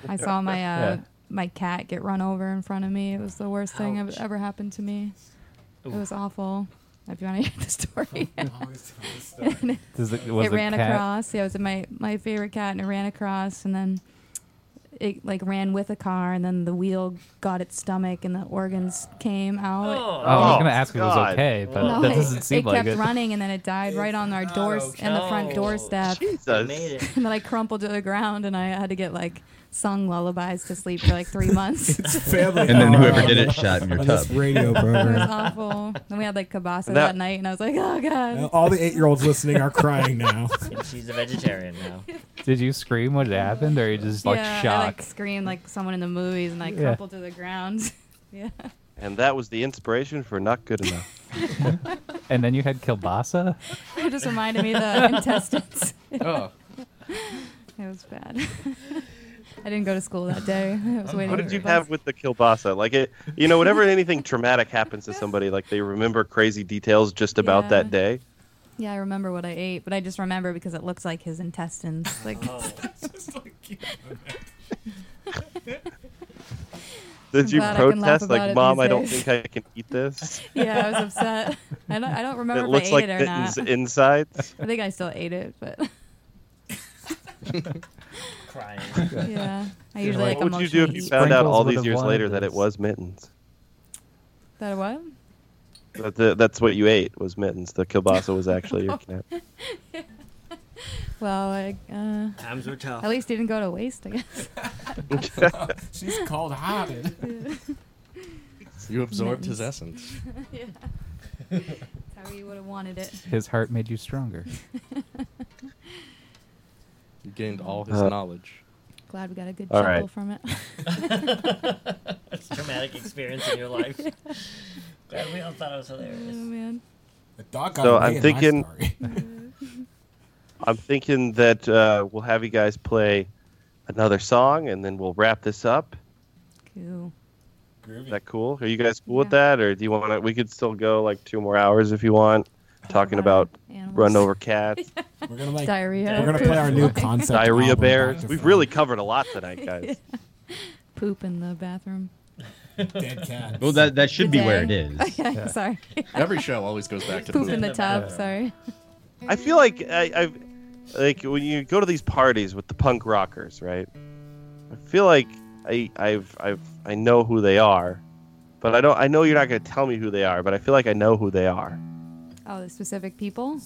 Speaker 9: I saw my uh,
Speaker 6: Yeah.
Speaker 9: my cat get run over in front of me. It was the worst thing that
Speaker 8: Ouch.
Speaker 9: ever happened to me. It was awful. If you want to hear the story,
Speaker 6: Does it, was
Speaker 9: it ran
Speaker 6: cat-
Speaker 9: across. Yeah, it was my my favorite cat, and it ran across, and then it like ran with a car, and then the wheel got its stomach, and the organs came out.
Speaker 6: Oh, I was
Speaker 5: Oh,
Speaker 6: gonna ask if it was
Speaker 5: God.
Speaker 6: okay, but
Speaker 9: No,
Speaker 6: that
Speaker 9: it-
Speaker 6: doesn't seem
Speaker 9: it
Speaker 6: like
Speaker 9: kept
Speaker 6: it.
Speaker 9: running, and then it died right on our door in the front doorstep.
Speaker 8: I
Speaker 5: Jesus.
Speaker 8: made it.
Speaker 9: And then I crumpled to the ground, and I had to get like sung lullabies to sleep for like three months.
Speaker 10: It's family.
Speaker 2: And then
Speaker 10: hour
Speaker 2: whoever
Speaker 10: on
Speaker 2: did
Speaker 10: the-
Speaker 2: it shot in your
Speaker 10: on
Speaker 2: tub.
Speaker 10: This radio
Speaker 9: it was
Speaker 10: program.
Speaker 9: awful. Then we had like kielbasa that,
Speaker 5: That-
Speaker 9: night, and I was like, oh god.
Speaker 10: Now, all the eight-year-olds listening are crying now.
Speaker 8: And she's a vegetarian now.
Speaker 6: Did you scream when it happened, or are you just like
Speaker 9: yeah, I like
Speaker 6: shocked?
Speaker 9: screamed like someone in the movies, and I
Speaker 6: Yeah.
Speaker 9: crumpled to the ground. yeah.
Speaker 5: And that was the inspiration for not good enough.
Speaker 6: And then you had kielbasa.
Speaker 9: It just reminded me of the intestines. It
Speaker 7: Oh,
Speaker 9: was bad. I didn't go to school that day. I was waiting.
Speaker 5: what did
Speaker 9: for
Speaker 5: you
Speaker 9: bus.
Speaker 5: have with the kielbasa? Like it, you know, whenever anything traumatic happens to somebody, like they remember crazy details just about
Speaker 9: Yeah.
Speaker 5: that day.
Speaker 9: Yeah, I remember what I ate, but I just remember because it looks like his intestines. Like,
Speaker 5: Oh. Did you
Speaker 9: glad I can laugh
Speaker 5: protest
Speaker 9: about
Speaker 5: like,
Speaker 9: it
Speaker 5: "Mom,
Speaker 9: these
Speaker 5: I don't
Speaker 9: days."
Speaker 5: think I can eat this.
Speaker 9: yeah, I was upset. I don't, I don't remember
Speaker 5: it
Speaker 9: if
Speaker 5: looks
Speaker 9: I
Speaker 5: like
Speaker 9: ate it or not.
Speaker 5: mittens insides."
Speaker 9: I think I still ate it, but
Speaker 8: Crying.
Speaker 9: yeah, I usually like
Speaker 5: what would you
Speaker 9: emotionally
Speaker 5: do if you
Speaker 9: eat
Speaker 5: found out
Speaker 6: Sprinkles
Speaker 5: all
Speaker 6: would
Speaker 5: these
Speaker 6: have
Speaker 5: years
Speaker 6: wanted
Speaker 5: later that
Speaker 6: this.
Speaker 5: it was mittens?
Speaker 9: that what?
Speaker 5: That the, that's what you ate was mittens. The kielbasa was actually your cat.
Speaker 9: Well, I, uh,
Speaker 8: Times were tough.
Speaker 9: at least it didn't go to waste, I guess.
Speaker 10: She's cold-hearted.
Speaker 7: you absorbed his essence.
Speaker 9: yeah, that's how you would have wanted it.
Speaker 6: His heart made you stronger.
Speaker 7: You gained all his
Speaker 5: Uh,
Speaker 7: knowledge.
Speaker 9: Glad we got a good
Speaker 5: All
Speaker 9: chuckle
Speaker 5: right.
Speaker 9: from it.
Speaker 8: That's a traumatic experience in your life. Glad we all thought it was
Speaker 9: oh
Speaker 8: hilarious.
Speaker 9: man,
Speaker 10: The dog
Speaker 5: So
Speaker 10: away
Speaker 5: I'm
Speaker 10: in my
Speaker 5: thinking-
Speaker 10: story.
Speaker 5: I'm thinking that uh, we'll have you guys play another song, and then we'll wrap this up.
Speaker 9: cool.
Speaker 5: Is that cool? Are you guys cool with
Speaker 9: Yeah.
Speaker 5: that, or do you want to? We could still go like two more hours if you want, talking about
Speaker 9: Animals.
Speaker 5: run over cats,
Speaker 10: We're gonna like
Speaker 9: diarrhea.
Speaker 10: we're gonna play our new concept.
Speaker 5: diarrhea
Speaker 10: album,
Speaker 5: bears.
Speaker 10: Dr.
Speaker 5: We've
Speaker 10: Phil.
Speaker 5: really covered a lot tonight, guys.
Speaker 9: poop in the bathroom.
Speaker 10: dead cat.
Speaker 2: Well, that that should be where it is.
Speaker 9: Okay, sorry.
Speaker 7: Every show always goes back to the
Speaker 9: poop in
Speaker 7: moon.
Speaker 9: the tub. Sorry.
Speaker 5: I feel like I, I've like when you go to these parties with the punk rockers, right? I feel like I I've I've I know who they are, But I don't. I know you're not going to tell me who they are, but I feel like I know who they are.
Speaker 9: Oh, the specific people?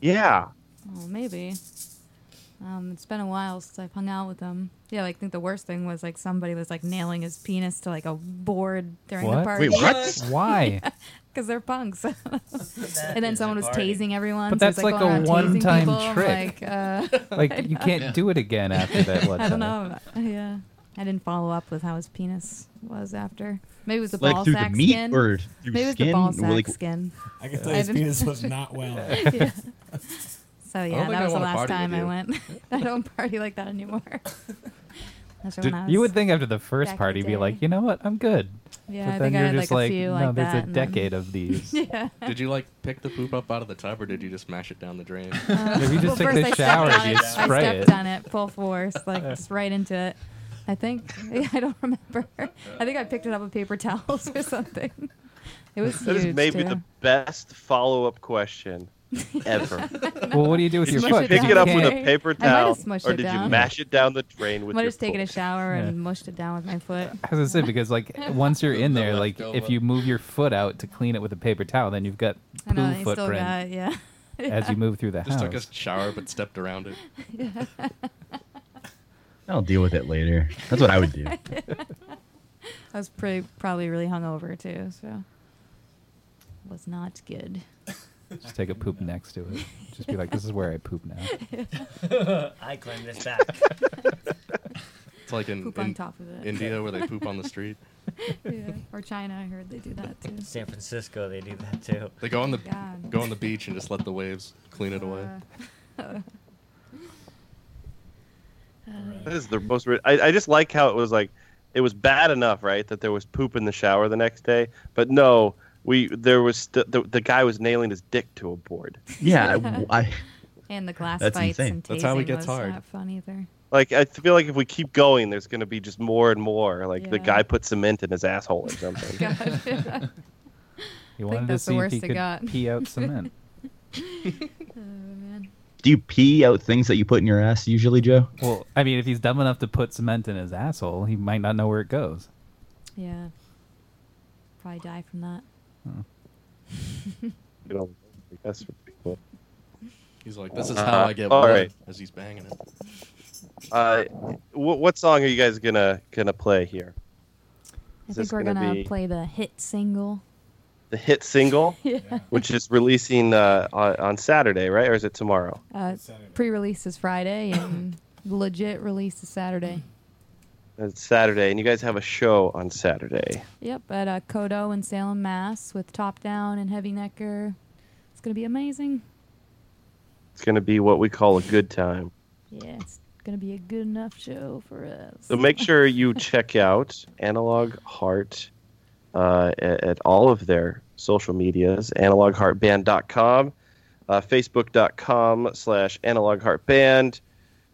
Speaker 5: Yeah.
Speaker 9: Oh, maybe. Um, it's been a while since I've hung out with them. Yeah, like, I think the worst thing was like somebody was like nailing his penis to like a board during the
Speaker 6: What?
Speaker 9: party.
Speaker 6: Wait, what? Why?
Speaker 9: Because they're punks. and then
Speaker 6: is
Speaker 9: someone
Speaker 6: a
Speaker 9: was
Speaker 6: party.
Speaker 9: tasing everyone.
Speaker 6: But
Speaker 9: so it's,
Speaker 6: that's
Speaker 9: like
Speaker 6: like
Speaker 9: going
Speaker 6: a
Speaker 9: around
Speaker 6: one-time
Speaker 9: tasing people,
Speaker 6: trick.
Speaker 9: Like, uh, I
Speaker 6: Like you can't
Speaker 9: know.
Speaker 6: do it again after that one
Speaker 9: I don't
Speaker 6: time.
Speaker 9: know. uh, Yeah, I didn't follow up with how his penis was after. Maybe it was the
Speaker 2: Like
Speaker 9: ball
Speaker 2: through the
Speaker 9: sack
Speaker 2: meat
Speaker 9: skin.
Speaker 2: or through
Speaker 9: Maybe it was the
Speaker 2: skin?
Speaker 9: ball
Speaker 2: Well,
Speaker 9: sack
Speaker 2: like-
Speaker 9: skin.
Speaker 10: I can tell his
Speaker 9: didn't-
Speaker 10: penis was not well.
Speaker 9: Yeah. So yeah,
Speaker 10: think
Speaker 9: that
Speaker 10: I
Speaker 9: was the
Speaker 10: wanna
Speaker 9: last
Speaker 10: party with
Speaker 9: time I
Speaker 10: you.
Speaker 9: went. I don't party like that anymore. That's when
Speaker 6: Did-
Speaker 9: I
Speaker 6: you
Speaker 9: was-
Speaker 6: would think after the first
Speaker 9: back in the
Speaker 6: party, be
Speaker 9: day.
Speaker 6: like, you know what, I'm good.
Speaker 9: Yeah,
Speaker 6: but then
Speaker 9: I think I
Speaker 6: you're
Speaker 9: had, like,
Speaker 6: just
Speaker 9: a
Speaker 6: like,
Speaker 9: few
Speaker 6: no, there's
Speaker 9: like that
Speaker 6: a
Speaker 9: and then-
Speaker 6: decade of these.
Speaker 9: Yeah.
Speaker 7: Did you like pick the poop up out of the tub, or did you just mash it down the drain?
Speaker 6: If you just
Speaker 9: Uh, Well,
Speaker 6: take
Speaker 9: first I
Speaker 6: the
Speaker 9: stepped
Speaker 6: shower
Speaker 9: on
Speaker 6: and you
Speaker 9: it.
Speaker 6: spray
Speaker 9: I stepped
Speaker 6: it.
Speaker 9: on it full force, like just right into it. I think I don't remember. I think I picked it up with paper towels or something. It was
Speaker 5: That
Speaker 9: huge.
Speaker 5: is maybe
Speaker 9: too.
Speaker 5: the best follow-up question ever.
Speaker 6: Well, what do you do with
Speaker 5: did
Speaker 6: your
Speaker 5: you
Speaker 6: foot?
Speaker 5: pick
Speaker 6: You
Speaker 5: it up with a
Speaker 9: can't-
Speaker 5: paper
Speaker 9: I might have
Speaker 5: towel,
Speaker 9: smushed
Speaker 5: or
Speaker 9: it
Speaker 5: did you
Speaker 9: down.
Speaker 5: mash it down the drain
Speaker 9: I
Speaker 5: with
Speaker 9: might
Speaker 5: your
Speaker 9: have just taken a shower
Speaker 6: Yeah.
Speaker 9: and mushed it down with my foot.
Speaker 6: As I said, because like once you're in there, like if
Speaker 9: leftover.
Speaker 6: you move your foot out to clean it with a paper towel, then you've got
Speaker 9: I know
Speaker 6: poo
Speaker 9: I still
Speaker 6: footprint
Speaker 9: got yeah.
Speaker 6: as you move through the
Speaker 7: just
Speaker 6: house.
Speaker 7: took a shower but stepped around it.
Speaker 2: I'll deal with it later. That's what I would do.
Speaker 9: I was pretty probably really hungover too, so was not good.
Speaker 6: Just take a poop next to it. Just be like, this is where I poop now.
Speaker 8: I claim this back.
Speaker 7: It's like in,
Speaker 9: Poop on
Speaker 7: in
Speaker 9: top of it.
Speaker 7: India where they poop on the street.
Speaker 9: yeah. Or China, I heard they do that too.
Speaker 8: San Francisco, they do that too.
Speaker 7: They go on the
Speaker 9: God. Uh,
Speaker 7: go on the beach and just let the waves clean it away.
Speaker 9: Uh,
Speaker 5: That is the most. ri- I, I just like how it was like, it was bad enough, right, that there was poop in the shower the next day. But no, we there was st- the, the guy was nailing his dick to a board.
Speaker 2: Yeah, I, I-
Speaker 9: And the glass
Speaker 5: That's
Speaker 9: bites
Speaker 5: insane.
Speaker 9: and tasing
Speaker 5: That's how it gets
Speaker 9: was
Speaker 5: hard.
Speaker 9: not fun either.
Speaker 5: Like I feel like if we keep going, there's going to be just more and more. Like the
Speaker 9: Yeah.
Speaker 5: guy put cement in his asshole or something.
Speaker 9: God.
Speaker 6: You
Speaker 9: I think
Speaker 6: wanted to
Speaker 9: that's the
Speaker 6: see if
Speaker 9: worst
Speaker 6: he
Speaker 9: it
Speaker 6: could
Speaker 9: got.
Speaker 6: pee out cement.
Speaker 2: do you pee out things that you put in your ass usually, Joe?
Speaker 6: Well, I mean, if he's dumb enough to put cement in his asshole, he might not know where it goes.
Speaker 9: yeah. Probably die from that.
Speaker 5: You know, like, that's pretty cool.
Speaker 7: He's like, this is how I get
Speaker 5: Uh-huh. All
Speaker 7: blood
Speaker 5: right.
Speaker 7: as he's banging it.
Speaker 5: Uh, what, what song are you guys gonna gonna play here?
Speaker 9: I
Speaker 5: Is this
Speaker 9: think we're
Speaker 5: gonna
Speaker 9: gonna
Speaker 5: be-
Speaker 9: play the hit single. Uh,
Speaker 5: The hit single,
Speaker 9: Yeah.
Speaker 5: which is releasing uh, on, on Saturday, right, or is it tomorrow?
Speaker 9: Uh, pre-release is Friday and legit release is Saturday.
Speaker 12: Mm-hmm.
Speaker 5: It's Saturday, and you guys have a show on Saturday.
Speaker 9: Yep, at uh, Kodo in Salem, Mass, with Top Down and Heavy Necker. It's gonna be amazing.
Speaker 5: It's gonna be what we call a good time.
Speaker 9: Yeah, it's gonna be a good enough show for us.
Speaker 5: So make sure you check out Analog Heart uh, at, at all of their social medias, analogheartband.com, uh, facebook.com slash analogheartband,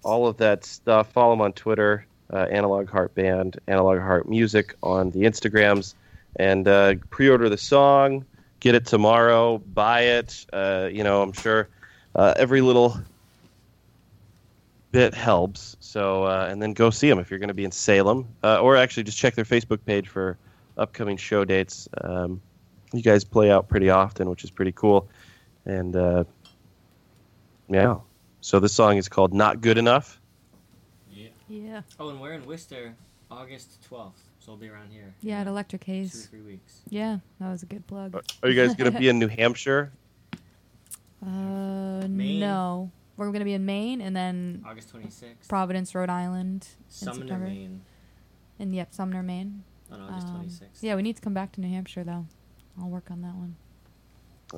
Speaker 5: all of that stuff. Follow them on Twitter, uh, Analog Heart Band, Analog Heart Music on the Instagrams, and uh, pre-order the song, get it tomorrow, buy it. Uh, you know, I'm sure uh, every little bit helps. So, uh, and then go see them if you're going to be in Salem, uh, or actually just check their Facebook page for upcoming show dates. Um, you guys play out pretty often, which is pretty cool. And uh, yeah, so this song is called "Not Good Enough."
Speaker 9: Yeah.
Speaker 12: Oh, and we're in Worcester August 12th, so we'll be around here.
Speaker 9: Yeah, at Electric
Speaker 12: Two or
Speaker 9: Haze.
Speaker 12: three weeks.
Speaker 9: Yeah, that was a good plug.
Speaker 5: Are you guys going to be in New Hampshire?
Speaker 9: Uh,
Speaker 12: Maine?
Speaker 9: no. We're gonna be in Maine and then
Speaker 12: August 26th.
Speaker 9: Providence, Rhode Island. in
Speaker 12: Sumner,
Speaker 9: September.
Speaker 12: Maine.
Speaker 9: And yep, Sumner, Maine.
Speaker 12: On August
Speaker 9: Um,
Speaker 12: 26th.
Speaker 9: Yeah, we need to come back to New Hampshire though. I'll work on that one.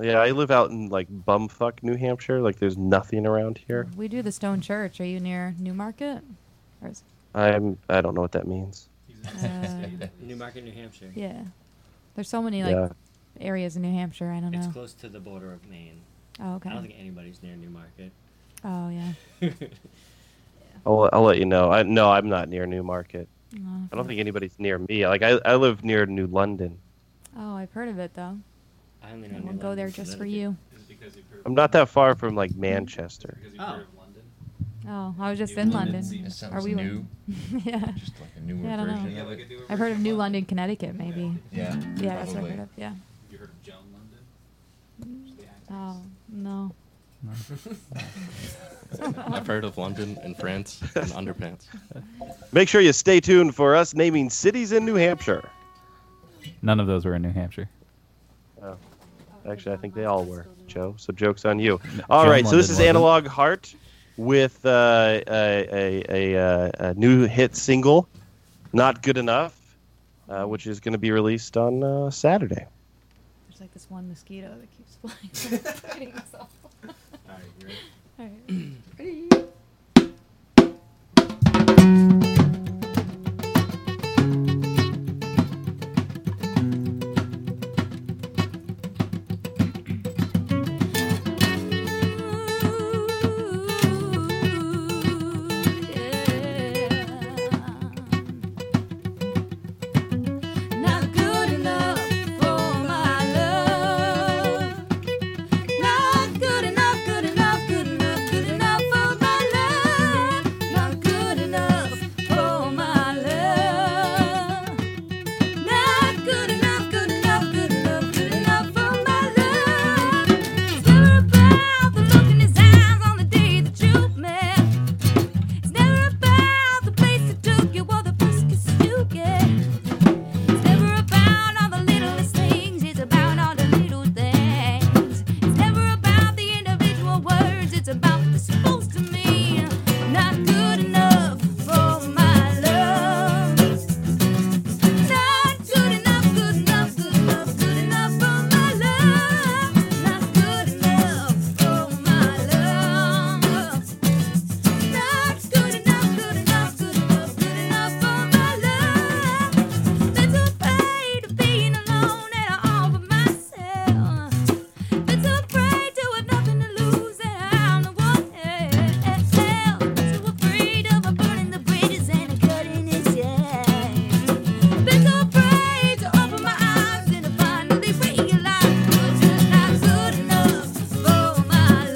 Speaker 5: Yeah, I live out in like bumfuck New Hampshire. Like, there's nothing around here.
Speaker 9: We do the Stone Church. Are you near Newmarket? Or is,
Speaker 5: I'm. I don't know what that means.
Speaker 9: uh,
Speaker 12: New Market, New Hampshire.
Speaker 9: yeah. There's so many like
Speaker 5: Yeah.
Speaker 9: areas in New Hampshire. I don't know.
Speaker 12: It's close to the border of Maine.
Speaker 9: Oh, okay.
Speaker 12: I don't think anybody's near New Market.
Speaker 9: Oh yeah.
Speaker 5: I'll, I'll let you know. I no, I'm not near New Market.
Speaker 9: Oh,
Speaker 5: I don't think anybody's near me. Like, I, I live near New London.
Speaker 9: Oh, I've heard of it though.
Speaker 12: I only know
Speaker 9: I
Speaker 12: New
Speaker 9: won't go
Speaker 12: London,
Speaker 9: there just for
Speaker 12: Connecticut.
Speaker 9: you.
Speaker 5: I'm not that far from like Manchester.
Speaker 12: Oh.
Speaker 9: Oh, I was just
Speaker 1: New
Speaker 9: in
Speaker 1: London.
Speaker 9: London.
Speaker 1: That
Speaker 9: Or
Speaker 1: sounds
Speaker 9: we were.
Speaker 1: new.
Speaker 9: yeah.
Speaker 1: Just like a newer
Speaker 9: yeah, I don't
Speaker 1: version
Speaker 9: know.
Speaker 1: of it.
Speaker 9: I've heard of New London, Connecticut, maybe.
Speaker 1: Yeah,
Speaker 9: Yeah, that's what
Speaker 1: probably.
Speaker 9: I've heard of. Yeah.
Speaker 12: You heard of Joan London?
Speaker 9: Oh no.
Speaker 7: I've heard of London and France and underpants.
Speaker 5: Make sure you stay tuned for us naming cities in New Hampshire.
Speaker 6: None of those were in New Hampshire.
Speaker 5: Oh. Actually, I think they all were, Joe. So joke's on you. All right, so this is
Speaker 6: wasn't.
Speaker 5: Analog Heart with uh, a, a, a, a new hit single, Not Good Enough, uh, which is going to be released on uh, Saturday.
Speaker 11: There's like this one mosquito that keeps flying. I'm kidding myself.
Speaker 12: Alright, you
Speaker 11: Alright. Ready? Not good enough for my love. Not good enough, good enough, good enough, good enough for my love. Not good enough for my love. Not good enough, good enough, good enough, good enough for my love. It's never about the look in his eyes on the day that you met. It's never about the place that took you or the first kiss you get. It's never about all the littlest things. It's about all the little things. It's never about the individual words. It's about what they're supposed to mean. Not good enough for my love. Not good enough, good enough, good enough, good enough for my love. Not good enough for my love. Not good enough, good enough, good enough, good enough for my love. That's afraid of being alone and all by myself. That's afraid to have nothing to lose and I'm the one else. So afraid of burning the bridges and cutting it down. Been so afraid to open my eyes and to finally realize we're just not good enough for my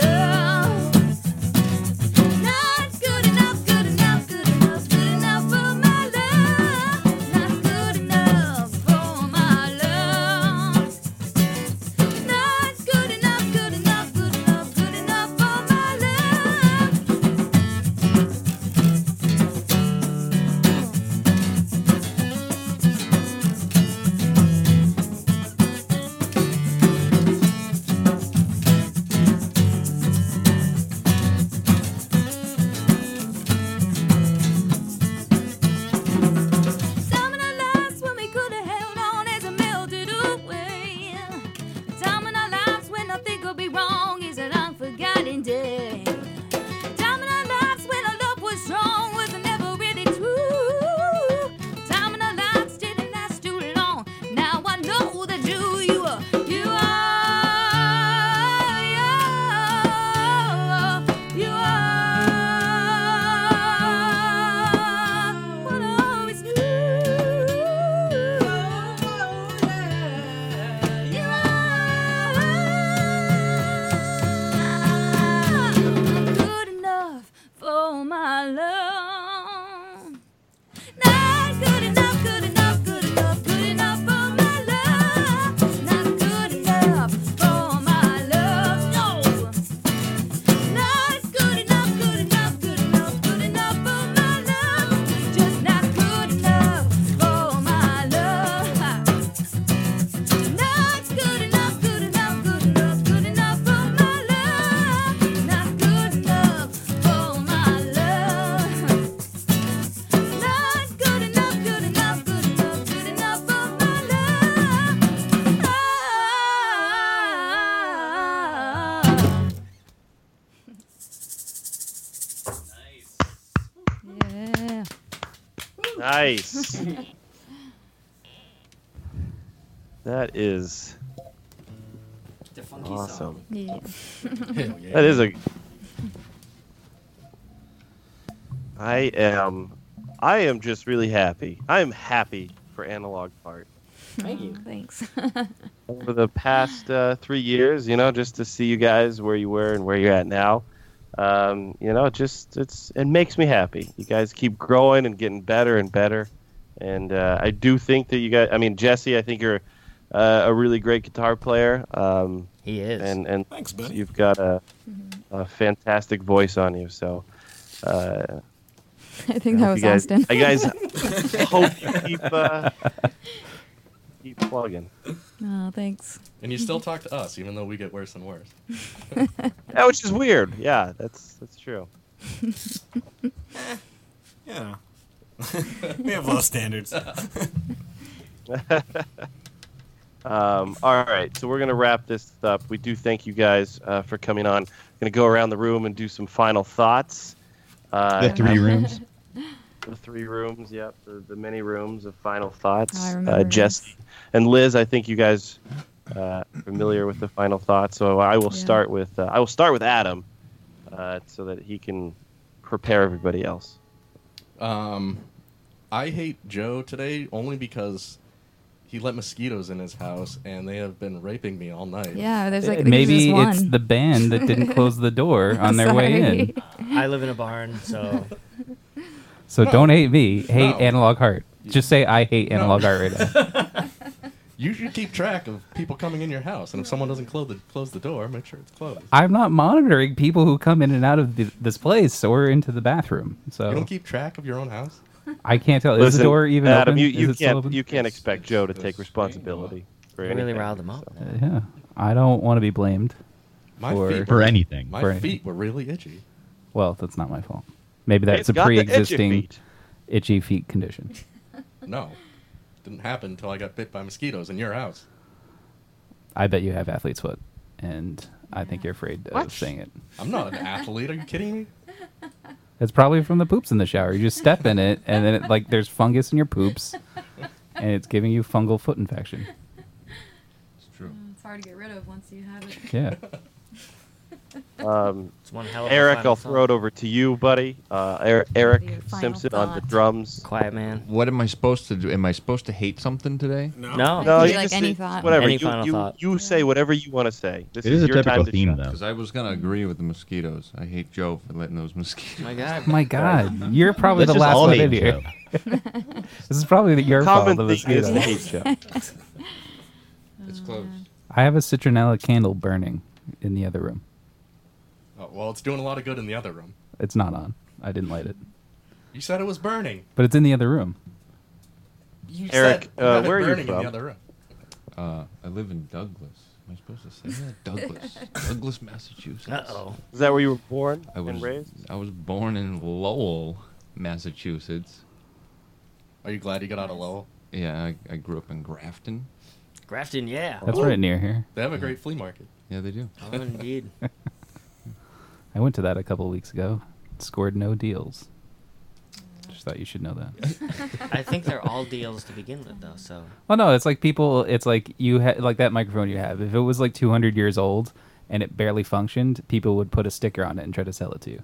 Speaker 11: love. Not good enough, good enough, good enough, good enough for my love. Not good enough for my love. Not good enough, good enough, good enough, good enough for my love. Some of the lives when we could have held on as it melted away. The time in our lives when nothing could be wrong is an unforgotten day. The time in our lives when our love was strong was never really true. The time in our lives didn't last too long. Now I know that you, you are, you are, you are, you are what I always knew. Good enough for my love. Not good enough, good enough, good enough, good enough for my love. Not good enough for my love. No. Not good enough, good enough, good enough, good enough for my love. Just not good enough for my love. Not good enough, good enough, good enough, good enough for my love. Not good enough for my love. Not good enough, good enough, good enough, good enough for my Ah. love. Yeah.
Speaker 5: Nice. that is
Speaker 12: The funky
Speaker 5: awesome.
Speaker 9: Yeah.
Speaker 5: That is a. I am, I am just really happy. I am happy for analog part.
Speaker 12: Thank
Speaker 11: Oh,
Speaker 12: you.
Speaker 9: Thanks.
Speaker 5: over the past uh, three years, you know, just to see you guys where you were and where you're at now. um, you know, it just it's it makes me happy. You guys keep growing and getting better and better, and uh, I do think that you guys. I mean, Jesse, I think you're uh, a really great guitar player. Um,
Speaker 8: he is,
Speaker 5: and and thanks, buddy. You've got a,
Speaker 9: Mm-hmm.
Speaker 5: a fantastic voice on you, so. Uh,
Speaker 9: I think that
Speaker 5: hope
Speaker 9: was
Speaker 5: you guys,
Speaker 9: Austin.
Speaker 5: I guys hope you keep, uh, keep plugging.
Speaker 9: Oh, thanks.
Speaker 7: And you still talk to us, even though we get worse and worse.
Speaker 5: Yeah, which is weird. Yeah, that's that's true.
Speaker 10: yeah. we have low standards.
Speaker 5: Um, all right, so we're gonna wrap this up. We do thank you guys uh, for coming on. gonna go around the room and do some final thoughts. Uh,
Speaker 2: The three rooms.
Speaker 5: The three rooms. Yep. The, the many rooms of final thoughts.
Speaker 9: Oh, I
Speaker 5: uh,
Speaker 9: remember
Speaker 5: Jesse and Liz. I think you guys uh, are familiar with the final thoughts. So I will
Speaker 9: Yeah.
Speaker 5: start with uh, I will start with Adam, uh, so that he can prepare everybody else.
Speaker 7: Um, I hate Joe today only because he let mosquitoes in his house and they have been raping me all night.
Speaker 9: Yeah, there's like
Speaker 6: Maybe it's the band that didn't close the door on their way in.
Speaker 8: I live in a barn, so
Speaker 6: So
Speaker 7: No.
Speaker 6: don't hate me. Hate
Speaker 7: No.
Speaker 6: Analog Heart. Just say I hate Analog Heart right now.
Speaker 7: You should keep track of people coming in your house, and if someone doesn't close the close the door, make sure it's closed.
Speaker 6: I'm not monitoring people who come in and out of the, this place or into the bathroom.
Speaker 7: You
Speaker 6: So
Speaker 7: don't keep track of your own house.
Speaker 6: I can't tell. Oh, Is
Speaker 5: Listen,
Speaker 6: the door even
Speaker 5: Adam,
Speaker 6: open?
Speaker 5: you,
Speaker 6: Is
Speaker 5: you
Speaker 6: it still
Speaker 5: can't
Speaker 6: open?
Speaker 5: you can't expect Joe to take responsibility for
Speaker 8: it
Speaker 5: anything.
Speaker 8: really riled them up.
Speaker 6: Uh, yeah, I don't want to be blamed
Speaker 7: My
Speaker 6: for
Speaker 7: feet
Speaker 2: For anything.
Speaker 7: My
Speaker 6: for
Speaker 7: feet
Speaker 6: anything.
Speaker 7: were really itchy.
Speaker 6: Well, that's not my fault. Maybe
Speaker 5: It's
Speaker 6: that's a
Speaker 5: got the itchy
Speaker 6: pre-existing
Speaker 5: feet.
Speaker 6: itchy feet condition.
Speaker 7: No, didn't happen until I got bit by mosquitoes in your house.
Speaker 6: I bet you have athlete's foot, and I think you're afraid of
Speaker 5: What?
Speaker 6: saying it.
Speaker 7: I'm not an athlete. Are you kidding me?
Speaker 6: It's probably from the poops in the shower. You just step in it, and then it, like there's fungus in your poops, and it's giving you fungal foot infection.
Speaker 1: It's true.
Speaker 9: It's hard to get rid of once you have it.
Speaker 6: Yeah.
Speaker 5: Um,
Speaker 8: It's one hell of a
Speaker 5: Eric,
Speaker 8: final
Speaker 5: I'll throw it
Speaker 8: thought.
Speaker 5: over to you, buddy. Uh, Eric, Eric
Speaker 9: Your final
Speaker 5: Simpson on the
Speaker 9: thought.
Speaker 5: drums.
Speaker 8: Quiet man.
Speaker 13: What am I supposed to do? Am I supposed to hate something today?
Speaker 10: No.
Speaker 8: No,
Speaker 9: No. Like
Speaker 5: just
Speaker 9: any
Speaker 5: say-
Speaker 9: thought.
Speaker 5: Whatever.
Speaker 8: Any
Speaker 5: you,
Speaker 8: final
Speaker 5: you,
Speaker 8: thought.
Speaker 5: you say whatever you want to say. This
Speaker 2: It is a
Speaker 5: your time
Speaker 2: typical
Speaker 5: to
Speaker 2: theme,
Speaker 5: shine.
Speaker 2: though.
Speaker 1: Because I was gonna agree with the mosquitoes. I hate Joe for letting those mosquitoes.
Speaker 13: My God.
Speaker 6: My God, you're probably
Speaker 2: Let's just
Speaker 6: the last
Speaker 2: all
Speaker 6: one
Speaker 2: hate
Speaker 6: in here.
Speaker 2: Joe.
Speaker 6: This is probably the, your
Speaker 5: Common
Speaker 6: fault. Of
Speaker 5: theme is
Speaker 6: the
Speaker 5: hate Joe.
Speaker 1: It's close.
Speaker 7: Uh,
Speaker 6: I have a citronella candle burning in the other room.
Speaker 7: Oh, well, it's doing a lot of good in the other room.
Speaker 6: It's not on. I didn't light it,
Speaker 7: You said it was burning.
Speaker 6: but it's in the other room.
Speaker 7: You
Speaker 5: Eric,
Speaker 7: said you
Speaker 5: uh,
Speaker 7: had it
Speaker 5: where are you
Speaker 7: burning in
Speaker 5: from?
Speaker 7: the other room.
Speaker 1: Uh, I live in Douglas. Am I supposed to say that? Douglas, Douglas, Massachusetts.
Speaker 8: Uh oh.
Speaker 5: Is that where you were born
Speaker 13: I was
Speaker 5: and raised?
Speaker 13: I was born in Lowell, Massachusetts.
Speaker 7: Are you glad you got out of Lowell?
Speaker 13: Yeah, I, I grew up in Grafton.
Speaker 8: Grafton, yeah.
Speaker 6: That's right near here.
Speaker 7: They have a great flea market.
Speaker 13: Yeah, they do.
Speaker 8: Oh, indeed.
Speaker 6: I went to that a couple weeks ago. Scored no deals. Just thought you should know that.
Speaker 8: I think they're all deals to begin with, though. So
Speaker 6: Well, no, it's like people. It's like you ha- like that microphone you have. If it was like 200 years old and it barely functioned, people would put a sticker on it and try to sell it to you.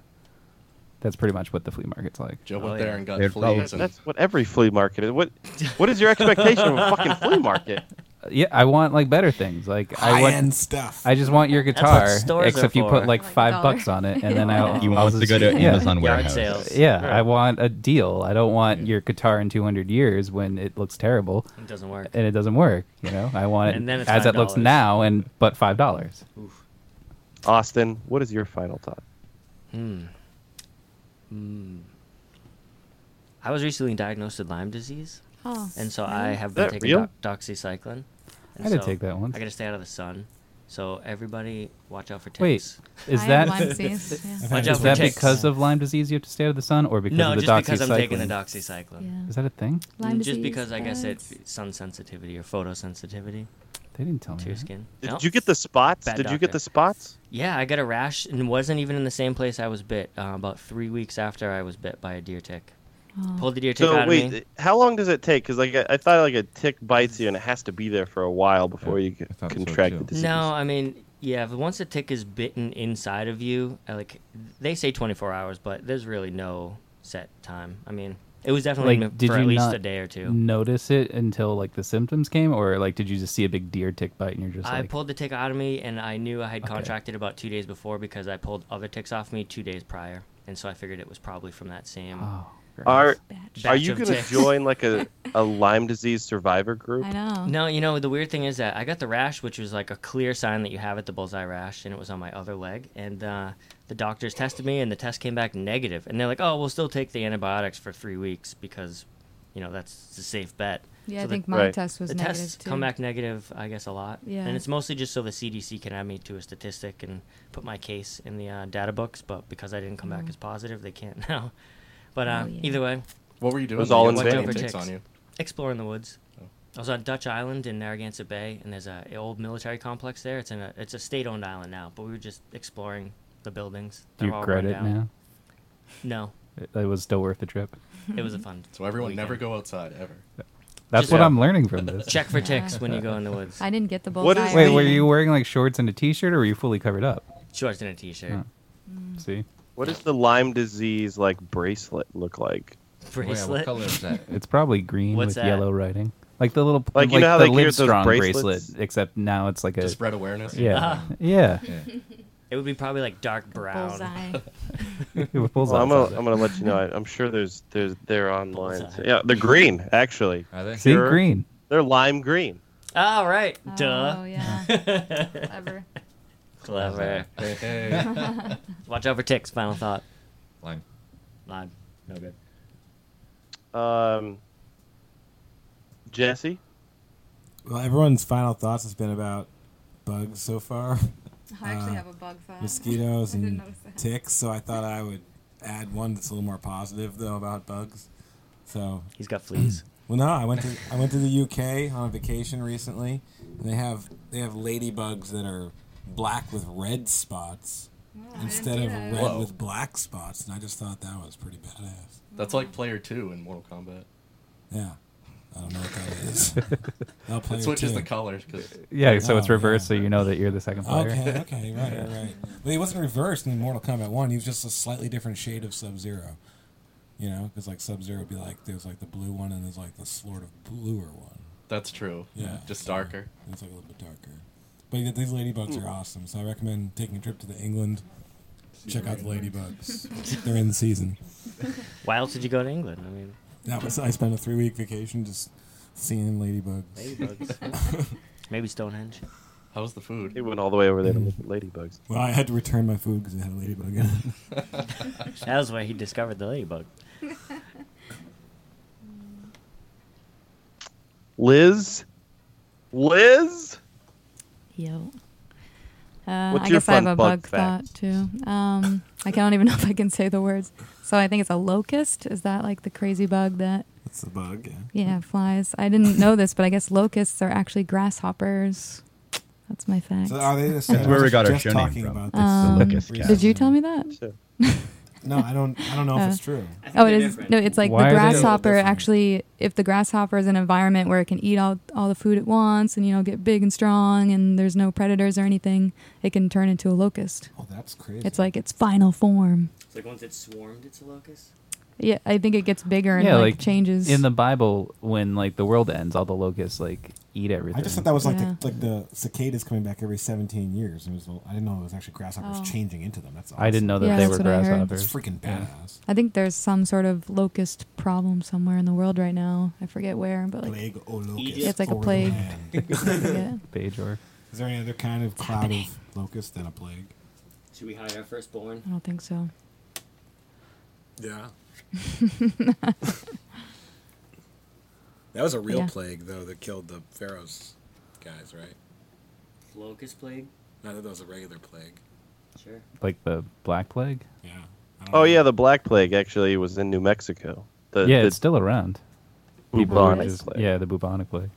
Speaker 6: That's pretty much what the flea market's like.
Speaker 7: Joe
Speaker 8: Oh,
Speaker 7: went
Speaker 8: yeah.
Speaker 7: there and got
Speaker 2: They're
Speaker 7: fleas. And
Speaker 5: That's what every flea market is. What What is your expectation of a fucking flea market?
Speaker 6: Uh, Yeah, I want like better things. Like I
Speaker 10: High
Speaker 6: want,
Speaker 10: end stuff.
Speaker 6: I just want your
Speaker 8: what
Speaker 6: guitar,
Speaker 8: stores
Speaker 6: except
Speaker 8: are
Speaker 6: you put
Speaker 8: for.
Speaker 6: like
Speaker 9: Like a
Speaker 6: five
Speaker 9: dollar.
Speaker 6: bucks on it, and then I'll.
Speaker 2: You
Speaker 6: I'll
Speaker 2: want us to
Speaker 6: just-
Speaker 2: go to
Speaker 6: yeah.
Speaker 2: Amazon
Speaker 8: yard
Speaker 2: warehouse.
Speaker 8: sales.
Speaker 6: Yeah, I want a deal. I don't want your guitar in 200 years when it looks terrible
Speaker 8: It doesn't work.
Speaker 6: and it doesn't work. You know, I want it
Speaker 8: And then it's
Speaker 6: as it looks
Speaker 8: $5.
Speaker 6: now, and but five dollars.
Speaker 5: Austin, what is your final thought?
Speaker 6: Hmm.
Speaker 8: Hmm. I was recently diagnosed with Lyme disease,
Speaker 9: Oh,
Speaker 8: and so I have been
Speaker 5: that
Speaker 8: taking
Speaker 5: real?
Speaker 8: doc- doxycycline. And
Speaker 6: I did
Speaker 8: so
Speaker 6: take that once.
Speaker 8: I gotta stay out of the sun. So everybody, watch out for ticks.
Speaker 6: Wait, is
Speaker 9: I
Speaker 6: that
Speaker 9: have Lyme disease. Yeah.
Speaker 10: I've
Speaker 8: Watch
Speaker 10: had
Speaker 8: out
Speaker 6: is
Speaker 8: for
Speaker 10: it
Speaker 6: that
Speaker 8: ticks.
Speaker 6: because of Lyme disease you have to stay out of the sun, or because
Speaker 8: no,
Speaker 6: of the
Speaker 8: just because I'm taking the
Speaker 6: doxycycline?
Speaker 8: doxycycline. Mm,
Speaker 9: Yeah.
Speaker 6: Is that a thing?
Speaker 9: Lyme
Speaker 8: just
Speaker 9: disease,
Speaker 8: because I guess it
Speaker 9: bugs.
Speaker 8: sun sensitivity or photosensitivity
Speaker 6: They didn't tell me.
Speaker 8: to your
Speaker 6: that.
Speaker 8: skin.
Speaker 5: Did
Speaker 8: No?
Speaker 5: you get the spots?
Speaker 8: Bad
Speaker 5: Did you get
Speaker 8: doctor.
Speaker 5: the spots?
Speaker 8: Yeah, I got a rash and it wasn't even in the same place I was bit. Uh, about three weeks after I was bit by a deer tick. Pulled the deer tick
Speaker 5: So
Speaker 8: out
Speaker 5: wait,
Speaker 8: of me.
Speaker 5: how long does it take? Because like I, I thought, like a tick bites you and it has to be there for a while before you
Speaker 1: I thought so,
Speaker 5: contract
Speaker 1: too.
Speaker 5: the disease.
Speaker 8: No, I mean, yeah, but once a tick is bitten inside of you, uh, like they say 24 hours, but there's really no set time. I mean, It was definitely m-
Speaker 6: did
Speaker 8: for at
Speaker 6: you
Speaker 8: least
Speaker 6: not
Speaker 8: a day or two.
Speaker 6: Notice it until like the symptoms came, or like did you just see a big deer tick bite and you're just
Speaker 8: I
Speaker 6: like,
Speaker 8: pulled the tick out of me, and I knew I had contracted about two days before because I pulled other ticks off me two days prior, and so I figured it was probably from that same.
Speaker 6: Oh,
Speaker 5: Are are
Speaker 8: batch
Speaker 5: you
Speaker 8: of
Speaker 5: gonna
Speaker 8: ticks.
Speaker 5: join like a, a Lyme disease survivor group?
Speaker 9: know.
Speaker 8: No, you know the weird thing is that I got the rash, which was like a clear sign that you have it, the bullseye rash, and it was on my other leg. And uh, the doctors tested me, and the test came back negative. And they're like, "Oh, we'll still take the antibiotics for three weeks because, you know, that's the safe bet."
Speaker 9: Yeah, I
Speaker 8: the-
Speaker 9: think my Right. test was
Speaker 8: the
Speaker 9: negative,
Speaker 8: tests
Speaker 9: too.
Speaker 8: come back negative, I guess, a lot.
Speaker 9: Yeah.
Speaker 8: and it's mostly just so the CDC can add me to a statistic and put my case in the uh, data books. But because I didn't come back
Speaker 7: Mm.
Speaker 8: as positive, they can't now.
Speaker 9: Oh,
Speaker 8: But uh, either way,
Speaker 7: What were you doing?
Speaker 5: was all
Speaker 7: You
Speaker 5: in
Speaker 7: went
Speaker 5: vain.
Speaker 7: over
Speaker 5: Ticks
Speaker 7: ticks.
Speaker 5: on you.
Speaker 8: Exploring the woods. I was on Dutch Island in Narragansett Bay, and there's a a old military complex there. It's in a it's a state-owned island now, but we were just exploring the buildings.
Speaker 6: do
Speaker 8: They're
Speaker 6: you
Speaker 8: all
Speaker 6: regret
Speaker 8: run
Speaker 6: it
Speaker 8: down.
Speaker 6: now?
Speaker 8: No,
Speaker 6: It, it was still worth the trip.
Speaker 8: it was a fun.
Speaker 7: So everyone never go outside ever.
Speaker 6: That's
Speaker 8: Just
Speaker 6: what
Speaker 8: go-
Speaker 6: I'm learning from this.
Speaker 8: Check for ticks when you go in the woods.
Speaker 9: I didn't get the bullseye.
Speaker 8: What is
Speaker 6: Wait,
Speaker 8: the-
Speaker 6: were you wearing like shorts and a t-shirt, or were you fully covered up?
Speaker 8: Shorts and a t-shirt.
Speaker 6: Oh. See,
Speaker 5: What does the Lyme disease like bracelet look like?
Speaker 8: Bracelet? what color is that?
Speaker 6: It's probably green
Speaker 8: What's
Speaker 6: with
Speaker 8: that?
Speaker 6: yellow writing, like the little
Speaker 5: Like,
Speaker 6: like,
Speaker 5: you know how
Speaker 6: the
Speaker 5: they give those
Speaker 6: Livestrong bracelet,
Speaker 5: bracelets?
Speaker 6: except now it's like a
Speaker 7: To spread awareness?
Speaker 6: Yeah,
Speaker 8: Ah.
Speaker 6: yeah.
Speaker 8: It would be probably like dark brown.
Speaker 6: With bullseye
Speaker 5: Well, I'm, gonna,
Speaker 6: sounds.
Speaker 5: I'm gonna let you know. I, I'm sure there's there's they're online.
Speaker 8: Bullseye.
Speaker 5: Yeah, they're green actually.
Speaker 13: Are they?
Speaker 6: See, green.
Speaker 5: They're lime green.
Speaker 8: All right. Duh.
Speaker 9: Oh yeah. Ever.
Speaker 8: Clever.
Speaker 9: hey.
Speaker 8: Watch out for ticks. Final thought.
Speaker 13: Lyme.
Speaker 8: Lyme. No good.
Speaker 5: Um, Jesse,
Speaker 10: Well, everyone's final thoughts has been about bugs so far. Uh,
Speaker 9: I actually have a bug thought.
Speaker 10: Mosquitoes
Speaker 9: I didn't
Speaker 10: and
Speaker 9: notice that.
Speaker 10: ticks. So I thought I would add one that's a little more positive though about bugs. So
Speaker 8: he's got fleas.
Speaker 10: well, no, I went to I went to the UK on a vacation recently, and they have they have ladybugs that are black with red spots instead
Speaker 9: see
Speaker 10: of
Speaker 9: that.
Speaker 10: red
Speaker 7: Whoa.
Speaker 10: with black spots, and I just thought that was pretty badass.
Speaker 7: That's like player two in Mortal Kombat.
Speaker 10: Yeah, I don't know what that is. I'll play
Speaker 7: It
Speaker 10: it
Speaker 7: switches
Speaker 10: too.
Speaker 7: the colors because
Speaker 6: Yeah, so it's
Speaker 10: Oh,
Speaker 6: reversed, so you know that you're the second player.
Speaker 10: Okay, okay, right, right, right. But he wasn't reversed in Mortal Kombat One. He was just a slightly different shade of Sub Zero. You know, because like Sub Zero would be like there's like the blue one and there's like the sort of bluer one.
Speaker 7: that's true.
Speaker 10: Yeah,
Speaker 7: just
Speaker 10: so
Speaker 7: darker.
Speaker 10: It's like a little bit darker. But yeah, these ladybugs are awesome, so I recommend taking a trip to the England. Check out the ladybugs. They're in season.
Speaker 8: Why else did you go to England? I mean,
Speaker 10: That was I spent a three week vacation just seeing ladybugs.
Speaker 8: Ladybugs. maybe Stonehenge.
Speaker 7: How's the food?
Speaker 5: they went all the way over there to look at ladybugs.
Speaker 10: Well, I had to return my food because it had a ladybug in it.
Speaker 8: That was where he discovered the ladybug.
Speaker 5: Liz, Liz,
Speaker 9: Yo. Uh,
Speaker 5: What's
Speaker 9: I
Speaker 5: your
Speaker 9: guess I have
Speaker 5: fun
Speaker 9: a
Speaker 5: bug
Speaker 9: bug,
Speaker 5: fact?
Speaker 9: thought too. Um, I don't even know if I can say the words. So I think it's a locust. Is that like the crazy bug that?
Speaker 10: That's a bug. Yeah.
Speaker 9: Yeah, flies. I didn't know this, but I guess locusts are actually grasshoppers. That's my fact.
Speaker 10: So are they the same?
Speaker 2: That's where we got our
Speaker 10: Just
Speaker 2: show name
Speaker 10: talking
Speaker 2: from.
Speaker 10: about
Speaker 2: It's
Speaker 10: this.
Speaker 9: Um,
Speaker 2: the Locust Cat.
Speaker 9: Did you tell me that?
Speaker 10: No, I don't. I don't know
Speaker 9: Uh,
Speaker 10: if it's true.
Speaker 9: Oh, it is. No, it's like
Speaker 6: Why are
Speaker 9: the
Speaker 6: they all
Speaker 9: grasshopper.
Speaker 10: different?
Speaker 9: Actually, if the grasshopper is in an environment where it can eat all all the food at once, and you know get big and strong, and there's no predators or anything, it can turn into a locust.
Speaker 10: Oh, that's crazy.
Speaker 9: It's like its final form.
Speaker 8: It's like once it's swarmed, it's a locust.
Speaker 9: Yeah, I think it gets bigger and
Speaker 6: yeah,
Speaker 9: like, changes.
Speaker 6: in the Bible when like the world ends, all the locusts like eat everything.
Speaker 10: I just thought that was like
Speaker 9: Yeah.
Speaker 10: the, like the cicadas coming back every 17 years. It was, I didn't know it was actually grasshoppers
Speaker 9: Oh.
Speaker 10: changing into them. That's awesome.
Speaker 6: I didn't know that
Speaker 9: Yeah,
Speaker 6: they
Speaker 9: that's
Speaker 6: were
Speaker 9: what I heard.
Speaker 10: That's
Speaker 6: grasshoppers.
Speaker 10: freaking
Speaker 6: Yeah.
Speaker 10: badass.
Speaker 9: I think there's some sort of locust problem somewhere in the world right now. I forget where, but like
Speaker 10: Plague or locust.
Speaker 9: it's like a
Speaker 10: or
Speaker 9: plague.
Speaker 10: land.
Speaker 9: I forget.
Speaker 6: Bajor.
Speaker 10: Is there any other kind of cloud of locust than a plague?
Speaker 12: Should we hide our firstborn?
Speaker 9: I don't think so.
Speaker 10: Yeah. that was a
Speaker 9: real Yeah.
Speaker 10: plague though that killed the pharaoh's guys, right?
Speaker 12: Locust plague?
Speaker 10: Not that that was a regular plague.
Speaker 12: Sure.
Speaker 6: like the black plague.
Speaker 10: Yeah.
Speaker 5: Oh yeah, the Black Plague actually was in New Mexico. The,
Speaker 6: yeah,
Speaker 5: the
Speaker 6: it's still around. People are
Speaker 5: bubonic
Speaker 6: just-
Speaker 5: plague.
Speaker 6: yeah, the bubonic plague.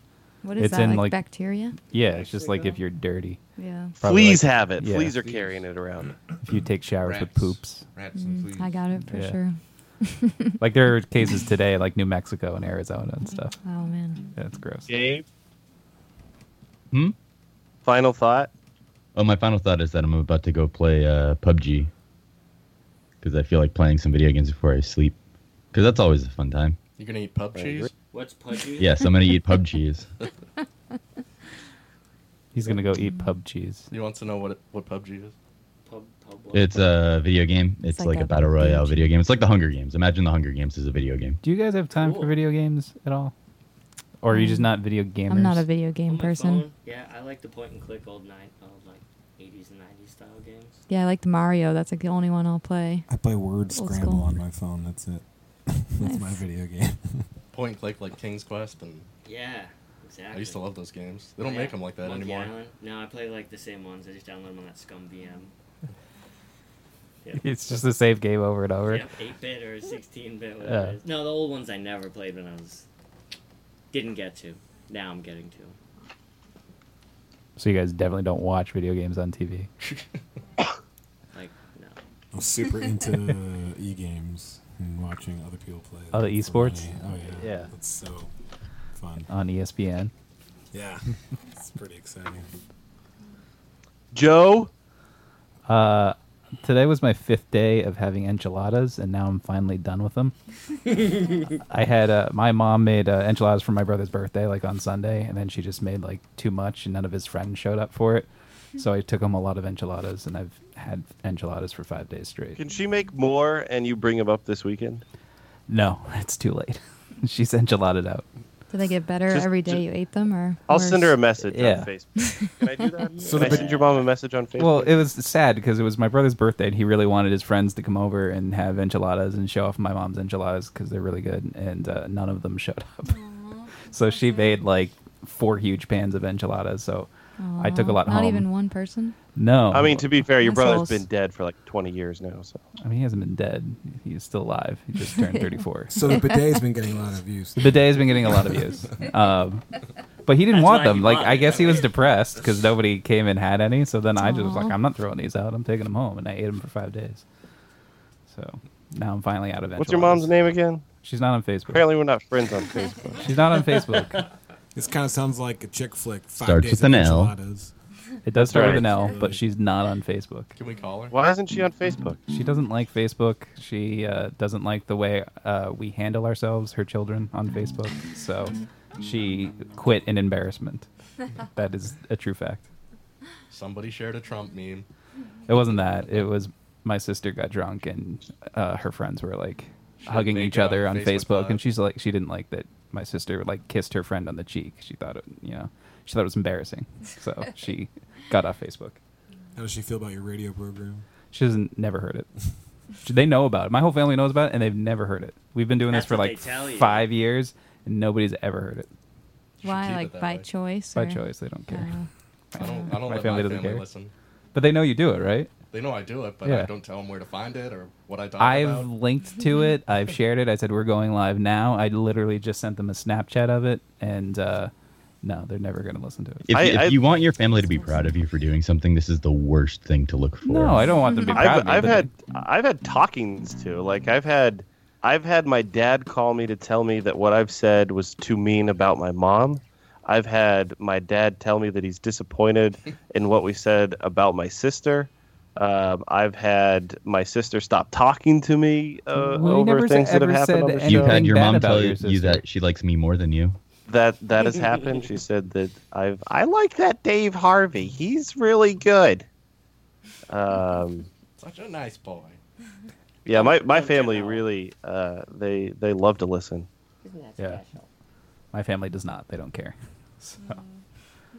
Speaker 9: What is
Speaker 6: It's
Speaker 9: that?
Speaker 6: in,
Speaker 9: Like,
Speaker 6: like-
Speaker 9: bacteria?
Speaker 6: Yeah, it's just like if you're dirty.
Speaker 9: Yeah.
Speaker 6: Probably,
Speaker 5: Fleas
Speaker 6: like,
Speaker 5: have it.
Speaker 6: yeah.
Speaker 5: Fleas are carrying it around.
Speaker 6: If you take showers with
Speaker 1: Rats.
Speaker 6: poops,
Speaker 1: Rats and fleas.
Speaker 9: Mm, I got it for
Speaker 6: Yeah.
Speaker 9: sure.
Speaker 6: like there are cases today, like New Mexico and Arizona and stuff.
Speaker 9: Oh man.
Speaker 6: That's gross.
Speaker 5: Dave,
Speaker 2: Hmm?
Speaker 5: final thought.
Speaker 2: Oh, my final thought is that I'm about to go play uh, PUBG because I feel like playing some video games before I sleep. because that's always a fun time.
Speaker 7: You're gonna eat pub cheese.
Speaker 12: What's pub cheese?
Speaker 2: Yes, I'm gonna eat pub cheese.
Speaker 6: He's gonna go eat pub cheese.
Speaker 7: He wants to know what what PUBG is.
Speaker 12: Pub, pub
Speaker 2: It's a video game. It's,
Speaker 6: like
Speaker 2: like,
Speaker 6: a
Speaker 2: a battle royale video game. It's like the Hunger Games. Imagine the Hunger Games is a video game.
Speaker 6: Do you guys have time for video games at all? Or are you just not video gamers?
Speaker 9: Um, I'm not a video game person.
Speaker 12: Yeah, I like the point and click old nine, old like 80s and 90s style games.
Speaker 9: Yeah, I liked Mario. That's like the only one I'll play.
Speaker 10: I play Word
Speaker 9: Old
Speaker 10: Scramble
Speaker 9: school.
Speaker 10: on my phone. That's it. that's my
Speaker 9: Nice.
Speaker 10: video game.
Speaker 7: Point and click like King's Quest and
Speaker 12: Yeah, exactly.
Speaker 7: I used to love those games. They don't
Speaker 12: Oh,
Speaker 7: make
Speaker 12: yeah.
Speaker 7: them like that
Speaker 12: Monkey
Speaker 7: anymore.
Speaker 12: Island. No, I play like the same ones. I just download them on that scum VM.
Speaker 6: It's just the same game over and over.
Speaker 12: Yep, 8 bit or 16 bit.
Speaker 6: Yeah.
Speaker 12: No, the old ones I never played when I was. Didn't get to. Now I'm getting to.
Speaker 6: So you guys definitely don't watch video games on TV.
Speaker 12: Like, no.
Speaker 10: I'm super into e games and watching other people play.
Speaker 6: Oh, the
Speaker 10: That's
Speaker 6: esports?
Speaker 10: amazing. Oh yeah,
Speaker 6: Yeah.
Speaker 10: That's so fun.
Speaker 6: On E ESPN.
Speaker 10: Yeah, it's pretty exciting.
Speaker 5: Joe?
Speaker 6: Uh, today was my fifth day of having enchiladas, and now I'm finally done with them. I had uh, my mom made uh, enchiladas for my brother's birthday, like on Sunday, and then she just made like too much, and none of his friends showed up for it. So I took him a lot of enchiladas, and I've had enchiladas for five days straight.
Speaker 5: Can she make more and you bring them up this weekend?
Speaker 6: No, it's too late. She's enchiladed out.
Speaker 9: Did they get better
Speaker 5: Just-
Speaker 9: every day
Speaker 5: just-
Speaker 9: you ate them, or
Speaker 5: I'll
Speaker 9: worse?
Speaker 5: send her a message
Speaker 6: Yeah.
Speaker 5: on Facebook. Can I do that?
Speaker 6: So
Speaker 5: Can
Speaker 6: the
Speaker 5: I
Speaker 6: big-
Speaker 5: send your mom a message on Facebook?
Speaker 6: Well, it was sad because it was my brother's birthday, and he really wanted his friends to come over and have enchiladas and show off my mom's enchiladas because they're really good, and uh, none of them showed up. so she made like four huge pans of enchiladas. So I took a
Speaker 9: Aw,
Speaker 6: lot
Speaker 9: Not
Speaker 6: home.
Speaker 9: even one person.
Speaker 6: No,
Speaker 5: I mean, to be fair, your brother's
Speaker 9: Assholes.
Speaker 5: been dead for like 20 years now. So
Speaker 6: I mean, he hasn't been dead. He's still alive. He just turned 34.
Speaker 10: So the bidet's been getting a lot of views.
Speaker 6: The bidet's been getting a lot of views. Um, but he didn't
Speaker 10: That's
Speaker 6: want
Speaker 10: why he
Speaker 6: them. Like,
Speaker 10: bought
Speaker 6: I
Speaker 10: it,
Speaker 6: guess he was depressed because nobody came and had any. So then I just was like, I'm not throwing these out. I'm taking them home. And I ate them for five days. So now I'm finally out of it.
Speaker 5: what's your mom's name again?
Speaker 6: She's not on Facebook.
Speaker 5: Apparently, we're not friends on Facebook.
Speaker 6: She's not on Facebook.
Speaker 10: This kind of sounds like a chick flick. Five
Speaker 2: Starts
Speaker 10: days
Speaker 2: with
Speaker 10: of
Speaker 2: an L.
Speaker 10: enchiladas.
Speaker 6: It does start with an
Speaker 5: Right.
Speaker 6: L, but she's not on Facebook.
Speaker 7: Can we call her?
Speaker 5: Why isn't she on Facebook?
Speaker 6: She doesn't like Facebook. She uh, doesn't like the way uh, we handle ourselves, her children, on Facebook. So she quit in embarrassment. That is a true fact.
Speaker 7: Somebody shared a Trump meme.
Speaker 6: It wasn't that. It was my sister got drunk and uh, her friends were like
Speaker 7: She
Speaker 6: hugging
Speaker 7: made
Speaker 6: each
Speaker 7: it on
Speaker 6: other on
Speaker 7: Facebook
Speaker 6: Facebook,
Speaker 7: Live.
Speaker 6: and she's like, she didn't like that my sister like kissed her friend on the cheek. She thought it, you know, she thought it was embarrassing. So she got off Facebook.
Speaker 10: How does she feel about your radio program?
Speaker 6: She doesn't never heard it. She- they know about it. My whole family knows about it, and they've never heard it. We've been doing
Speaker 12: That's
Speaker 6: this for
Speaker 12: what they
Speaker 6: like
Speaker 12: tell you.
Speaker 6: five years, and nobody's ever heard it.
Speaker 9: Why,
Speaker 6: keep
Speaker 9: like
Speaker 6: it that
Speaker 9: by
Speaker 6: way.
Speaker 9: choice?
Speaker 6: By
Speaker 9: or-
Speaker 6: choice, they don't care.
Speaker 7: I don't. I don't
Speaker 6: my
Speaker 7: let
Speaker 6: family
Speaker 7: my
Speaker 6: doesn't
Speaker 7: family
Speaker 6: care.
Speaker 7: listen.
Speaker 6: But they know you do it, right?
Speaker 7: They know I do it, but I
Speaker 6: Yeah.
Speaker 7: don't tell them where to find it or what I talk
Speaker 6: I've
Speaker 7: about.
Speaker 6: linked to it. I've shared it. I said we're going live now. I literally just sent them a Snapchat of it, and uh, no, they're never going to listen to it.
Speaker 2: If,
Speaker 5: I-
Speaker 2: you- if
Speaker 5: I-
Speaker 2: you want your family to be proud of you for doing something, this is the worst thing to look for.
Speaker 6: no, I don't want them to be proud.
Speaker 5: I've,
Speaker 6: of me,
Speaker 5: I've
Speaker 6: but they-
Speaker 5: had I've had talkings to like I've had I've had my dad call me to tell me that what I've said was too mean about my mom. I've had my dad tell me that he's disappointed in what we said about my sister. Um, I've had my sister stop talking to me uh,
Speaker 6: Well, you
Speaker 5: over
Speaker 6: never
Speaker 5: things that have
Speaker 6: ever
Speaker 5: happened.
Speaker 6: said
Speaker 5: on the
Speaker 6: anything
Speaker 5: show.
Speaker 2: You've had your
Speaker 6: bad
Speaker 2: mom
Speaker 6: about
Speaker 2: tell
Speaker 6: your
Speaker 2: you
Speaker 6: sister.
Speaker 2: that she likes me more than you.
Speaker 5: that that has happened. She said that I've I like that Dave Harvey. He's really good. Um,
Speaker 7: Such a nice boy.
Speaker 5: Yeah, my, my family really uh, they they love to listen.
Speaker 12: Isn't that
Speaker 6: Yeah.
Speaker 12: special?
Speaker 6: my family does not. They don't care. So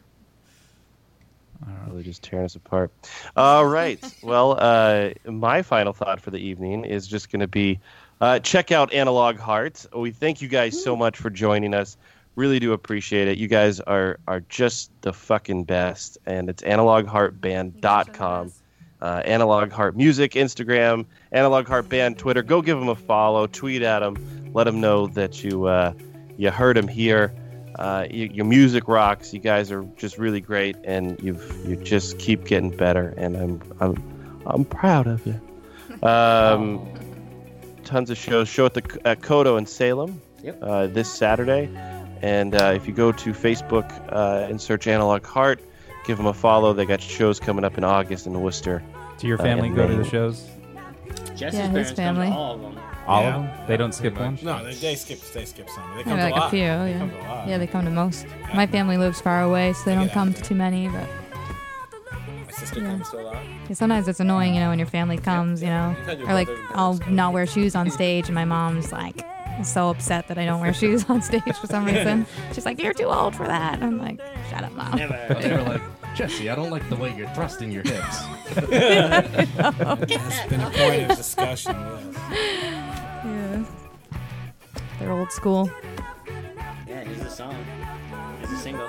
Speaker 5: Really just tearing us apart. All right. well, uh, my final thought for the evening is just going to be uh, check out Analog Hearts. We thank you guys so much for joining us. Really do appreciate it. You guys are are just the fucking best. And it's analogheartband.com. Uh, Analog Heart Music, Instagram, Analog Heart Band, Twitter. Go give them a follow. Tweet at them. Let them know that you uh, you heard them here. Uh, y your music rocks. You guys are just really great, and you've you just keep getting better. And I'm I'm I'm proud of you. Um, tons of shows. Show at the at Kodo in Salem
Speaker 12: Yep.
Speaker 5: uh, this Saturday. And uh, if you go to Facebook uh, and search Analog Heart, give them a follow. They got shows coming up in August in Worcester.
Speaker 6: do your
Speaker 5: Uh,
Speaker 6: family
Speaker 5: and
Speaker 6: go to
Speaker 5: then-
Speaker 6: the shows?
Speaker 12: Jesse's
Speaker 9: Yeah, his
Speaker 12: parents come
Speaker 9: family.
Speaker 12: to all of them.
Speaker 6: All
Speaker 14: Yeah.
Speaker 6: of them? They don't skip one?
Speaker 14: No, they, they skip. They skip some. They
Speaker 11: Yeah,
Speaker 14: come to
Speaker 11: like
Speaker 14: lot.
Speaker 11: a few,
Speaker 14: They
Speaker 11: yeah.
Speaker 14: come to a lot.
Speaker 11: yeah, they come to most. My family lives far away, so they don't come to too many. But
Speaker 14: My sister
Speaker 11: Yeah.
Speaker 14: comes to a lot.
Speaker 11: yeah, sometimes it's annoying, you know, when your family comes, you know,
Speaker 14: You've had your
Speaker 11: or like
Speaker 14: brother and
Speaker 11: I'll not wear shoes on stage, and my mom's like so upset that I don't wear shoes on stage for some reason. She's like, "You're too old for that." And I'm like, "Shut up, mom."
Speaker 7: But they were like, Jesse, I don't like the way you're thrusting your hips.
Speaker 14: That's been a point of discussion. Yes.
Speaker 11: Yeah. They're old school.
Speaker 12: Yeah, here's the song. It's a single.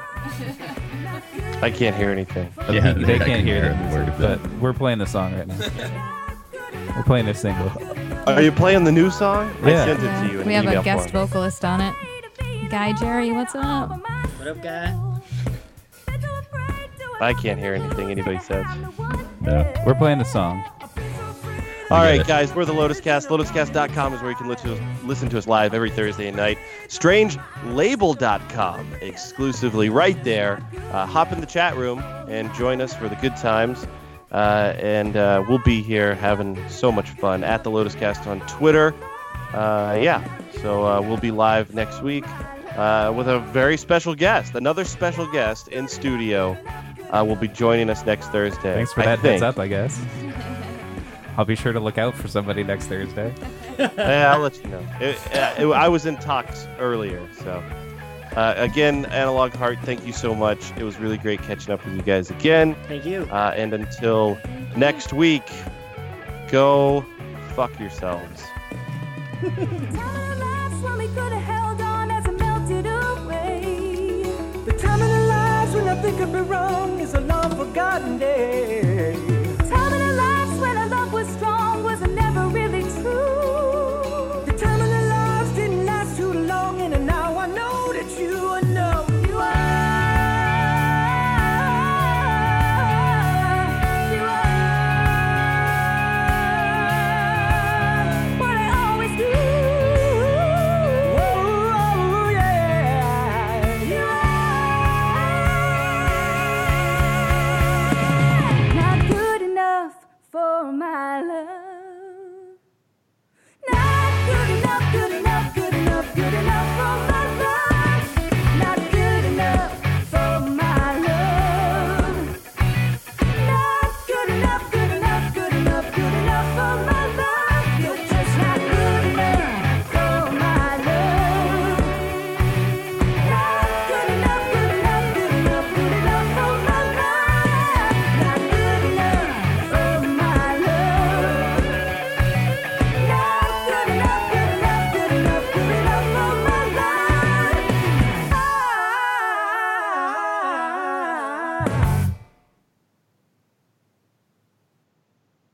Speaker 5: I can't hear anything.
Speaker 6: Yeah, they,
Speaker 5: I
Speaker 6: can't
Speaker 5: can
Speaker 6: hear
Speaker 5: hear a word
Speaker 6: it.
Speaker 5: of
Speaker 6: But we're playing the song right now. we're playing their single.
Speaker 5: Are you playing the new song?
Speaker 6: Yeah.
Speaker 5: I sent it to you in
Speaker 11: We have
Speaker 5: email
Speaker 11: a guest
Speaker 5: form.
Speaker 11: vocalist on it. Guy Jerry, what's up?
Speaker 12: What up, guy?
Speaker 5: I can't hear anything anybody says.
Speaker 6: No. We're playing the song.
Speaker 5: All
Speaker 6: I get
Speaker 5: right,
Speaker 6: it.
Speaker 5: guys, we're the Lotus Cast. LotusCast.com is where you can listen to, us, listen to us live every Thursday night. StrangeLabel.com exclusively right there. Uh, hop in the chat room and join us for the good times. Uh, and uh, we'll be here having so much fun at the Lotus Cast on Twitter. Uh, yeah, so uh, we'll be live next week uh, with a very special guest, another special guest in studio. Uh, will be joining us next Thursday.
Speaker 6: Thanks for
Speaker 5: I
Speaker 6: that heads
Speaker 5: think.
Speaker 6: up, I guess. I'll be sure to look out for somebody next Thursday.
Speaker 5: yeah, I'll let you know. It, uh, it- I was in talks earlier, so. Uh, again, Analog Heart, thank you so much. It was really great catching up with you guys again.
Speaker 12: Thank you.
Speaker 5: Uh, and until next week, go fuck yourselves.
Speaker 11: Slowly could have held on as it melted away.
Speaker 15: The time of the lives when I think I've been wrong is a long forgotten day.
Speaker 11: Time in our lives when our love was strong was never really true.
Speaker 15: The time of the lives didn't last too long, and now I know that you are no. You
Speaker 11: What I always do.
Speaker 15: Oh, yeah. You
Speaker 11: Not good enough for my love. Not good enough, good enough.